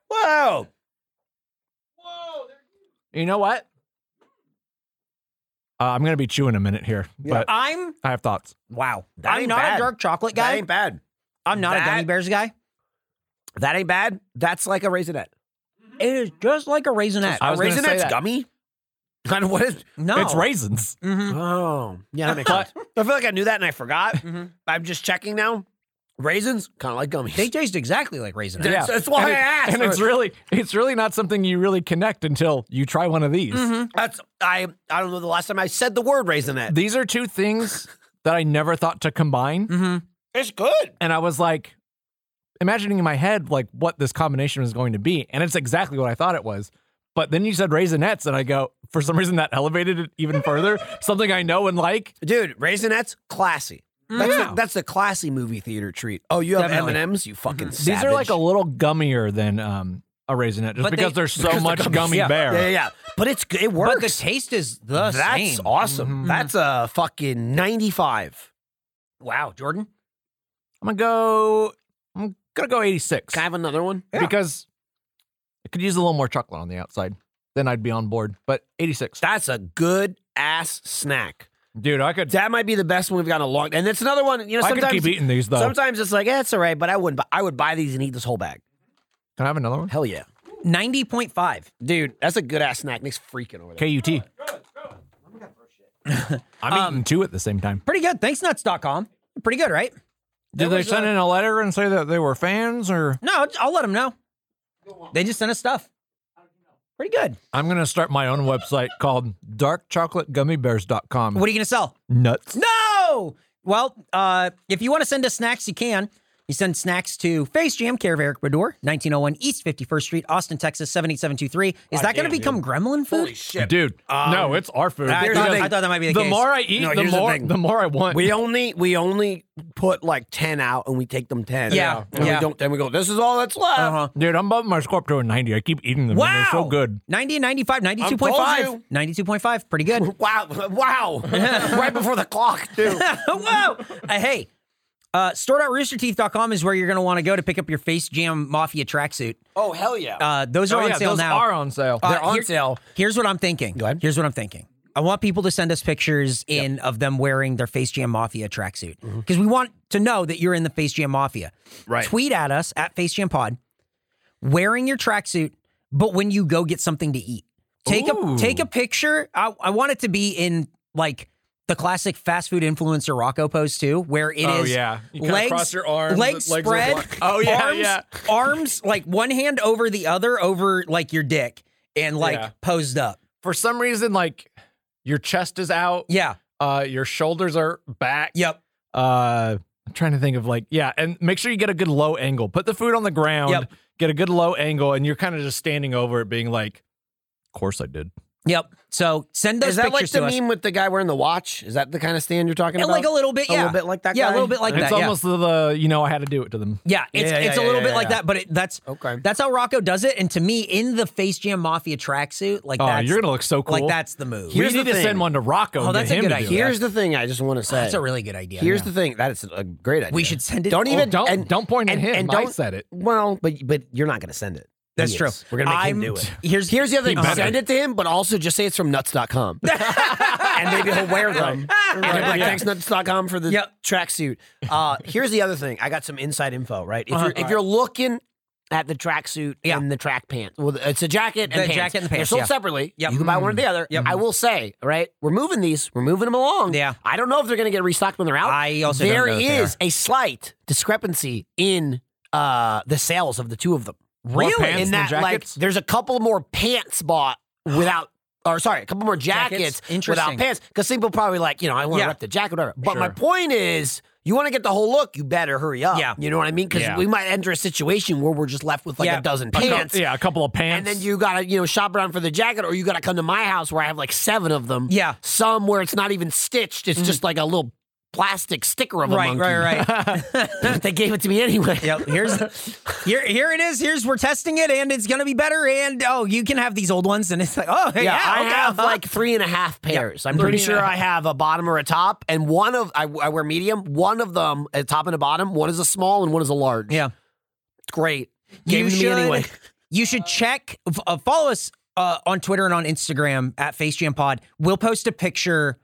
Speaker 3: Whoa.
Speaker 4: You know what? Uh, I'm gonna be chewing a minute here, but
Speaker 3: I'm
Speaker 4: I have thoughts.
Speaker 3: wow.
Speaker 2: That
Speaker 3: I'm
Speaker 2: ain't
Speaker 3: not
Speaker 2: bad.
Speaker 3: a dark chocolate
Speaker 2: that
Speaker 3: guy.
Speaker 2: ain't bad.
Speaker 3: I'm not a gummy
Speaker 2: that-
Speaker 3: bears guy.
Speaker 2: That ain't bad. That's like a raisinette.
Speaker 3: It is just uh, like a raisinette.
Speaker 4: I was gonna say
Speaker 2: Raisinette's
Speaker 4: that.
Speaker 2: gummy? [LAUGHS] I don't- what
Speaker 4: [LAUGHS]
Speaker 2: is?
Speaker 3: no, Mm-hmm.
Speaker 4: It's raisins.
Speaker 2: Oh, yeah, that makes sense. I feel like I knew that and I forgot.
Speaker 4: [LAUGHS]
Speaker 3: Mm-hmm.
Speaker 2: I'm just checking now. Raisins, kind of like gummies.
Speaker 3: They taste exactly like raisinette.
Speaker 2: That's- that's why
Speaker 4: and
Speaker 2: I
Speaker 4: it-
Speaker 2: asked.
Speaker 4: And it's really, it's really not something you really connect until you try one of these.
Speaker 2: [LAUGHS] That's I. I don't know the last time I said the word raisinette.
Speaker 4: These are two things that I never thought to combine,
Speaker 2: It's good.
Speaker 4: and I was like, imagining in my head like what this combination was going to be, and it's exactly what I thought it was. But then you said raisinets, and I go, for some reason that elevated it even [LAUGHS] further. something I know and like.
Speaker 2: Dude, Raisinette's classy.
Speaker 3: Mm-hmm.
Speaker 2: That's,
Speaker 4: Yeah.
Speaker 2: a, that's the classy movie theater treat. Oh, you have M
Speaker 3: Definitely.
Speaker 2: and M's, you fucking. Savage.
Speaker 4: Mm-hmm. These are like a little gummier than um, a raisinette, just
Speaker 3: But they-
Speaker 4: because there's so
Speaker 2: Because the
Speaker 4: much
Speaker 2: gummies-
Speaker 4: gummy
Speaker 2: yeah.
Speaker 4: bear.
Speaker 2: Yeah, yeah, yeah. But it's good. it works.
Speaker 3: but the taste is the
Speaker 2: that's
Speaker 3: same.
Speaker 2: awesome.
Speaker 4: Mm-hmm.
Speaker 2: That's a fucking ninety-five.
Speaker 3: Wow, Jordan.
Speaker 4: I'm gonna go. I'm gonna go 86
Speaker 2: Can I have another one?
Speaker 4: because it could use a little more chocolate on the outside. Then I'd be on board. But 86,
Speaker 2: That's a good ass snack.
Speaker 4: dude, I could.
Speaker 2: That might be the best one we've got in a long. And it's another one. You know,
Speaker 4: I
Speaker 2: sometimes
Speaker 4: could keep eating these though.
Speaker 2: sometimes it's like, eh, it's all right, but I wouldn't. bu- I would buy these and eat this whole bag.
Speaker 4: Can I have another one?
Speaker 2: Hell yeah,
Speaker 3: Ninety point five.
Speaker 2: dude. That's a good ass snack. Nick's freaking over there.
Speaker 4: KUT. I'm eating two at the same time.
Speaker 3: Pretty good. Thanks nuts.com. Pretty good, right?
Speaker 4: Did they send in a letter and say that they were fans, or
Speaker 3: No, I'll- I'll let them know. They just sent us stuff. Pretty good.
Speaker 4: I'm gonna start my own website called darkchocolategummybears.com.
Speaker 3: What are you gonna sell?
Speaker 4: Nuts.
Speaker 3: No. Well, uh, if you want to send us snacks, you can. You send snacks to Face Jam, care of Eric Bador, 1901 East 51st Street, Austin, Texas, 78723. Is that going to become gremlin food?
Speaker 2: Holy shit,
Speaker 4: Dude, no, it's our food.
Speaker 3: I,
Speaker 2: Here's
Speaker 3: thought,
Speaker 2: the
Speaker 3: I
Speaker 2: thing.
Speaker 3: thought that might be the,
Speaker 4: the
Speaker 3: case.
Speaker 4: more I eat,
Speaker 2: No,
Speaker 4: the
Speaker 2: here's the
Speaker 4: more
Speaker 2: thing.
Speaker 4: the more I want.
Speaker 2: We only we only put like ten out and we take them ten.
Speaker 3: Yeah,
Speaker 2: And
Speaker 3: yeah.
Speaker 2: we don't then we go, this is all that's left.
Speaker 3: Uh-huh.
Speaker 4: Dude, I'm bumping my score up to a 90. I keep eating them. and
Speaker 3: Wow.
Speaker 4: They're so good.
Speaker 3: 90 and 95,
Speaker 2: I
Speaker 3: 92.5.
Speaker 2: told
Speaker 3: 92.5, pretty good.
Speaker 4: [LAUGHS]
Speaker 3: [LAUGHS]
Speaker 2: Wow. [LAUGHS] Wow. [LAUGHS] right before the clock, too.
Speaker 3: Whoa. Uh, hey, uh, store.roosterteeth.com is where you're going to want to go to pick up your Face Jam Mafia tracksuit.
Speaker 2: oh, hell yeah.
Speaker 3: Uh, those are
Speaker 4: Oh,
Speaker 3: on
Speaker 4: yeah,
Speaker 3: sale
Speaker 4: those
Speaker 3: now.
Speaker 4: are on sale.
Speaker 3: Uh,
Speaker 2: They're on
Speaker 3: here-
Speaker 2: sale.
Speaker 3: Here's what I'm thinking.
Speaker 2: ahead.
Speaker 3: Here's what I'm thinking. I want people to send us pictures in of them wearing their Face Jam Mafia tracksuit because we want to know that you're in the Face Jam Mafia.
Speaker 2: Mm-hmm. Right.
Speaker 3: Tweet at us at Face Jam Pod wearing your tracksuit, but when you go get something to eat, take a
Speaker 4: Ooh.
Speaker 3: take a picture. I, I want it to be in like the classic fast food influencer Rocco pose too, where it is
Speaker 4: Oh, yeah. You kinda
Speaker 3: legs
Speaker 4: cross your arms,
Speaker 3: legs,
Speaker 4: legs are
Speaker 3: spread.
Speaker 4: blocked. Oh, yeah,
Speaker 3: arms,
Speaker 4: yeah.
Speaker 3: arms like one hand over the other over like your dick and like
Speaker 4: Yeah.
Speaker 3: posed up.
Speaker 4: For some reason, like your chest is out.
Speaker 3: Yeah.
Speaker 4: Uh, your shoulders are back.
Speaker 3: Yep.
Speaker 4: Uh, I'm trying to think of like, yeah, and make sure you get a good low angle. Put the food on the ground,
Speaker 3: Yep.
Speaker 4: get a good low angle, and you're kind of just standing over it being like, of course I did.
Speaker 3: Yep. So send those
Speaker 2: is that like
Speaker 3: pictures
Speaker 2: the
Speaker 3: to
Speaker 2: meme
Speaker 3: us.
Speaker 2: with the guy wearing the watch? Is that the kind of stand you're talking
Speaker 3: Yeah,
Speaker 2: about?
Speaker 3: like a little bit,
Speaker 2: A
Speaker 3: yeah.
Speaker 2: little bit like that
Speaker 3: Yeah, a
Speaker 2: guy?
Speaker 3: little bit like
Speaker 4: it's
Speaker 3: that.
Speaker 4: almost the, you know, I had to do it to them.
Speaker 3: yeah. yeah, it's
Speaker 2: Yeah, yeah,
Speaker 3: it's a
Speaker 2: yeah,
Speaker 3: little
Speaker 2: yeah,
Speaker 3: bit like
Speaker 2: yeah. Oh,
Speaker 3: that, but it, that's
Speaker 2: Okay.
Speaker 3: That's how Rocco does it. And to me, in the Face Jam Mafia tracksuit, like
Speaker 4: Oh,
Speaker 3: that's
Speaker 4: you're gonna look so cool.
Speaker 3: like that's the move.
Speaker 4: We
Speaker 2: Here's the
Speaker 4: need to
Speaker 2: thing.
Speaker 4: send one to Rocco.
Speaker 3: Oh,
Speaker 4: and
Speaker 3: that's
Speaker 4: get
Speaker 3: a
Speaker 4: him
Speaker 3: good
Speaker 4: to do
Speaker 3: idea.
Speaker 4: it.
Speaker 2: Here's the thing I just want to say.
Speaker 3: that's a really good idea.
Speaker 2: Here's the thing. That is a great idea.
Speaker 3: we should send it.
Speaker 2: Don't even
Speaker 4: don't-
Speaker 2: and,
Speaker 4: don't point at
Speaker 2: and,
Speaker 4: him.
Speaker 2: And
Speaker 4: I
Speaker 2: don't,
Speaker 4: said it.
Speaker 2: Well, but but you're not going to send it.
Speaker 3: That's true.
Speaker 2: is. We're gonna make him
Speaker 3: I'm-
Speaker 2: do it.
Speaker 3: Here's
Speaker 2: Here's
Speaker 3: [LAUGHS]
Speaker 2: the other thing:
Speaker 3: He better.
Speaker 2: send it to him, but also just say it's from
Speaker 3: [LAUGHS]
Speaker 2: Nuts.com, and maybe he'll wear them. And he'll be like, thanks Nuts.com for the
Speaker 3: Yep.
Speaker 2: tracksuit. Uh, here's the other thing: I got some inside info. Right, if you're if you're looking at the tracksuit
Speaker 3: Uh-huh. Yeah.
Speaker 2: and the track pants, well, it's a jacket and
Speaker 3: The
Speaker 2: pants.
Speaker 3: jacket and the
Speaker 2: They're
Speaker 3: pants,
Speaker 2: sold
Speaker 3: yeah.
Speaker 2: separately.
Speaker 3: Yep. Mm.
Speaker 2: You can buy one or the other.
Speaker 3: Yep.
Speaker 2: I will say, right, we're moving these, we're moving them along.
Speaker 3: Yeah.
Speaker 2: I don't know if they're gonna get restocked when they're out.
Speaker 3: I also don't
Speaker 2: there
Speaker 3: know if they
Speaker 2: is a slight discrepancy in uh, the sales of the two of them.
Speaker 4: More Really? pants
Speaker 2: In
Speaker 4: than
Speaker 2: that, like,
Speaker 4: jackets?
Speaker 2: there's a couple more pants bought without, or sorry, a couple more jackets,
Speaker 3: Jackets?
Speaker 2: without
Speaker 3: Interesting.
Speaker 2: pants. Because people probably like, you know, I want to
Speaker 3: Yeah.
Speaker 2: rep the jacket, whatever. But my
Speaker 4: Sure.
Speaker 2: point is, you want to get the whole look, you better hurry up.
Speaker 3: Yeah.
Speaker 2: You know what I mean? Because
Speaker 4: Yeah.
Speaker 2: we might enter a situation where we're just left with like
Speaker 3: Yeah.
Speaker 2: a dozen
Speaker 4: A cou-
Speaker 2: pants.
Speaker 4: yeah, a couple of pants.
Speaker 2: And then you gotta, you know, shop around for the jacket, or you gotta come to my house where I have like seven of them.
Speaker 3: Yeah. Mm-hmm.
Speaker 2: Some where it's not even stitched, it's just like a little plastic sticker of a
Speaker 3: right,
Speaker 2: monkey.
Speaker 3: right, right.
Speaker 2: right. [LAUGHS] they gave it to me anyway.
Speaker 3: [LAUGHS] yep. Here's here here it is. Here's we're testing it, and it's gonna be better. And oh, you can have these old ones, and it's like oh
Speaker 2: [LAUGHS]
Speaker 3: yeah,
Speaker 2: Yeah, I
Speaker 3: okay,
Speaker 2: have
Speaker 3: huh?
Speaker 2: like three and a half pairs. I'm
Speaker 4: Three
Speaker 2: pretty
Speaker 4: and a
Speaker 2: sure
Speaker 4: half.
Speaker 2: I have a bottom or a top, and one of I, I wear medium. One of them, a top and a bottom. One is a small, and one is a large.
Speaker 3: [LAUGHS] yeah.
Speaker 2: it's great. Gave it to me
Speaker 3: [LAUGHS]
Speaker 2: anyway.
Speaker 3: You should check. f- Uh, follow us uh, on Twitter and on Instagram at Face Jam Pod. We'll post a picture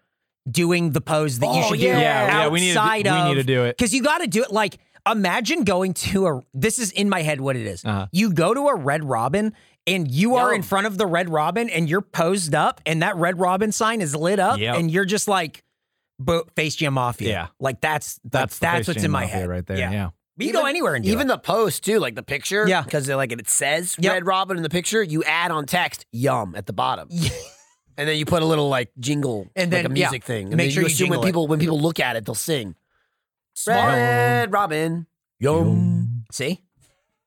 Speaker 3: doing the pose that you
Speaker 2: Oh,
Speaker 3: should
Speaker 2: yeah.
Speaker 3: do.
Speaker 2: Yeah,
Speaker 4: yeah, we need to do-
Speaker 3: outside
Speaker 4: we
Speaker 3: of,
Speaker 4: need to do it.
Speaker 3: because you got to do it. Like imagine going to a. This is in my head what it is.
Speaker 4: Uh-huh.
Speaker 3: You go to a Red Robin. And you are
Speaker 2: Yum.
Speaker 3: in front of the Red Robin, and you're posed up, and that Red Robin sign is lit up,
Speaker 4: Yep.
Speaker 3: and you're just like, bo- face jam mafia.
Speaker 4: Yeah.
Speaker 3: like that's that's
Speaker 4: that's the
Speaker 3: that's
Speaker 4: face
Speaker 3: what's
Speaker 4: jam
Speaker 3: in my
Speaker 4: mafia
Speaker 3: head
Speaker 4: right there. Yeah.
Speaker 3: But you go anywhere and do
Speaker 2: even
Speaker 3: it.
Speaker 2: the post too, like the picture.
Speaker 3: Yeah.
Speaker 2: because like it says
Speaker 3: Yep.
Speaker 2: Red Robin in the picture. You add on text "yum" at the bottom,
Speaker 3: [LAUGHS]
Speaker 2: and then you put a little like jingle
Speaker 3: And
Speaker 2: like
Speaker 3: then,
Speaker 2: a
Speaker 3: yeah,
Speaker 2: music thing. And
Speaker 3: make
Speaker 2: then
Speaker 3: sure
Speaker 2: you
Speaker 3: you
Speaker 2: assume when
Speaker 3: jingle it.
Speaker 2: people when people look at it, they'll sing
Speaker 3: Smart.
Speaker 2: Red Robin. Yum.
Speaker 3: See?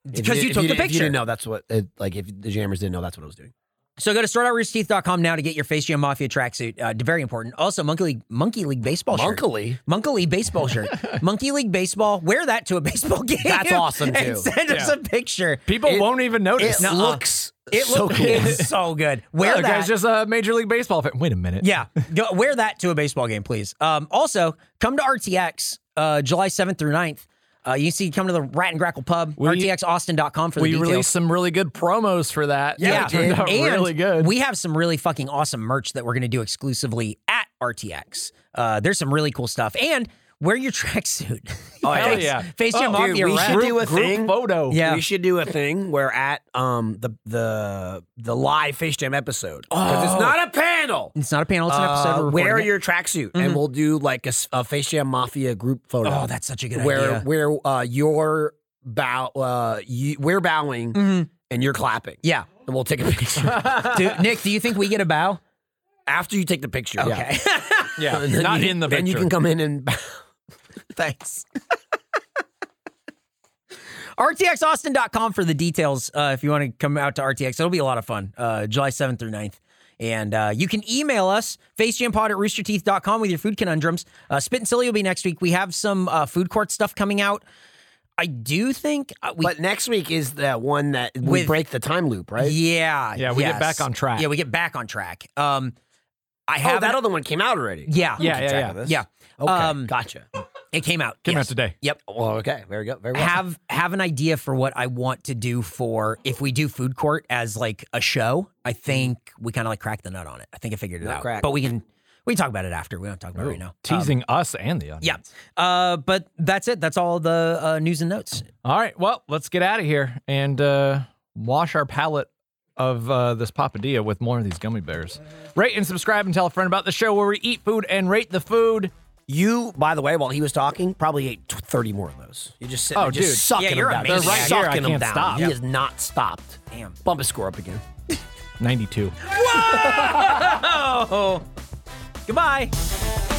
Speaker 2: If
Speaker 3: Because you
Speaker 2: if
Speaker 3: took the
Speaker 2: didn't- If you
Speaker 3: picture.
Speaker 2: didn't know that's what, it, like, if the jammers didn't know that's what I was doing.
Speaker 3: So go to startoutRoosterteeth.com now to get your Face Jam Mafia tracksuit. Uh, very important. Also, Monkey League, Monkey League baseball shirt.
Speaker 2: Munkily.
Speaker 3: Monkey League baseball shirt. Monkey League baseball. Wear that to a baseball [LAUGHS] game.
Speaker 2: That's awesome, too.
Speaker 3: And send us
Speaker 4: Yeah.
Speaker 3: a picture.
Speaker 4: People
Speaker 2: It-
Speaker 4: won't even notice.
Speaker 2: It
Speaker 3: Nuh-uh.
Speaker 2: looks
Speaker 3: It
Speaker 2: so
Speaker 3: looks
Speaker 2: cool.
Speaker 3: it's so good. Wear
Speaker 4: the
Speaker 3: that.
Speaker 4: guy's just a major league baseball fan. Wait a minute.
Speaker 3: yeah, go, wear that to a baseball game, please. Um, also, come to RTX uh, July 7th through 9th. Uh, you can see, come to the Rat and Grackle Pub,
Speaker 4: We-
Speaker 3: RTXAustin.com for the
Speaker 4: we
Speaker 3: details.
Speaker 4: released some really good promos for that.
Speaker 3: Yeah,
Speaker 4: that turned out
Speaker 3: and
Speaker 4: really good.
Speaker 3: We have some really fucking awesome merch that we're going to do exclusively at RTX. Uh, there's some really cool stuff, and wear your [LAUGHS] tracksuit. Oh
Speaker 4: Hell yeah.
Speaker 3: Face jam
Speaker 4: Oh,
Speaker 3: off
Speaker 2: dude,
Speaker 3: your
Speaker 2: we
Speaker 3: rep.
Speaker 2: should do a
Speaker 4: group
Speaker 2: thing.
Speaker 4: photo.
Speaker 3: Yeah.
Speaker 2: We should do a thing where at um the the the live Face Jam episode because it's not a panel.
Speaker 3: It's not a panel; it's an episode.
Speaker 2: Uh,
Speaker 3: we're
Speaker 2: wear
Speaker 3: recording it.
Speaker 2: your tracksuit, and we'll do like a, s- a Face Jam Mafia group photo.
Speaker 3: Oh, that's such a good
Speaker 2: where
Speaker 3: idea.
Speaker 2: where uh, you're bow uh you, we're bowing and you're clapping.
Speaker 3: Mm-hmm. Yeah,
Speaker 2: and we'll take a picture
Speaker 3: [LAUGHS] Do- Nick, do you think we get a bow?
Speaker 2: after you take the picture.
Speaker 3: [LAUGHS] Okay,
Speaker 4: Yeah.
Speaker 2: And then
Speaker 4: Not
Speaker 2: you-
Speaker 4: in the picture.
Speaker 2: Then you can come in
Speaker 3: [LAUGHS]
Speaker 2: and bow.
Speaker 3: thanks. RTXAustin.com for the details uh, if you want to come out to RTX. It'll be a lot of fun, uh, July 7th through 9th. And uh, you can email us, facejampod at roosterteeth.com with your food conundrums. Uh, Spit and Silly will be next week. We have some uh, food court stuff coming out. I do think uh, we.
Speaker 2: But next week is the one that we
Speaker 3: With-
Speaker 2: break the time loop, right?
Speaker 3: yeah.
Speaker 4: Yeah, we get
Speaker 3: yes.
Speaker 4: back on track.
Speaker 3: Yeah, we get back on track. Um, I
Speaker 2: Oh,
Speaker 3: have.
Speaker 2: that other one came out already.
Speaker 3: yeah.
Speaker 4: Yeah, yeah, yeah.
Speaker 3: Yeah.
Speaker 2: Okay.
Speaker 3: Um,
Speaker 2: gotcha.
Speaker 3: it came out.
Speaker 4: Came
Speaker 3: yes.
Speaker 4: out today.
Speaker 3: Yep.
Speaker 2: Well, okay. Very good. Very well.
Speaker 3: have have an idea for what I want to do for if we do food court as like a show. I think we kind of like cracked the nut on it. I think I figured it
Speaker 2: Nut
Speaker 3: out.
Speaker 2: crack.
Speaker 3: But we can we can talk about it after. We don't talk about it right now. Uh,
Speaker 4: Teasing us and the audience.
Speaker 3: Um, Yeah. Uh, but that's it. That's all the uh, news and notes.
Speaker 4: All right. Well, let's get out of here and uh, wash our palate of uh, this papadilla with more of these gummy bears. Rate and subscribe and tell a friend about the show where we eat food and rate the food.
Speaker 2: you, by the way, while he was talking, probably ate tw- 30 more of those. You just sitting
Speaker 4: Oh,
Speaker 2: there just
Speaker 4: dude.
Speaker 2: sucking
Speaker 3: Yeah, you're
Speaker 2: them down.
Speaker 3: a
Speaker 2: He's
Speaker 3: maniac.
Speaker 2: sucking
Speaker 4: Here, I
Speaker 2: them
Speaker 4: can't
Speaker 2: down.
Speaker 4: stop.
Speaker 2: He
Speaker 4: Yeah.
Speaker 2: has not stopped. Damn. Bump his score up again.
Speaker 4: 92.
Speaker 3: [LAUGHS] Goodbye.